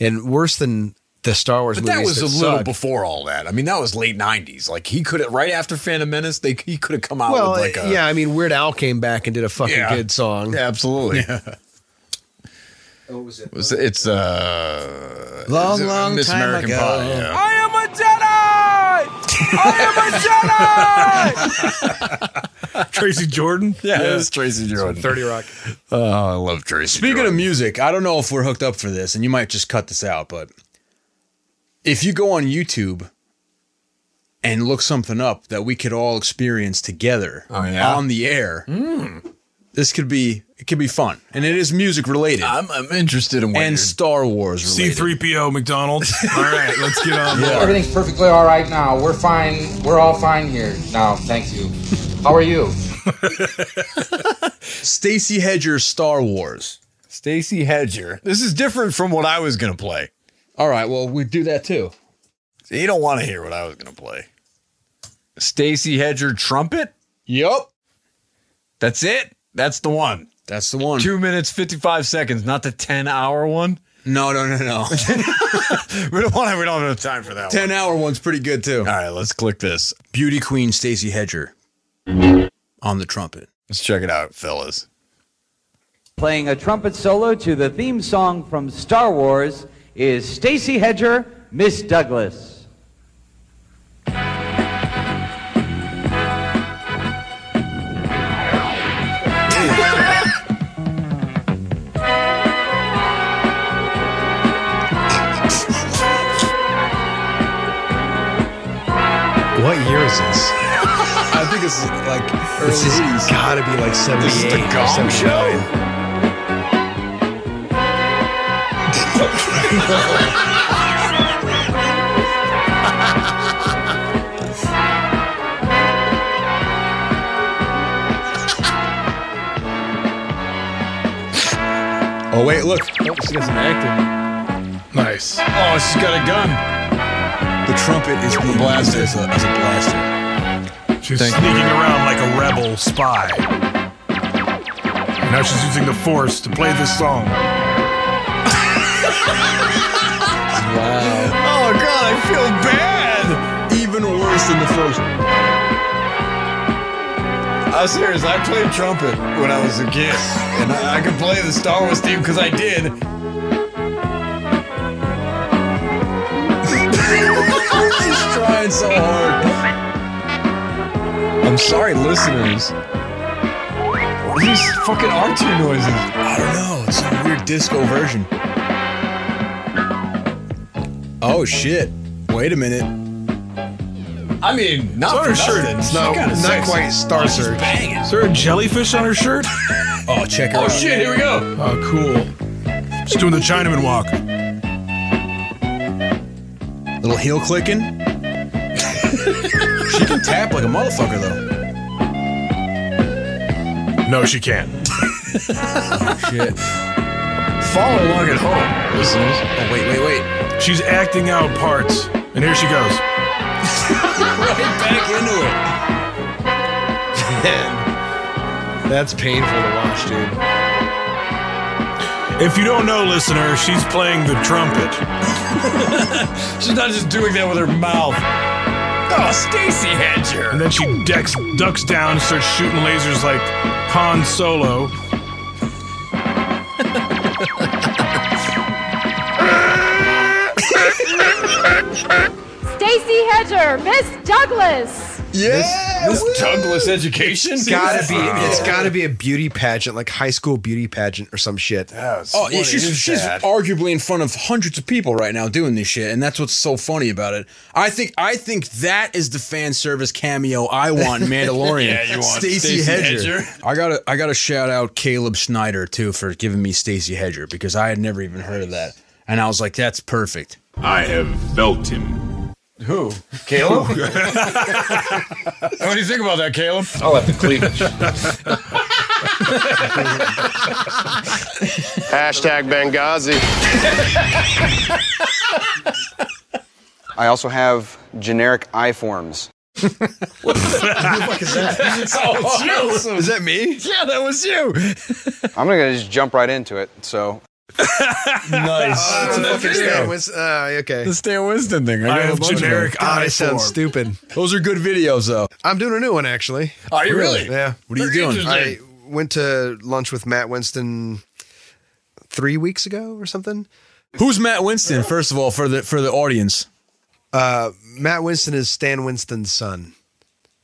And worse than the Star Wars But movies. that was a little suck. before all that. I mean, that was late '90s. Like he could have right after Phantom Menace, they he could have come out Well, with like a yeah, I mean, Weird Al came back and did a fucking Yeah. good song. Yeah, absolutely. *laughs* What Oh, was it? Was it's uh Long, is it long Miss time American ago. Ah, Pie? Yeah. I am a Jedi! I am a Jedi! *laughs* Tracy *laughs* Jordan. Yeah, it was Tracy Jordan. Thirty Rock. *laughs* Oh, I love Tracy. Speaking of music, I don't know if we're hooked up for this, and you might just cut this out, but if you go on YouTube and look something up that we could all experience together Oh, yeah? Hmm. on the air, this could be it could be fun, and it is music related. I'm, I'm interested in what and Star Wars related. C3PO McDonald's. *laughs* All right, let's get on board. Everything's perfectly all right now. We're fine. We're all fine here now. Thank you. How are you? Stacy Hedger Star Wars. Stacy Hedger. This is different from what I was gonna play. All right, well we do that too. See, you don't want to hear what I was gonna play. Stacy Hedger trumpet. Yup. That's it. That's the one. That's the one. Two minutes fifty five seconds, not the ten hour one. No, no, no, no. we don't want. We don't have enough time for that. Ten hour one's pretty good too. All right, let's click this. Beauty Queen Stacy Hedger on the trumpet. Let's check it out, fellas. Playing a trumpet solo to the theme song from Star Wars is Stacy Hedger, Miss Douglas. What year is this? I think it's like early This has got to be like 78 This is the or Gong 79. Show. *laughs* Oh wait, look. Oh, she doesn't act Nice. Oh, she's got a gun. The trumpet is being used as a, as a blaster. She's sneaking around like a rebel spy. Now she's using the force to play this song. Wow. Oh god, I feel bad. Even worse than the first. one. I'm serious. I played trumpet when I was a kid, and I, I could play the Star Wars theme because I did. *laughs* She's trying so hard. I'm sorry, listeners. What are these fucking R2 noises? I don't know. It's some weird disco version. Oh shit. Wait a minute. I mean, not It's for on her shirt. nothing. It's She not- got a not sexy- quite Star she's Search. banging. Is there a jellyfish on her shirt? *laughs* Oh, check her Oh out. shit! Here we go. Oh, cool. She's doing the Chinaman walk. Little heel clicking. she can tap like a motherfucker though. No, she can't. Shit. Follow along at home, listeners. Oh wait, wait, wait. She's acting out parts. And here she goes. Right back That's painful to watch, dude. If you don't know, listener, she's playing the trumpet. *laughs* She's not just doing that with her mouth. Oh, Stacy And Hedger. then she decks, ducks down and starts shooting lasers like Han Solo. Stacy Hedger, Miss Douglas. Yeah. This, this Douglas education. It's gotta be. Wow. It's gotta be a beauty pageant, like high school beauty pageant or some shit. That was- Oh, yeah, what she's is she's that? arguably in front of hundreds of people right now doing this shit, and that's what's so funny about it. I think I think that is the fan service cameo I *laughs* want in Mandalorian. Yeah, you want Stacey Stacey Hedger. Hedger. I gotta I gotta shout out Caleb Schneider too for giving me Stacy Hedger because I had never even heard of that, and I was like, that's perfect. I have felt him. Who? Caleb? what do you think about that, Caleb? I'll have the cleavage. Hashtag Benghazi. I also have generic eye forms. What the fuck is that? Oh, it's you. Uh, Is that me? Yeah, that was you. I'm gonna just jump right into it. So nice. Oh, the fucking Stan Winston. Uh, okay. The Stan Winston thing. I, got a bunch of generic them. God, I sound stupid. Those are good videos, though. I'm doing a new one actually. Are you really? Yeah. What are you doing? I went to lunch with Matt Winston three weeks ago or something. Who's Matt Winston? First of all, for the for the audience. Uh, Matt Winston is Stan Winston's son,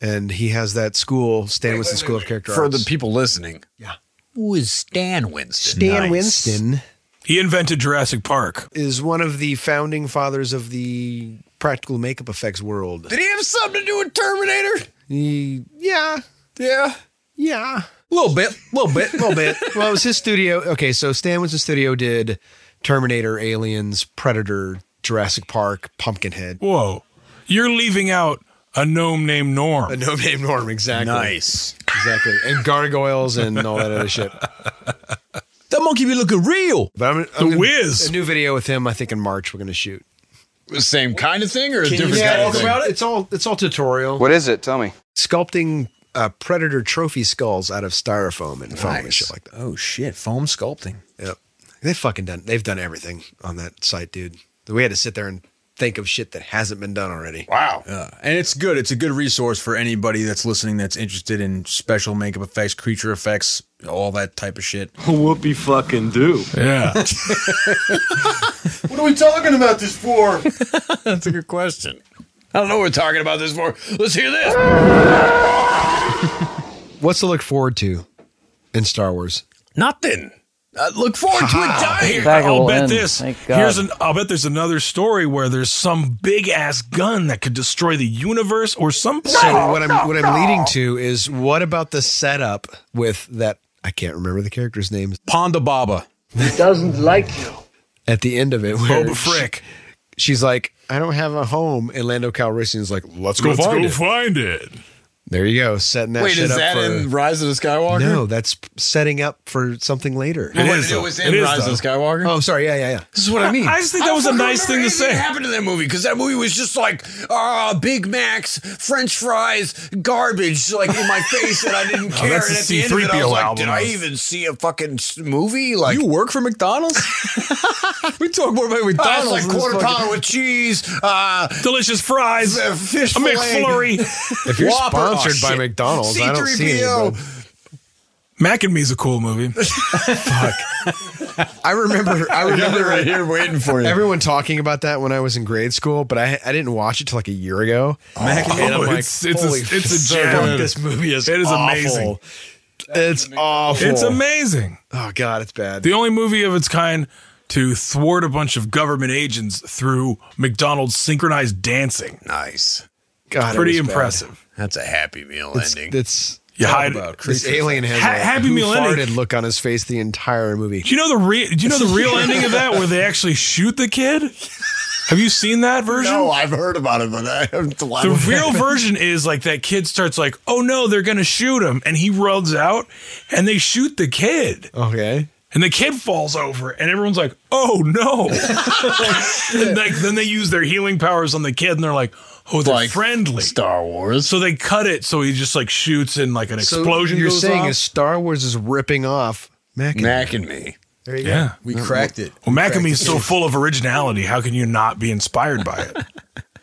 and he has that school, Stan Winston School of Character For Arts. the people listening, yeah. who is Stan Winston? Stan Nice. Winston He invented Jurassic Park. is one of the founding fathers of the practical makeup effects world. Did he have something to do with Terminator? He, yeah, Yeah. yeah, A little bit. A little bit. a *laughs* little bit. well, it was his studio. Okay, so Stan Winston Studio did Terminator, Aliens, Predator, Jurassic Park, Pumpkinhead. Whoa. You're leaving out a gnome named Norm. A no name norm, exactly. nice. Exactly. And gargoyles and all that other shit. *laughs* That monkey be looking real. But I'm, The I'm gonna- Wiz. A new video with him, I think in March we're gonna shoot. Same kind of thing or a different kind of thing? It's all it's all tutorial. what is it? Tell me. Sculpting uh, predator trophy skulls out of styrofoam and foam and shit like that. Oh shit, foam sculpting. Yep. They've fucking done they've done everything on that site, dude. We had to sit there and think of shit that hasn't been done already. Wow. Uh, and it's good. It's a good resource for anybody that's listening that's interested in special makeup effects, creature effects, all that type of shit. Whoopie fucking do. Yeah. What are we talking about this for? That's a good question. I don't know what we're talking about this for. Let's hear this. What's to look forward to in Star Wars? Nothing. Uh, look forward to it dying. Here, Saga I'll will bet end. this. Thank God. Here's an. I'll bet there's another story where there's some big ass gun that could destroy the universe or some planet. So what I'm what I'm leading to is what about the setup with that I can't remember the character's name Ponda Baba. at the end of it. Where Boba Frick. she's like, I don't have a home, and Lando Calrissian's like, Let's go Let's find go it. find it. there you go, setting that Wait, shit is up that for. in Rise of the Skywalker? no, that's setting up for something later. It, It was- is, it though. was in It is, Rise though. of the Skywalker. Oh, sorry, yeah, yeah, yeah. This is what I mean. I just think that was a fucking nice thing to remember anything say. that happened to that movie because that movie was just like uh, Big Macs, French fries, garbage, like in my face, and I didn't care. that's and the at the end of it, I C-3PO was like, album. did I even see a fucking s- movie? Like. You work for *laughs* McDonald's? we talk more about uh, it's McDonald's. like than this quarter fucking- pounder with cheese, uh, Delicious fries. uh, fish A fillet, McFlurry. If you're Whopper- oh, sponsored by shit. McDonald's, I don't see any, C-3PO. bro. *laughs* Mac and Me's a cool movie. I remember, I They're remember right here waiting for you. everyone talking about that when I was in grade school, but I I didn't watch it till like a year ago. Mac and Oh, it's- it's a- it's a gem. This movie is It is awful. amazing. It's awful. it's amazing. Oh god, it's bad. The only movie of its kind to thwart a bunch of government agents through McDonald's synchronized dancing. Nice. God, it Pretty was bad. impressive. That's a happy meal It's, ending. it's You hide. this alien has Ha- a Happy who Meal farted ending. look on his face the entire movie. Do you know the real? Do you know the *laughs* real ending of that where they actually shoot the kid? Have you seen that version? no, Oh, I've heard about it, but I haven't. The real version is like that kid starts like, "Oh no, they're gonna shoot him," and he runs out, and they shoot the kid, Okay. and the kid falls over, and everyone's like, "Oh no!" *laughs* and like then they use their healing powers on the kid, and they're like, "Oh, they're Like friendly." Star Wars. So they cut it so he just like shoots and like an So explosion you're goes saying off. is Star Wars is ripping off Mac and Mac and me. There you yeah. We cracked it. Well, Macamee's so full of originality. How can you not be inspired by it?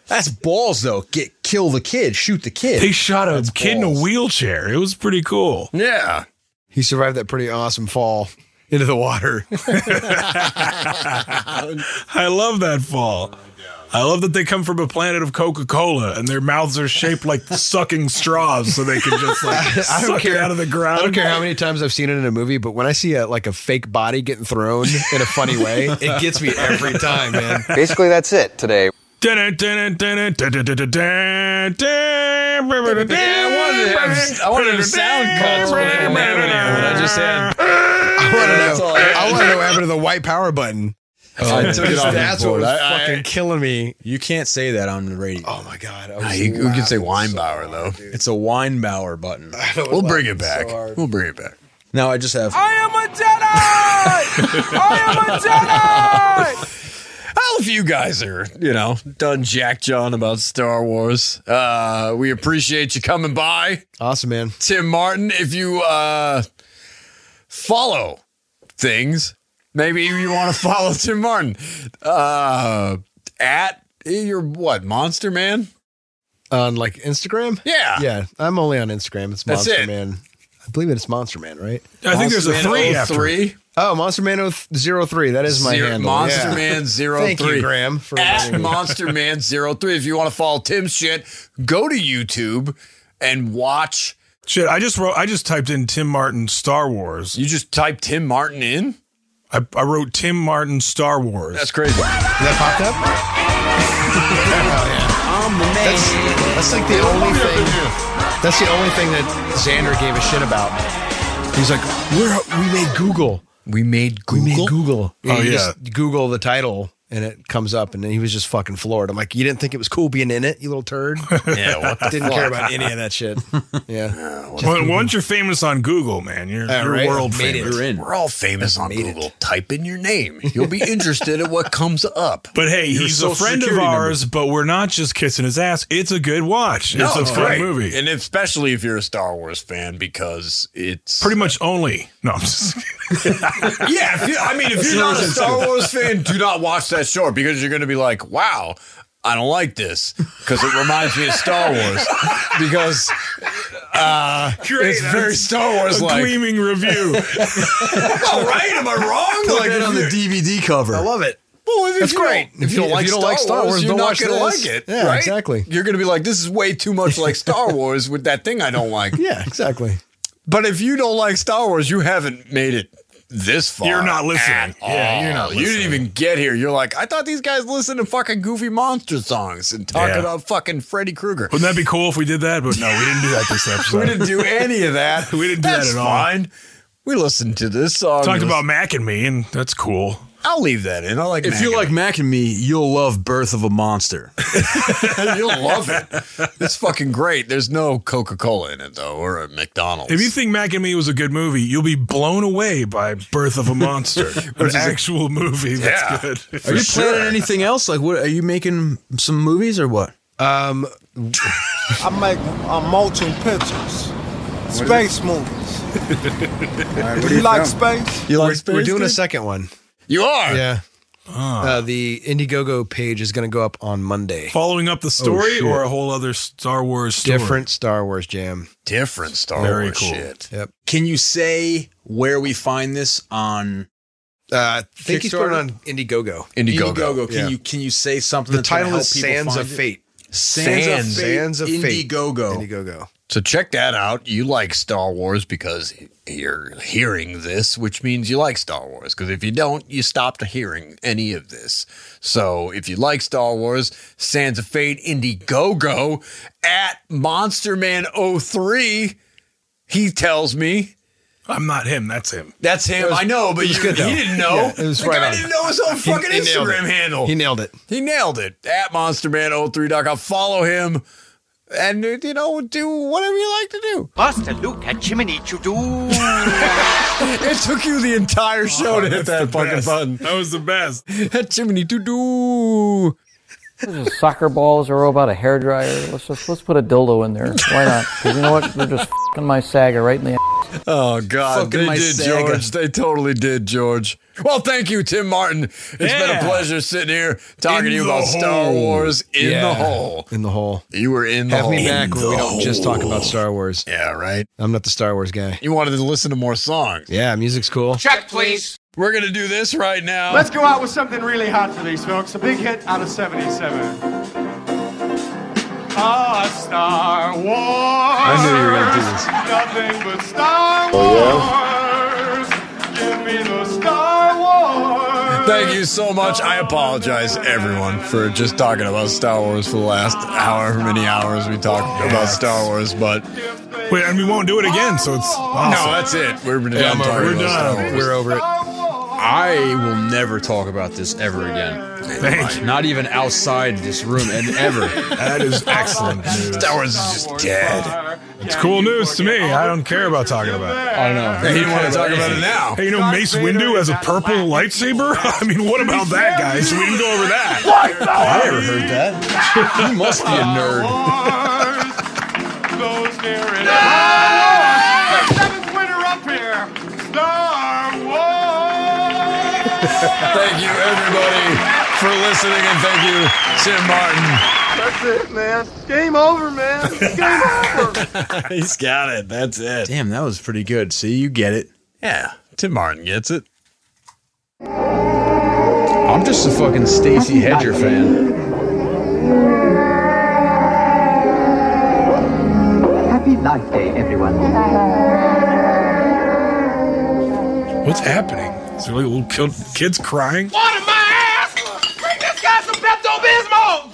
That's balls, though. Get kill the kid, shoot the kid. They shot a kid in balls. a wheelchair. It was pretty cool. Yeah. He survived that pretty awesome fall into the water. I love that fall. I love that they come from a planet of Coca Cola and their mouths are shaped like sucking straws so they can just like I don't suck care it out of the ground. I don't care how many times I've seen it in a movie, but when I see a like a fake body getting thrown in a funny way, it gets me every *laughs* time, man. *laughs* Basically, that's it today. I wanted to sound cuts, but I just had. Oh, I want to know. I want to know what happened to the white power button. I took it off the board. I- I- killing me. You can't say that on the radio. Oh my god! Nah, *laughs* you, we can say Weinbauer though. It's a Weinbauer button. We'll bring it back. we'll bring it back. Now I just have. I am a Jedi! I am a Jedi! *laughs* All of you guys are, you know, done Jack John about Star Wars. Uh, we appreciate you coming by. Awesome, man. Tim Martin, if you uh, follow things, maybe you want to *laughs* follow Tim Martin uh, at your what, Monster Man? On like Instagram? Yeah. Yeah. I'm only on Instagram. It's That's Monster it. Man. I believe it's Monster Man, right? I think there's a Monster Man three after. 03? Oh, Monster Man oh th- zero 03. That is my Zero- handle. Monster yeah. *laughs* Man zero Thank three. you, Graham. For at reminding me. Monster Man zero three. If you want to follow Tim's shit, go to YouTube and watch. Shit, I just wrote. I just typed in Tim Martin Star Wars. You just typed Tim Martin in. I, I wrote Tim Martin Star Wars. That's crazy. that popped up? That's, that's like the only thing. That's the only thing that Xander gave a shit about. He's like, we're we made Google. We made Google. We made Google. Oh, you yeah. Just Google the title and it comes up, and then he was just fucking floored. I'm like, you didn't think it was cool being in it, you *laughs* little turd. Yeah, what the didn't fuck? care about any of that shit. Yeah. Well, once you're famous on Google, man, you're, Yeah, you're right. world Made famous. it. We're all famous on Google. Type in your name. You'll be interested in what comes up. But hey, Your he's a social friend of security number. ours, but we're not just kissing his ass. It's a good watch. No, it's a fun Oh, great. movie. and especially if you're a Star Wars fan, because it's Pretty much only. No, I'm just *laughs* yeah. If you, I mean, if you're not a Star Wars fan, do not watch that short because you're going to be like, wow, I don't like this because it reminds me of Star Wars because uh, it's very Star Wars a like. gleaming review. All right, am I wrong? Put Like, that if on the you're- DVD cover. I love it. Well, if That's you great. Don't, if you don't like, Star, Wars, don't you're not watch going to this. like it. Yeah, right? exactly. You're going to be like, this is way too much like Star Wars with that thing I don't like. Yeah, exactly. But if you don't like Star Wars, you haven't made it this far. You're not listening. at Yeah, all. you're not You didn't even get here. You're like, I thought these guys listened to fucking goofy monster songs and talk Yeah. about fucking Freddy Krueger. Wouldn't that be cool if we did that? But no, we didn't do that this *laughs* episode. We didn't do any of that. *laughs* We didn't do That's that at all. fine. We listened to this song. Talked We about listened- Mac and me, and that's cool. I'll leave that in. I like. If you Maggie. like Mac and Me, you'll love Birth of a Monster. *laughs* You'll love it. It's fucking great. There's no Coca Cola in it though, or a McDonald's. If you think Mac and Me was a good movie, you'll be blown away by Birth of a *laughs* Monster, an is a- actual movie that's Yeah. good. Are you planning anything else? Like, what are you making? Some movies or what? Um, I make uh, motion pictures, space movies. do you like space? You we're, we're doing a second one. You are. Yeah. Uh, the Indiegogo page is going to go up on Monday. Following up the story shit. or a whole other Star Wars story? Different Star Wars jam. Different Star Very Wars cool. shit. Yep. Can you say where we find this on Uh, I think he's put it Kickstarter? on Indiegogo. Indiegogo. Indiegogo? Can Yeah. you can you say something? The that's gonna title is help people Sands find of it? Fate. Sands, Sands. of Fate. Sands of Fate. Indiegogo. Indiegogo. So check that out. You like Star Wars because you're hearing this, which means you like Star Wars. Because if you don't, you stopped hearing any of this. So if you like Star Wars, Sands of Fate Indiegogo at Monster Man 03, he tells me. I'm not him. That's him. That's him. I know, but it was you, good, he though. didn't know. Yeah, it was the right guy on. didn't know his own fucking he nailed Instagram it. handle. He nailed it. He nailed it at monsterman03.com. Follow him and, uh, you know, do whatever you like to do. Buster Luke at Jiminy Choo-Doo. *laughs* It took you the entire show to hit that Oh, fucking *laughs* button. That was the best. That chimney doo doo. This is soccer balls, a robot, a hairdryer. Let's just let's put a dildo in there. Why not? 'Cause you know what? They're just *laughs* fing my saga right in the. ass. Oh God, Fucking they my did, Sega. George. They totally did, George. Well, thank you, Tim Martin. It's been a Yeah. pleasure sitting here talking In to you the about Star hole. Wars in Yeah. the hole. In the hole. You were in the Have hole. In me back when we the don't just talk about Star Wars. Yeah, right. I'm not the Star Wars guy. You wanted to listen to more songs. Yeah, music's cool. Check, please. We're gonna do this right now. Let's go out with something really hot for these folks. A big hit out of 77. Ah, Star Wars. I knew you were gonna do this. Nothing but Star Wars. Give me the Star Wars. Thank you so much. I apologize, everyone, for just talking about Star Wars for the last however many hours we talked about Star Wars. But Wait, and we won't do it again, so it's awesome. no, that's it. We're done I'm over- talking we're about done. Star Wars. We're over it. I will never talk about this ever again. Thank you. Not even outside this room and ever. That is excellent news. *laughs* Star Wars is just dead. It's cool news to me. I don't care about talking about it. I don't know. He didn't want to talk about it now. Hey, you know Mace Windu has a purple lightsaber? *laughs* I mean, what about that, guys? We didn't go over that. What? I never heard that. *laughs* You must be a nerd. Seventh winner up here, Star Wars. Thank you, everybody, for listening, and thank you, Tim Martin. That's it, man. Game over, man. Game over. He's got it. That's it. Damn, that was pretty good. See, you get it. Yeah, Tim Martin gets it. I'm just a fucking Stacy Hedger fan. Happy Life Day, everyone. What's happening? Is there like little kid- kids crying? Water my ass! Bring this guy some Pepto Bismol!